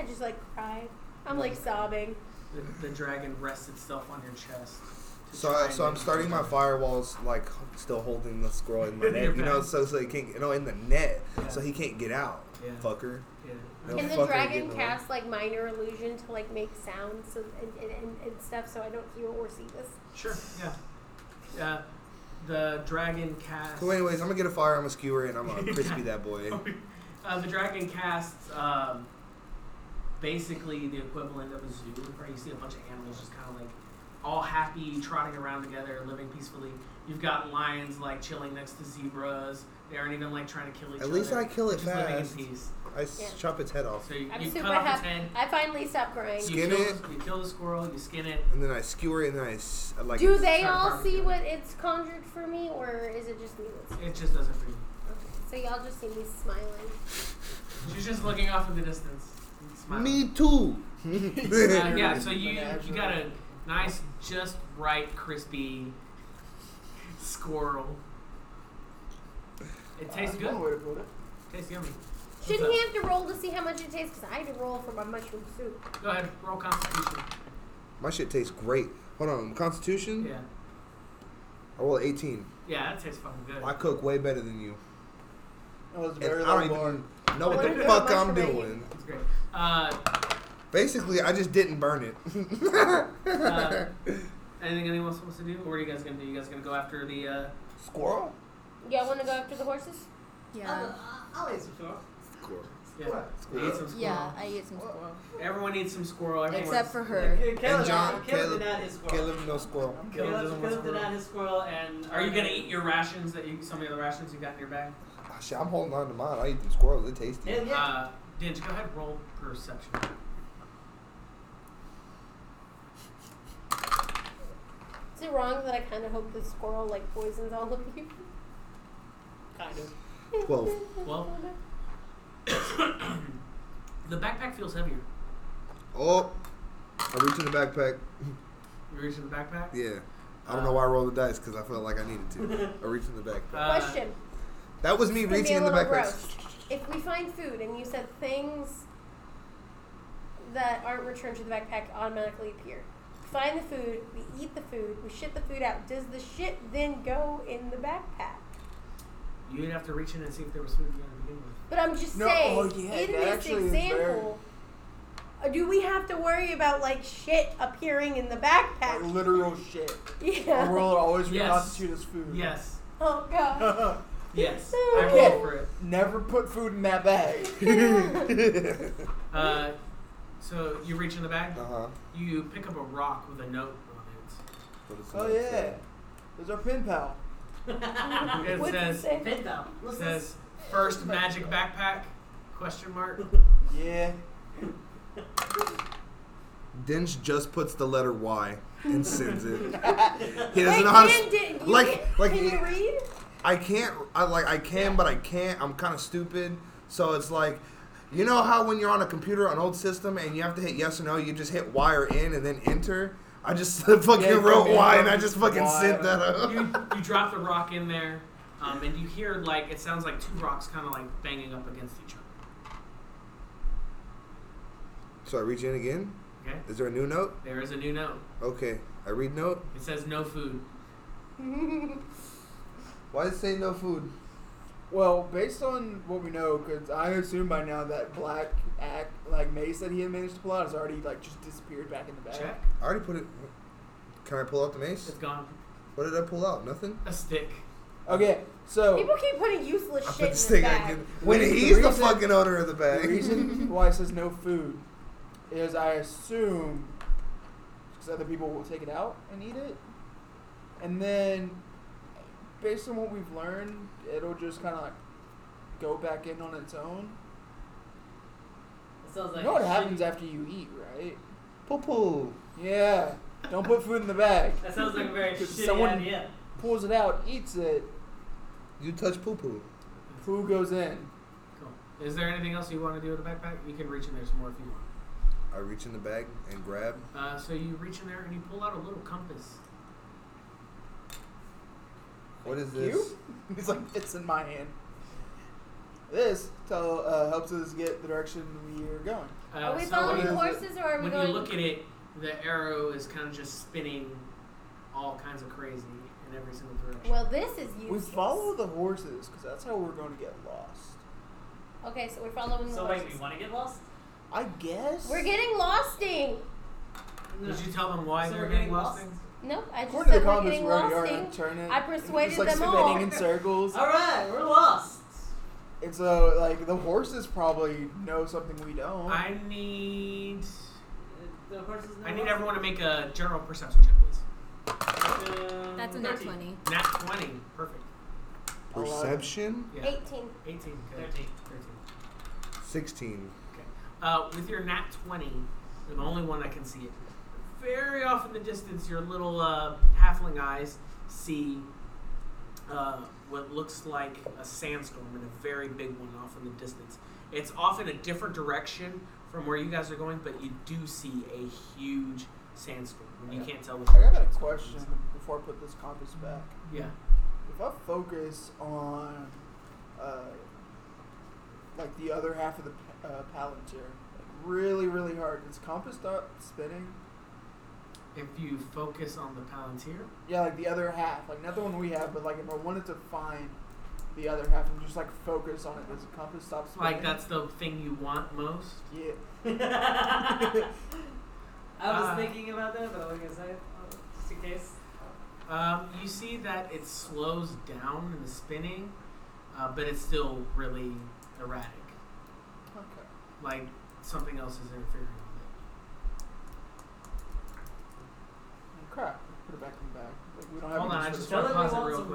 [SPEAKER 3] just like cry. I'm like sobbing.
[SPEAKER 4] The, the dragon rests itself on your chest. to
[SPEAKER 2] so,
[SPEAKER 4] try
[SPEAKER 2] I,
[SPEAKER 4] and
[SPEAKER 2] so I'm
[SPEAKER 4] make you
[SPEAKER 2] starting my
[SPEAKER 4] comfort.
[SPEAKER 2] firewalls like still holding the squirrel in my
[SPEAKER 4] In your
[SPEAKER 2] net, you know,
[SPEAKER 4] back.
[SPEAKER 2] so so he can't, you know, in the net,
[SPEAKER 4] Yeah.
[SPEAKER 2] so he can't get out,
[SPEAKER 4] Yeah.
[SPEAKER 2] fucker.
[SPEAKER 4] Yeah.
[SPEAKER 2] No
[SPEAKER 3] Can the
[SPEAKER 2] fucker
[SPEAKER 3] dragon
[SPEAKER 2] getting away.
[SPEAKER 3] cast like minor illusion to like make sounds so, and, and, and, and stuff so I don't hear or see this?
[SPEAKER 4] Sure. Yeah. Uh, the dragon casts.
[SPEAKER 2] So, anyways, I'm gonna get a fire on a skewer and I'm gonna crispy that boy.
[SPEAKER 4] Uh, the dragon casts um, basically the equivalent of a zoo, where you see a bunch of animals just kind of like all happy, trotting around together, living peacefully. You've got lions like chilling next to zebras. They aren't even like trying to kill each
[SPEAKER 2] At
[SPEAKER 4] other.
[SPEAKER 2] least I kill it
[SPEAKER 4] Just living
[SPEAKER 2] fast.
[SPEAKER 4] in peace.
[SPEAKER 2] I s-
[SPEAKER 3] Yeah.
[SPEAKER 2] chop its head off
[SPEAKER 4] So you,
[SPEAKER 3] I'm
[SPEAKER 4] you
[SPEAKER 3] super
[SPEAKER 4] cut off its
[SPEAKER 3] happy.
[SPEAKER 4] head.
[SPEAKER 3] I finally stopped growing.
[SPEAKER 2] Skin
[SPEAKER 4] you kill,
[SPEAKER 2] it.
[SPEAKER 4] You kill the squirrel. You skin it.
[SPEAKER 2] and then I skewer it and then I, s- I like.
[SPEAKER 3] Do
[SPEAKER 2] it.
[SPEAKER 3] they
[SPEAKER 4] start
[SPEAKER 3] all see
[SPEAKER 4] barbecuing.
[SPEAKER 3] what it's conjured for me, or is it just me? That's
[SPEAKER 4] It just doesn't breathe.
[SPEAKER 3] okay. So y'all just see me smiling.
[SPEAKER 4] She's just looking off in the distance, and smiling.
[SPEAKER 2] Me too.
[SPEAKER 4] Uh, yeah, so you you
[SPEAKER 7] Menagerie.
[SPEAKER 4] got a nice, just right, crispy squirrel. It tastes
[SPEAKER 5] That's One way
[SPEAKER 4] good.
[SPEAKER 5] to put it.
[SPEAKER 4] Tastes yummy.
[SPEAKER 3] Shouldn't
[SPEAKER 4] up?
[SPEAKER 3] he have to roll to see how much it tastes? Because I had to roll for my mushroom soup.
[SPEAKER 4] Go ahead, roll Constitution.
[SPEAKER 2] My shit tastes great. Hold on, Constitution.
[SPEAKER 4] Yeah,
[SPEAKER 2] I rolled 18.
[SPEAKER 4] yeah, that tastes fucking good.
[SPEAKER 2] Oh, I cook way better than you.
[SPEAKER 7] It was
[SPEAKER 2] And
[SPEAKER 7] very
[SPEAKER 2] I don't
[SPEAKER 7] low bar.
[SPEAKER 2] even know
[SPEAKER 3] I
[SPEAKER 2] what
[SPEAKER 3] wonder
[SPEAKER 2] the
[SPEAKER 3] if
[SPEAKER 2] fuck
[SPEAKER 3] they're
[SPEAKER 2] I'm
[SPEAKER 3] masturbating.
[SPEAKER 2] doing.
[SPEAKER 4] It's great. Uh,
[SPEAKER 2] Basically, I just didn't burn it.
[SPEAKER 4] uh, anything anyone else wants to do? What are you guys gonna do? You guys gonna go after the? Uh,
[SPEAKER 2] Squirrel?
[SPEAKER 3] Y'all want to go after the horses?
[SPEAKER 6] Yeah.
[SPEAKER 7] I'll eat some sure.
[SPEAKER 2] Squirrel.
[SPEAKER 4] yeah,
[SPEAKER 2] Squirrel.
[SPEAKER 4] I eat some squirrel.
[SPEAKER 6] Yeah, I eat some squirrel.
[SPEAKER 4] Everyone eats some squirrel. Everyone.
[SPEAKER 6] Except for her.
[SPEAKER 1] Uh, Caleb,
[SPEAKER 2] John-
[SPEAKER 1] Caleb
[SPEAKER 2] Caleb-
[SPEAKER 1] denied his squirrel.
[SPEAKER 2] Caleb, no squirrel.
[SPEAKER 4] Caleb
[SPEAKER 1] Caleb,
[SPEAKER 4] doesn't
[SPEAKER 1] Caleb,
[SPEAKER 4] want squirrel.
[SPEAKER 1] denied his squirrel, and
[SPEAKER 4] Are you gonna eat your rations that you some of the rations you got in your bag?
[SPEAKER 2] Ah, Shit, I'm holding on to mine. I eat them squirrels. They're tasty.
[SPEAKER 1] Hell yeah.
[SPEAKER 4] Uh, Dinge, go ahead, roll perception.
[SPEAKER 3] Is it wrong that I kind of hope the squirrel like poisons all of you?
[SPEAKER 1] kind of.
[SPEAKER 2] Twelve.
[SPEAKER 4] Well, the backpack feels heavier.
[SPEAKER 2] Oh, I reach in the backpack.
[SPEAKER 4] You reach in the backpack.
[SPEAKER 2] Yeah. I don't know why I rolled the dice because I felt like I needed to. I reached in the backpack.
[SPEAKER 4] Uh,
[SPEAKER 3] Question.
[SPEAKER 2] That was me
[SPEAKER 3] It's gonna be
[SPEAKER 2] reaching
[SPEAKER 3] a
[SPEAKER 2] in the
[SPEAKER 3] little
[SPEAKER 2] backpack.
[SPEAKER 3] gross. If we find food and you said things that aren't returned to the backpack automatically appear. Find the food, we eat the food, we shit the food out. Does the shit then go in the backpack?
[SPEAKER 4] You'd have to reach in and see if there was food you had to begin with.
[SPEAKER 3] But I'm just
[SPEAKER 5] No,
[SPEAKER 3] saying,
[SPEAKER 5] oh, yeah,
[SPEAKER 3] in
[SPEAKER 5] that
[SPEAKER 3] this
[SPEAKER 5] actually is
[SPEAKER 3] example, uh, do we have to worry about like shit appearing in the
[SPEAKER 5] Like
[SPEAKER 3] backpack?
[SPEAKER 5] literal shit. Our
[SPEAKER 3] Yeah.
[SPEAKER 5] world always
[SPEAKER 4] Yes.
[SPEAKER 5] reconstitute as food.
[SPEAKER 4] Yes.
[SPEAKER 3] Oh god.
[SPEAKER 4] Yes.
[SPEAKER 3] Oh,
[SPEAKER 4] I
[SPEAKER 5] Mm-hmm. yeah.
[SPEAKER 4] rolled for it.
[SPEAKER 5] Never put food in that bag.
[SPEAKER 4] Uh, so you reach in the bag.
[SPEAKER 2] uh huh.
[SPEAKER 4] You pick up a rock with a note on
[SPEAKER 5] oh yeah. There's our pen pal.
[SPEAKER 4] it. It
[SPEAKER 3] What's it
[SPEAKER 4] says
[SPEAKER 3] say?
[SPEAKER 1] Fit though. Let's
[SPEAKER 4] says first magic backpack question mark.
[SPEAKER 5] Yeah.
[SPEAKER 2] Dinch just puts the letter Y and sends it. he doesn't
[SPEAKER 3] Wait,
[SPEAKER 2] know how to.
[SPEAKER 3] Dan,
[SPEAKER 2] s-
[SPEAKER 3] did, you
[SPEAKER 2] like-
[SPEAKER 3] get-
[SPEAKER 2] like
[SPEAKER 3] can
[SPEAKER 2] it-
[SPEAKER 3] you read?
[SPEAKER 2] I can't. I like. I can, but I can't. I'm kind of stupid. So it's like, you know how when you're on a computer, an old system, and you have to hit yes or no, you just hit Y or N and then enter. I just fucking
[SPEAKER 5] Yeah,
[SPEAKER 2] wrote
[SPEAKER 5] yeah,
[SPEAKER 2] Y
[SPEAKER 5] yeah.
[SPEAKER 2] and I just fucking
[SPEAKER 5] Y.
[SPEAKER 2] sent that up.
[SPEAKER 4] You you drop the rock in there, um, and you hear like it sounds like two rocks kind of like banging up against each other.
[SPEAKER 2] So I reach in again.
[SPEAKER 4] Okay.
[SPEAKER 2] Is there a new note?
[SPEAKER 4] There is a new note.
[SPEAKER 2] Okay, I read note.
[SPEAKER 4] It says no food.
[SPEAKER 2] Why does it say no food?
[SPEAKER 5] Well, based on what we know, because I assume by now that black act like mace that he had managed to pull out has already like just disappeared back in the bag.
[SPEAKER 4] Check.
[SPEAKER 2] I already put it. Can I pull out the mace?
[SPEAKER 4] It's gone.
[SPEAKER 2] What did I pull out? Nothing.
[SPEAKER 4] A stick.
[SPEAKER 5] Okay, so
[SPEAKER 3] People keep putting useless
[SPEAKER 2] I
[SPEAKER 3] shit
[SPEAKER 2] put
[SPEAKER 3] in
[SPEAKER 2] this
[SPEAKER 3] the
[SPEAKER 2] thing. I
[SPEAKER 3] bag.
[SPEAKER 2] did. When
[SPEAKER 5] The
[SPEAKER 2] he's the
[SPEAKER 5] reason-
[SPEAKER 2] fucking owner of the
[SPEAKER 5] the
[SPEAKER 2] bag.
[SPEAKER 5] reason why it says no food is I assume because other people will take it out and eat it, and then based on what we've learned, it'll just kind of like go back in on its own.
[SPEAKER 1] It sounds like
[SPEAKER 5] you know what
[SPEAKER 1] a shitty-
[SPEAKER 5] happens after you eat, right?
[SPEAKER 2] Poo poo.
[SPEAKER 5] Yeah. Don't put food in the bag.
[SPEAKER 1] That sounds like a very
[SPEAKER 5] Could
[SPEAKER 1] shitty
[SPEAKER 5] someone-
[SPEAKER 1] idea.
[SPEAKER 5] Pulls it out, eats it.
[SPEAKER 2] You touch poo poo.
[SPEAKER 5] Food goes in.
[SPEAKER 4] Cool. Is there anything else you want to do with the backpack? You can reach in there some more if you want.
[SPEAKER 2] I reach in the bag and grab.
[SPEAKER 4] Uh, so you reach in there and you pull out a little compass.
[SPEAKER 2] What is
[SPEAKER 5] Thank
[SPEAKER 2] this?
[SPEAKER 5] you? He's like, it's in my hand. This tell, uh, helps us get the direction we are going.
[SPEAKER 4] Uh,
[SPEAKER 3] Are we
[SPEAKER 4] so
[SPEAKER 3] following
[SPEAKER 4] when,
[SPEAKER 5] is it-
[SPEAKER 3] horses or are we
[SPEAKER 4] when
[SPEAKER 3] going?
[SPEAKER 4] you look at it, the arrow is kind of just spinning all kinds of crazy in every single direction.
[SPEAKER 3] well, this is useless.
[SPEAKER 5] We follow the horses because that's how we're going to get lost.
[SPEAKER 3] Okay, so we're following the
[SPEAKER 1] So wait,
[SPEAKER 3] horses.
[SPEAKER 1] we want to get lost?
[SPEAKER 5] I guess.
[SPEAKER 3] We're getting losting.
[SPEAKER 4] Did you tell them why
[SPEAKER 1] So
[SPEAKER 4] they
[SPEAKER 1] we're
[SPEAKER 4] were getting
[SPEAKER 1] getting
[SPEAKER 4] lost?
[SPEAKER 1] lost?
[SPEAKER 4] things?
[SPEAKER 3] No, I just
[SPEAKER 5] According to
[SPEAKER 3] said
[SPEAKER 5] the
[SPEAKER 3] we're
[SPEAKER 5] comments,
[SPEAKER 3] getting
[SPEAKER 5] we already are
[SPEAKER 3] lost.
[SPEAKER 5] on
[SPEAKER 3] in-
[SPEAKER 5] turning.
[SPEAKER 3] I persuaded
[SPEAKER 5] It's like
[SPEAKER 3] them
[SPEAKER 5] spinning
[SPEAKER 3] all.
[SPEAKER 5] in circles.
[SPEAKER 1] All right, we're lost.
[SPEAKER 5] And so, like, the horses probably know something we don't.
[SPEAKER 4] I need.
[SPEAKER 1] Uh, The horse is not
[SPEAKER 4] I need
[SPEAKER 1] lost.
[SPEAKER 4] everyone to make a general perception check, please.
[SPEAKER 1] Uh,
[SPEAKER 6] That's a nat
[SPEAKER 1] 13.
[SPEAKER 6] 20.
[SPEAKER 4] Nat 20. Perfect.
[SPEAKER 2] Perception?
[SPEAKER 4] Yeah.
[SPEAKER 3] 18.
[SPEAKER 4] 18. Good.
[SPEAKER 1] 13.
[SPEAKER 4] 13.
[SPEAKER 2] 16.
[SPEAKER 4] Uh, with your nat 20, you're the only one that can see it. Very off in the distance, your little uh, halfling eyes see uh, what looks like a sandstorm and a very big one off in the distance. It's off in a different direction from where you guys are going, but you do see a huge sandstorm. and You
[SPEAKER 5] Yeah.
[SPEAKER 4] can't tell.
[SPEAKER 5] I got a question before I put this compass back.
[SPEAKER 4] Yeah.
[SPEAKER 5] If I focus on, uh, like the other half of the pa- uh, palantir, like really, really hard, does compass stop spinning?
[SPEAKER 4] If you focus on the palantir,
[SPEAKER 5] Yeah, like the other half, like not the one we have, but like if I wanted to find the other half and just like focus on it, does the compass stop spinning?
[SPEAKER 4] like that's the thing you want most.
[SPEAKER 5] Yeah.
[SPEAKER 1] I was
[SPEAKER 4] Uh,
[SPEAKER 1] thinking about that, but I wasn't gonna say it, uh, just in case.
[SPEAKER 4] Um, you see that it slows down in the spinning, uh, but it's still really erratic.
[SPEAKER 5] Okay.
[SPEAKER 4] Like something else is interfering with
[SPEAKER 5] Crap. Put it back in the bag. Like we don't
[SPEAKER 4] it.
[SPEAKER 5] have
[SPEAKER 4] Hold
[SPEAKER 5] any
[SPEAKER 4] on, I
[SPEAKER 5] sort of-
[SPEAKER 4] just
[SPEAKER 1] Tell
[SPEAKER 4] want to
[SPEAKER 1] them we
[SPEAKER 4] pause it
[SPEAKER 1] want
[SPEAKER 4] real
[SPEAKER 1] some
[SPEAKER 4] quick.